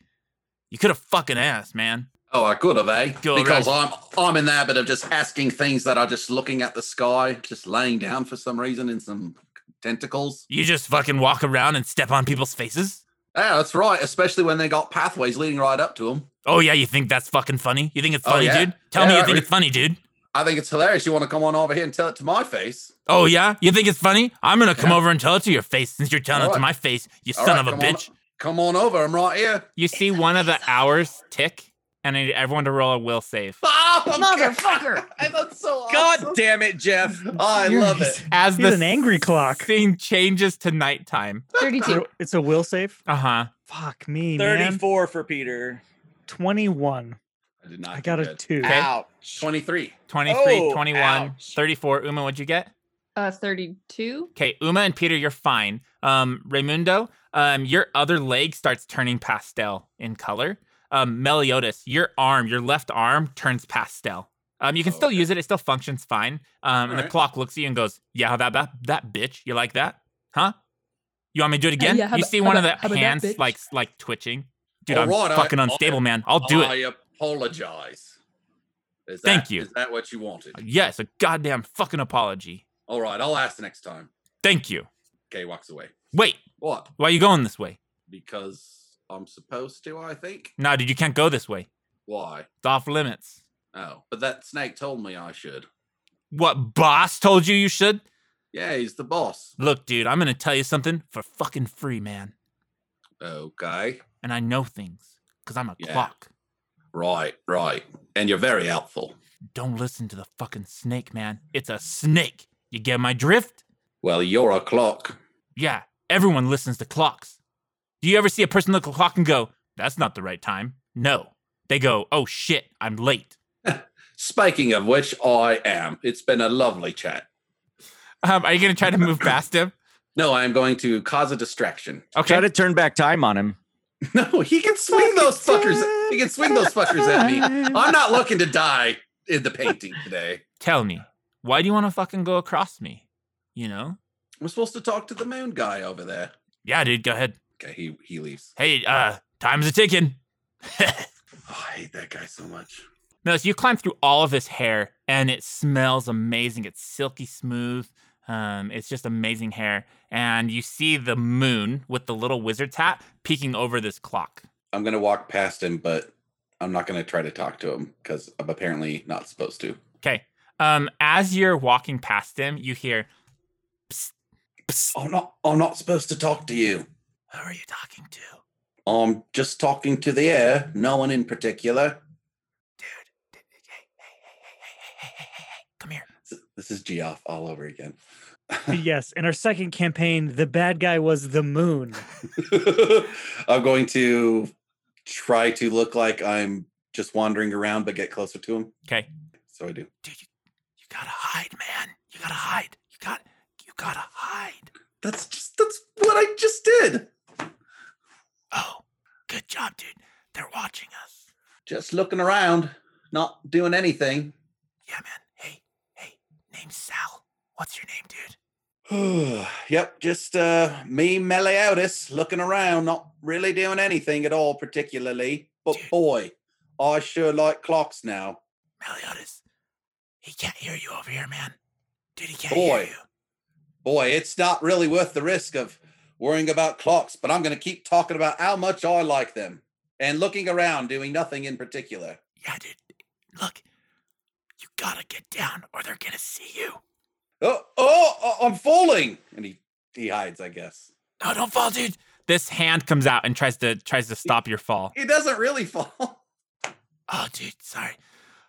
[SPEAKER 2] you could have fucking asked man
[SPEAKER 6] Oh, I could have, eh?
[SPEAKER 2] Go
[SPEAKER 6] because I'm I'm in the habit of just asking things that are just looking at the sky, just laying down for some reason in some tentacles.
[SPEAKER 2] you just fucking walk around and step on people's faces
[SPEAKER 6] Yeah, Ah, that's right. Especially when they got pathways leading right up to them.
[SPEAKER 2] oh yeah you think that's fucking funny you think it's
[SPEAKER 6] Oh,
[SPEAKER 2] funny
[SPEAKER 6] yeah.
[SPEAKER 2] dude tell me
[SPEAKER 6] Yeah,
[SPEAKER 2] you think
[SPEAKER 6] we-
[SPEAKER 2] it's funny dude
[SPEAKER 6] I think it's hilarious. You want to come on over here and tell it to my face?
[SPEAKER 2] oh yeah you think it's funny i'm gonna come
[SPEAKER 6] Yeah.
[SPEAKER 2] over and tell it to your face since you're telling it to
[SPEAKER 6] Alright.
[SPEAKER 2] my face you
[SPEAKER 6] All
[SPEAKER 2] son
[SPEAKER 6] right,
[SPEAKER 2] of a
[SPEAKER 6] come
[SPEAKER 2] bitch
[SPEAKER 6] On, come on over. I'm right here.
[SPEAKER 2] You see one of the hours tick, and I need everyone to roll a will save.
[SPEAKER 6] Oh,
[SPEAKER 4] Motherfucker!
[SPEAKER 6] That's so
[SPEAKER 7] God
[SPEAKER 6] awesome.
[SPEAKER 7] damn it, Jeff. Oh,
[SPEAKER 6] I
[SPEAKER 8] You're-
[SPEAKER 6] love it.
[SPEAKER 2] As
[SPEAKER 8] He's
[SPEAKER 2] the
[SPEAKER 8] an angry clock.
[SPEAKER 2] Scene changes to nighttime.
[SPEAKER 5] 32.
[SPEAKER 8] It's a- It's a will save.
[SPEAKER 2] Uh huh.
[SPEAKER 8] Fuck me, man.
[SPEAKER 7] 34 for Peter.
[SPEAKER 8] 21.
[SPEAKER 6] I did not.
[SPEAKER 8] I
[SPEAKER 6] do
[SPEAKER 8] got a
[SPEAKER 6] good.
[SPEAKER 8] 2.
[SPEAKER 2] Okay.
[SPEAKER 7] Ouch.
[SPEAKER 6] 23.
[SPEAKER 2] 23,
[SPEAKER 7] Oh,
[SPEAKER 2] 21,
[SPEAKER 7] ouch.
[SPEAKER 2] 34. Uma, what'd you get?
[SPEAKER 5] Uh, 32.
[SPEAKER 2] Okay, Uma and Peter, you're fine. Um, Raimundo, um, your other leg starts turning pastel in color. Um, Meliodas, your arm, your left arm turns pastel. Um, you can
[SPEAKER 6] Oh,
[SPEAKER 2] still
[SPEAKER 6] okay.
[SPEAKER 2] use it; it still functions fine. Um, and the
[SPEAKER 6] Alright.
[SPEAKER 2] clock looks at you and goes, "Yeah, how about that that bitch? You like that, huh? You want me to do it again?
[SPEAKER 5] yeah, how
[SPEAKER 2] you
[SPEAKER 5] about-
[SPEAKER 2] see
[SPEAKER 5] how
[SPEAKER 2] one
[SPEAKER 5] about-
[SPEAKER 2] of
[SPEAKER 5] how
[SPEAKER 2] the
[SPEAKER 5] about that
[SPEAKER 2] hands
[SPEAKER 5] bitch?
[SPEAKER 2] like like twitching. Dude, I'm
[SPEAKER 6] Alright, I-
[SPEAKER 2] fucking
[SPEAKER 6] I-
[SPEAKER 2] unstable, man. I'll do it.
[SPEAKER 6] I apologize. Is
[SPEAKER 2] Thank
[SPEAKER 6] that-
[SPEAKER 2] you.
[SPEAKER 6] Is that what you wanted?
[SPEAKER 2] Yes, a goddamn fucking apology.
[SPEAKER 6] All right, I'll ask next time.
[SPEAKER 2] Thank you.
[SPEAKER 6] Kay walks away.
[SPEAKER 2] Wait,
[SPEAKER 6] What?
[SPEAKER 2] why are you going this way?
[SPEAKER 6] Because I'm supposed to, I think.
[SPEAKER 2] No, dude, you can't go this way.
[SPEAKER 6] Why?
[SPEAKER 2] It's off limits.
[SPEAKER 6] Oh, but that snake told me I should.
[SPEAKER 2] What boss told you you should?
[SPEAKER 6] Yeah, he's the boss.
[SPEAKER 2] Look, dude, I'm gonna tell you something for fucking free, man.
[SPEAKER 6] Okay.
[SPEAKER 2] And I know things because I'm a
[SPEAKER 6] Yeah.
[SPEAKER 2] clock.
[SPEAKER 6] Right, right. And you're very helpful.
[SPEAKER 2] Don't listen to the fucking snake, man. It's a snake. You get my drift?
[SPEAKER 6] Well, you're a clock.
[SPEAKER 2] Yeah, everyone listens to clocks. Do you ever see a person look at a clock and go, that's not the right time? No. They go, oh shit, I'm late.
[SPEAKER 6] Speaking of which, I am. It's been a lovely chat.
[SPEAKER 2] Um, are you gonna try to move past him?
[SPEAKER 6] No, I am going to cause a distraction.
[SPEAKER 2] Okay.
[SPEAKER 7] Try to turn back time on him.
[SPEAKER 6] No, he can swing those fuckers. He can swing those fuckers at me. I'm not looking to die in the painting today.
[SPEAKER 2] Tell me, why do you want to fucking go across me? You know?
[SPEAKER 6] I'm supposed to talk to the moon guy over there.
[SPEAKER 2] Yeah, dude, go ahead.
[SPEAKER 6] Okay, he he leaves.
[SPEAKER 2] Hey, uh, time's a ticking.
[SPEAKER 6] Oh, I hate that guy so much.
[SPEAKER 2] No, so you climb through all of this hair, and it smells amazing. It's silky smooth. Um, it's just amazing hair, and you see the moon with the little wizard's hat peeking over this clock.
[SPEAKER 6] I'm gonna walk past him, but I'm not gonna try to talk to him because I'm apparently not supposed to.
[SPEAKER 2] Okay. Um, as you're walking past him, you hear,
[SPEAKER 6] I'm not. I'm not supposed to talk to you.
[SPEAKER 2] "Who are you talking to,
[SPEAKER 6] I'm just talking to the air. No one in particular.
[SPEAKER 2] dude? Hey, hey, hey, hey, hey, hey, hey, hey, hey, come here."
[SPEAKER 6] This is Geoff all over again.
[SPEAKER 15] yes, in our second campaign, the bad guy was the moon.
[SPEAKER 6] I'm going to try to look like I'm just wandering around, but get closer to him.
[SPEAKER 2] Okay.
[SPEAKER 6] So I do.
[SPEAKER 2] Dude, you, you gotta hide, man. You gotta hide. You got, you gotta hide.
[SPEAKER 6] That's just that's what I just did.
[SPEAKER 2] Oh, good job, dude. They're watching us.
[SPEAKER 6] Just looking around, not doing anything.
[SPEAKER 2] Yeah, man. Hey, hey, name's Sal. What's your name, dude?
[SPEAKER 6] yep, just uh me Meliodas looking around, not really doing anything at all particularly. But
[SPEAKER 2] Dude.
[SPEAKER 6] boy, I sure like clocks now.
[SPEAKER 2] Meliodas. He can't hear you over here, man. Dude, he can't hear
[SPEAKER 6] Boy.
[SPEAKER 2] you.
[SPEAKER 6] Boy, it's not really worth the risk of worrying about clocks, but I'm going to keep talking about how much I like them and looking around, doing nothing in particular.
[SPEAKER 2] Yeah, dude. Look, you gotta get down or they're gonna see you.
[SPEAKER 6] Oh, oh, I- I'm falling. And he, he hides, I guess.
[SPEAKER 2] No, don't fall, dude. This hand comes out and tries to tries to stop your fall.
[SPEAKER 6] He doesn't really fall.
[SPEAKER 2] Oh, dude, sorry.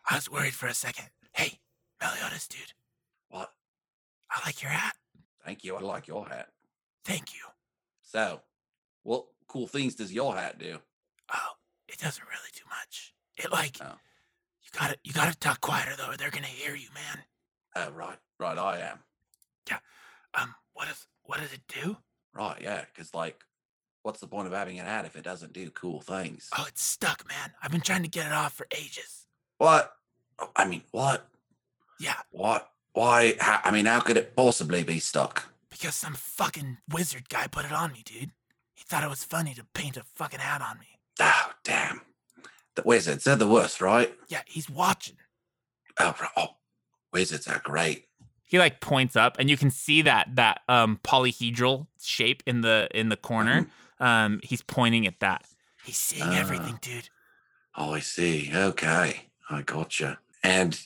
[SPEAKER 2] I was worried for a second. Hey, Meliodas, dude.
[SPEAKER 6] What?
[SPEAKER 2] I like your hat.
[SPEAKER 6] Thank you. I like your hat.
[SPEAKER 2] Thank you.
[SPEAKER 6] So, what cool things does your hat do?
[SPEAKER 2] Oh, it doesn't really do much. It like
[SPEAKER 6] Oh.
[SPEAKER 2] you gotta you gotta talk quieter though, or they're gonna hear you, man.
[SPEAKER 6] Oh, right, right, I am.
[SPEAKER 2] Um, what does what does it do?
[SPEAKER 6] Right, yeah, because like, what's the point of having an hat if it doesn't do cool things?
[SPEAKER 2] Oh, it's stuck, man. I've been trying to get it off for ages.
[SPEAKER 6] What? Oh, I mean, what?
[SPEAKER 2] Yeah,
[SPEAKER 6] What? Why? How, I mean, how could it possibly be stuck?
[SPEAKER 2] because some fucking wizard guy put it on me, dude. He thought it was funny to paint a fucking hat on me.
[SPEAKER 6] Oh, damn. The wizards, they're the worst, right?
[SPEAKER 2] Yeah, he's watching.
[SPEAKER 6] Oh, ri- oh wizards are great.
[SPEAKER 2] He like points up, and you can see that that um polyhedral shape in the in the corner.
[SPEAKER 6] Mm-hmm.
[SPEAKER 2] Um, he's pointing at that. He's seeing
[SPEAKER 6] Ah.
[SPEAKER 2] everything, dude.
[SPEAKER 6] Oh, I see. Okay. I gotcha. And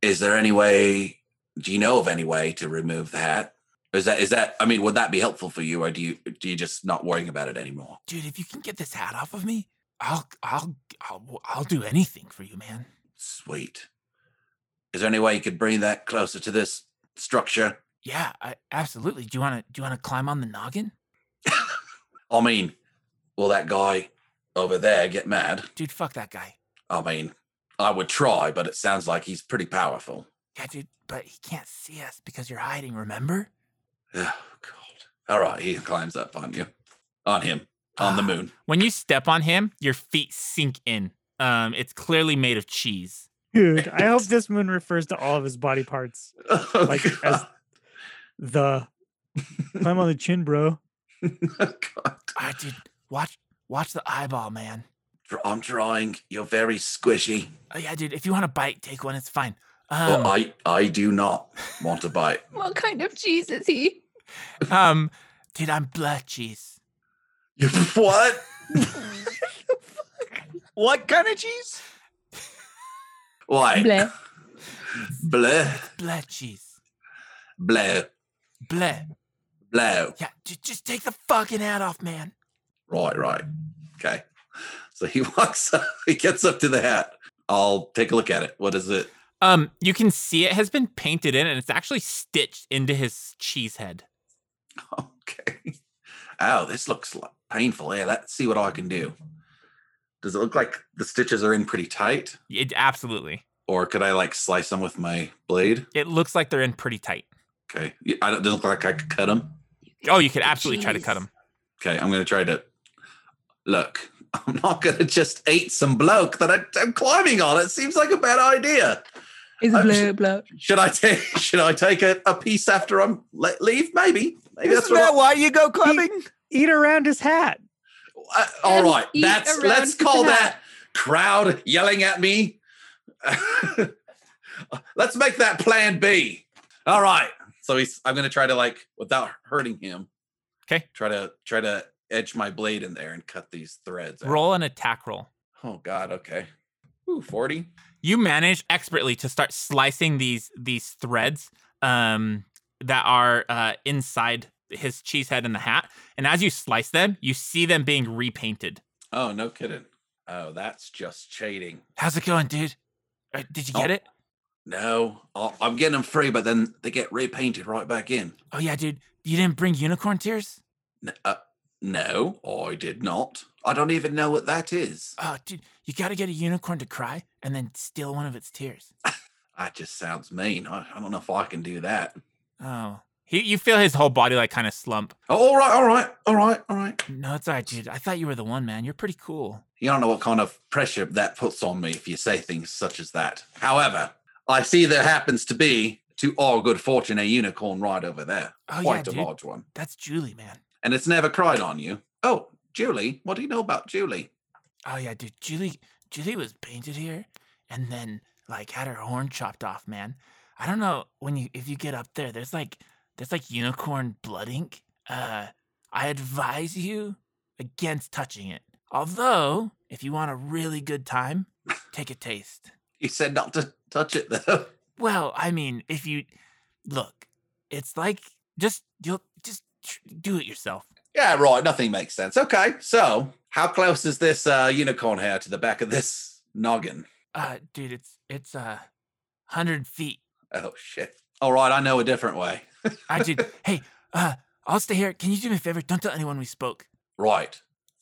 [SPEAKER 6] is there any way, do you know of any way to remove the hat? Is that, is that, I mean, would that be helpful for you or do you, do you just not worrying about it anymore?
[SPEAKER 2] Dude, if you can get this hat off of me, I'll I'll I'll I'll do anything for you, man.
[SPEAKER 6] Sweet. Is there any way you could bring that closer to this structure?
[SPEAKER 2] Yeah, I, absolutely. Do you want to do you want to climb on the noggin?
[SPEAKER 6] I mean, will that guy over there get mad?
[SPEAKER 2] Dude, fuck that guy.
[SPEAKER 6] I mean, I would try, but it sounds like he's pretty powerful.
[SPEAKER 2] Yeah, dude, but he can't see us because you're hiding, remember?
[SPEAKER 6] Oh, God. All right. He climbs up on you, on him, on the
[SPEAKER 2] Ah.
[SPEAKER 6] moon.
[SPEAKER 2] When you step on him, your feet sink in. Um, it's clearly made of cheese.
[SPEAKER 15] Dude, I hope this moon refers to all of his body parts.
[SPEAKER 6] Oh,
[SPEAKER 15] Like, as-
[SPEAKER 6] God.
[SPEAKER 15] The climb on the chin, bro.
[SPEAKER 6] God.
[SPEAKER 2] All right, dude, watch watch the eyeball, man.
[SPEAKER 6] dr- I'm drawing. You're very squishy.
[SPEAKER 2] Oh, yeah, dude. If you want a bite, take one. It's fine.
[SPEAKER 6] But
[SPEAKER 2] Um,
[SPEAKER 6] I, I do not want to bite.
[SPEAKER 5] What kind of cheese is he?
[SPEAKER 2] um, dude, I'm blur cheese.
[SPEAKER 6] You- what?
[SPEAKER 3] What kind of cheese?
[SPEAKER 6] Why?
[SPEAKER 5] Bleh.
[SPEAKER 6] Bleh.
[SPEAKER 2] Blur cheese.
[SPEAKER 6] Bleh.
[SPEAKER 2] Blur.
[SPEAKER 6] Bleh.
[SPEAKER 2] Yeah, dude, just take the fucking hat off, man.
[SPEAKER 6] Right, right. Okay. So he walks up, he gets up to the hat. I'll take a look at it. What is it?
[SPEAKER 2] Um, you can see it has been painted in, and it's actually stitched into his cheese head.
[SPEAKER 6] Okay. Oh, this looks like painful. Yeah, let's see what I can do. Does it look like the stitches are in pretty tight?
[SPEAKER 2] It absolutely.
[SPEAKER 6] Or could I like slice them with my blade?
[SPEAKER 2] It looks like they're in pretty tight.
[SPEAKER 6] Okay. Yeah, I don't, doesn't look like I could cut them.
[SPEAKER 2] Oh, you could absolutely try to cut them.
[SPEAKER 6] Okay, I'm gonna try to look. I'm not gonna just eat some bloke that I, I'm climbing on. It seems like a bad idea.
[SPEAKER 5] Is
[SPEAKER 6] Uh,
[SPEAKER 5] blue blue?
[SPEAKER 6] Should I take Should I take a, a piece after I'm le- leave? Maybe. Maybe that's
[SPEAKER 3] Isn't
[SPEAKER 6] what.
[SPEAKER 3] that why you go clubbing?
[SPEAKER 15] Eat around his hat.
[SPEAKER 6] I, uh, all
[SPEAKER 5] And
[SPEAKER 6] right.
[SPEAKER 5] eat
[SPEAKER 6] That's
[SPEAKER 5] around
[SPEAKER 6] Let's
[SPEAKER 5] the
[SPEAKER 6] call
[SPEAKER 5] hat.
[SPEAKER 6] that crowd yelling at me. let's make that plan B. All right. So he's. I'm gonna try to like without hurting him.
[SPEAKER 2] 'Kay.
[SPEAKER 6] Try to try to edge my blade in there and cut these threads. out.
[SPEAKER 2] Roll an attack roll.
[SPEAKER 6] Oh God. Okay. Ooh, forty.
[SPEAKER 2] you manage expertly to start slicing these these threads um, that are uh, inside his cheese head and the hat. And as you slice them, you see them being repainted.
[SPEAKER 6] Oh, no kidding. Oh, that's just cheating.
[SPEAKER 2] How's it going, dude? Uh, did you
[SPEAKER 6] Oh.
[SPEAKER 2] get it?
[SPEAKER 6] No, I- I'm getting them free, but then they get repainted right back in.
[SPEAKER 2] Oh yeah, dude. You didn't bring unicorn tears?
[SPEAKER 6] N- uh, no, I did not. I don't even know what that is.
[SPEAKER 2] Oh, dude, you got to get a unicorn to cry and then steal one of its tears.
[SPEAKER 6] That just sounds mean. I, I don't know if I can do that.
[SPEAKER 2] Oh, he, you feel his whole body like kind of slump.
[SPEAKER 6] Oh, all right, all right, all right, all right.
[SPEAKER 2] No, it's all right, dude. I thought you were the one, man. You're pretty cool.
[SPEAKER 6] You don't know what kind of pressure that puts on me if you say things such as that. However, I see there happens to be, to our good fortune, a unicorn right over there.
[SPEAKER 2] Oh, yeah,
[SPEAKER 6] Quite a
[SPEAKER 2] dude.
[SPEAKER 6] large one.
[SPEAKER 2] That's Julie, man.
[SPEAKER 6] And it's never cried on you. Oh, Julie, what do you know about Julie?
[SPEAKER 2] Oh yeah, dude. Julie Julie was painted here and then like had her horn chopped off, man. I don't know when you if you get up there, there's like there's like unicorn blood ink. Uh I advise you against touching it. Although, if you want a really good time, take a taste.
[SPEAKER 6] You said not to touch it though.
[SPEAKER 2] Well, I mean, if you look, it's like just you'll just tr- do it yourself.
[SPEAKER 6] yeah, right. Nothing makes sense. Okay, so how close is this uh, unicorn hair to the back of this noggin?
[SPEAKER 2] Uh dude, it's it's uh 100 feet
[SPEAKER 6] Oh shit! All right, I know a different way.
[SPEAKER 2] I did. hey, uh, I'll stay here. Can you do me a favor? Don't tell anyone we spoke.
[SPEAKER 6] Right,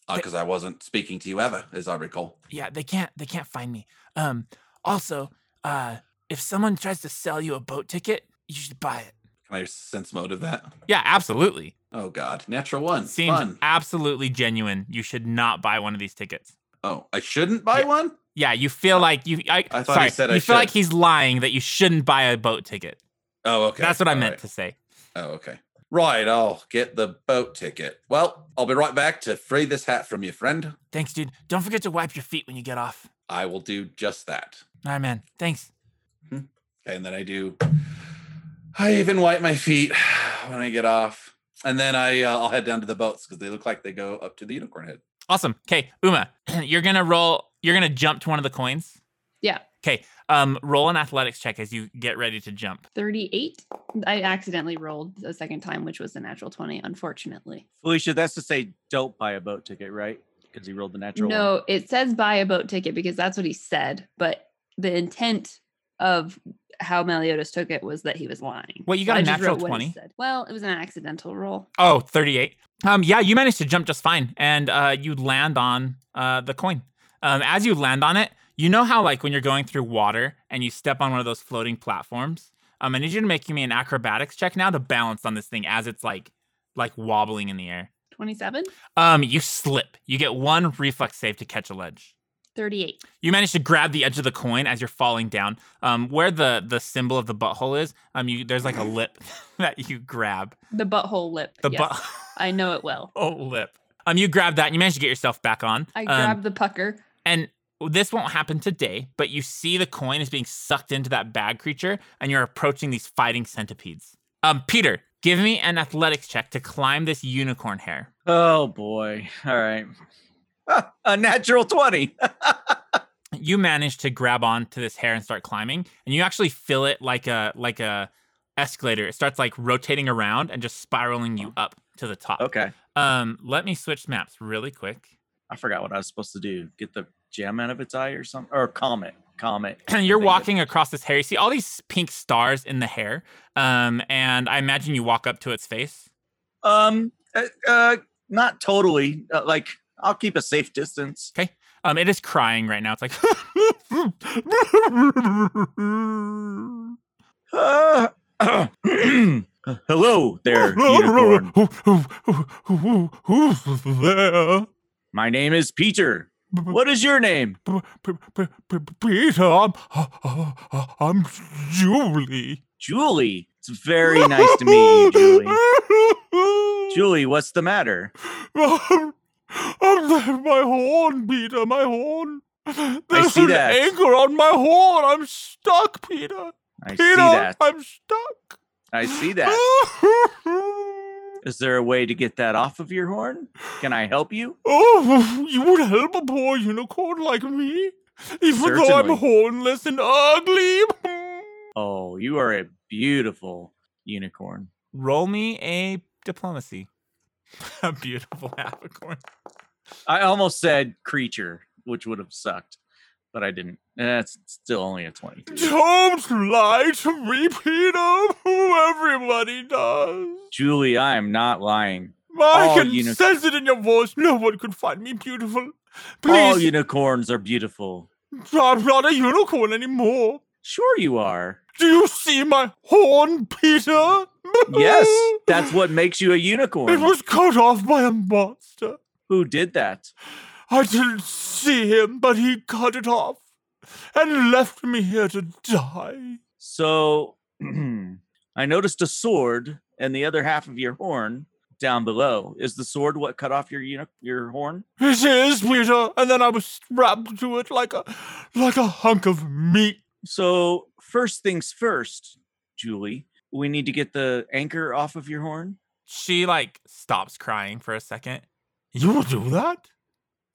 [SPEAKER 2] Th-
[SPEAKER 6] because I wasn't speaking to you ever, as I recall.
[SPEAKER 2] Yeah, they can't. They can't find me. Um. Also, uh, if someone tries to sell you a boat ticket, you should buy it.
[SPEAKER 6] Can I sense mode of that?
[SPEAKER 2] Yeah, absolutely.
[SPEAKER 6] Oh god, natural one.
[SPEAKER 2] Seems
[SPEAKER 6] Fun.
[SPEAKER 2] absolutely genuine. You should not buy one of these tickets.
[SPEAKER 6] Oh, I shouldn't buy
[SPEAKER 2] Yeah.
[SPEAKER 6] one.
[SPEAKER 2] Yeah, you feel like you. I,
[SPEAKER 6] I thought he
[SPEAKER 2] sorry,
[SPEAKER 6] said
[SPEAKER 2] you
[SPEAKER 6] I
[SPEAKER 2] feel like
[SPEAKER 6] should.
[SPEAKER 2] he's lying that you shouldn't buy a boat ticket.
[SPEAKER 6] Oh, okay.
[SPEAKER 2] That's what I
[SPEAKER 6] all
[SPEAKER 2] meant
[SPEAKER 6] right.
[SPEAKER 2] to say.
[SPEAKER 6] Oh, okay. Right, I'll get the boat ticket. Well, I'll be right back to free this hat from your friend.
[SPEAKER 2] Thanks, dude. Don't forget to wipe your feet when you get off.
[SPEAKER 6] I will do just that.
[SPEAKER 2] All right, man. Thanks.
[SPEAKER 6] Okay, and then I do. I even wipe my feet when I get off, and then I uh, I'll head down to the boats because they look like they go up to the unicorn head.
[SPEAKER 2] Awesome. Okay, Uma, you're gonna roll. You're gonna jump to one of the coins.
[SPEAKER 5] Yeah.
[SPEAKER 2] Okay. Um, roll an athletics check as you get ready to jump.
[SPEAKER 5] 38. I accidentally rolled a second time, which was a natural 20, unfortunately.
[SPEAKER 7] Felicia, that's to say, don't buy a boat ticket, right? Because he rolled the natural. one.
[SPEAKER 5] No, it says buy a boat ticket because that's what he said, but the intent of how Meliodas took it was that he was lying.
[SPEAKER 2] Well, you got
[SPEAKER 5] a
[SPEAKER 2] a natural 20.
[SPEAKER 5] Well, it was an accidental roll.
[SPEAKER 2] Oh, 38. Um, yeah, you managed to jump just fine, and uh, you land on uh the coin. Um, as you land on it, you know how like when you're going through water and you step on one of those floating platforms. Um, I need you to make me an acrobatics check now to balance on this thing as it's like like wobbling in the air.
[SPEAKER 5] 27,
[SPEAKER 2] Um, you slip. You get one reflex save to catch a ledge.
[SPEAKER 5] 38.
[SPEAKER 2] You manage to grab the edge of the coin as you're falling down. Um, where the the symbol of the butthole is, um, you there's like a lip that you grab.
[SPEAKER 5] The butthole lip.
[SPEAKER 2] The
[SPEAKER 5] yes, I know it well.
[SPEAKER 2] butthole lip. Um, you grab that and you manage to get yourself back on.
[SPEAKER 5] I
[SPEAKER 2] um,
[SPEAKER 5] grabbed the pucker.
[SPEAKER 2] And this won't happen today, but you see the coin is being sucked into that bag creature, and you're approaching these fighting centipedes. Um, Peter, give me an athletics check to climb this unicorn hair.
[SPEAKER 3] Oh boy. All right.
[SPEAKER 16] A natural 20.
[SPEAKER 2] You manage to grab onto this hair and start climbing, and you actually feel it like a like a escalator. It starts like rotating around and just spiraling you up to the top.
[SPEAKER 3] Okay.
[SPEAKER 2] Um, let me switch maps really quick.
[SPEAKER 3] I forgot what I was supposed to do. Get the gem out of its eye or something, or comet. Comet.
[SPEAKER 2] and you're
[SPEAKER 3] Thing that-
[SPEAKER 2] walking across this hair. You see all these pink stars in the hair. Um, and I imagine you walk up to its face.
[SPEAKER 16] Um, uh, uh, not totally. Uh, like, I'll keep a safe distance.
[SPEAKER 2] Um, it is crying right now. It's like,
[SPEAKER 16] Uh,
[SPEAKER 3] Hello there, unicorn.
[SPEAKER 14] Who's there?
[SPEAKER 3] My name is Peter. What is your name?
[SPEAKER 14] Peter, I'm, I'm Julie.
[SPEAKER 3] Julie. It's very nice to meet you, Julie. Julie, what's the matter?
[SPEAKER 14] I'm, I'm my horn, Peter. My horn. There's
[SPEAKER 3] see
[SPEAKER 14] an
[SPEAKER 3] that.
[SPEAKER 14] anchor on my horn. I'm stuck, Peter.
[SPEAKER 3] I see
[SPEAKER 14] Peter,
[SPEAKER 3] that.
[SPEAKER 14] I'm stuck.
[SPEAKER 3] I see that. Is there a way to get that off of your horn? Can I help you?
[SPEAKER 14] oh, you would help a poor unicorn like me, even though I'm
[SPEAKER 3] Certainly.
[SPEAKER 14] hornless and ugly.
[SPEAKER 3] Oh, you are a beautiful unicorn.
[SPEAKER 2] Roll me a diplomacy. a beautiful apricorn.
[SPEAKER 3] I almost said creature, which would have sucked, but I didn't. That's still only a 20.
[SPEAKER 14] Don't lie to me, Peter. Everybody does.
[SPEAKER 3] Julie, I am not lying.
[SPEAKER 14] I
[SPEAKER 3] All
[SPEAKER 14] can
[SPEAKER 3] unic-
[SPEAKER 14] sense it in your voice. No one could find me beautiful.
[SPEAKER 3] All
[SPEAKER 14] Please,
[SPEAKER 3] unicorns are beautiful.
[SPEAKER 14] I'm not a unicorn anymore.
[SPEAKER 3] Sure, you are.
[SPEAKER 14] Do you see my horn, Peter?
[SPEAKER 3] Yes, that's what makes you a unicorn.
[SPEAKER 14] It was cut off by a monster.
[SPEAKER 3] Who did that?
[SPEAKER 14] I didn't see him, but he cut it off and left me here to die.
[SPEAKER 3] So I noticed a sword and the other half of your horn down below. Is the sword what cut off your uni- your horn?
[SPEAKER 14] It is, Peter, and then I was strapped to it like a like a hunk of meat.
[SPEAKER 3] So first things first, Julie, we need to get the anchor off of your horn.
[SPEAKER 2] She like stops crying for a second.
[SPEAKER 14] You will do that?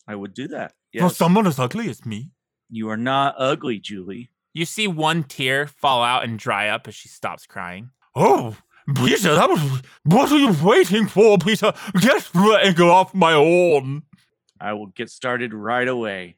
[SPEAKER 3] I would do that.
[SPEAKER 14] For
[SPEAKER 3] Yes.
[SPEAKER 14] someone as ugly as me?
[SPEAKER 3] you are not ugly, Julie.
[SPEAKER 2] You see one tear fall out and dry up as she stops crying.
[SPEAKER 14] Oh, Peter, that was. What are you waiting for, Peter? Get the anchor off my horn.
[SPEAKER 3] I will get started right away.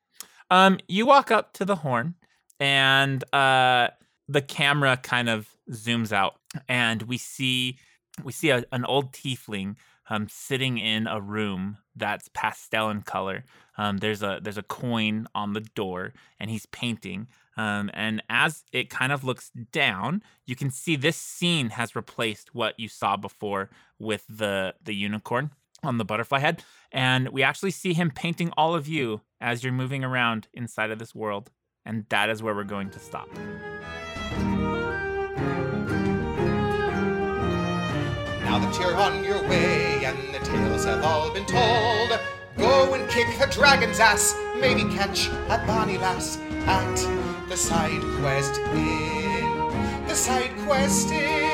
[SPEAKER 2] Um, you walk up to the horn, and uh, the camera kind of zooms out, and we see we see a, an old tiefling um sitting in a room that's pastel in color. Um, there's a there's a coin on the door, and he's painting. Um, and as it kind of looks down, you can see this scene has replaced what you saw before with the the unicorn on the butterfly head and we actually see him painting all of you as you're moving around inside of this world. And that is where we're going to stop.
[SPEAKER 1] Now that you're on your way and the tales have all been told, go and kick the dragon's ass, maybe catch a bonny lass at the side quest inn. The side quest inn.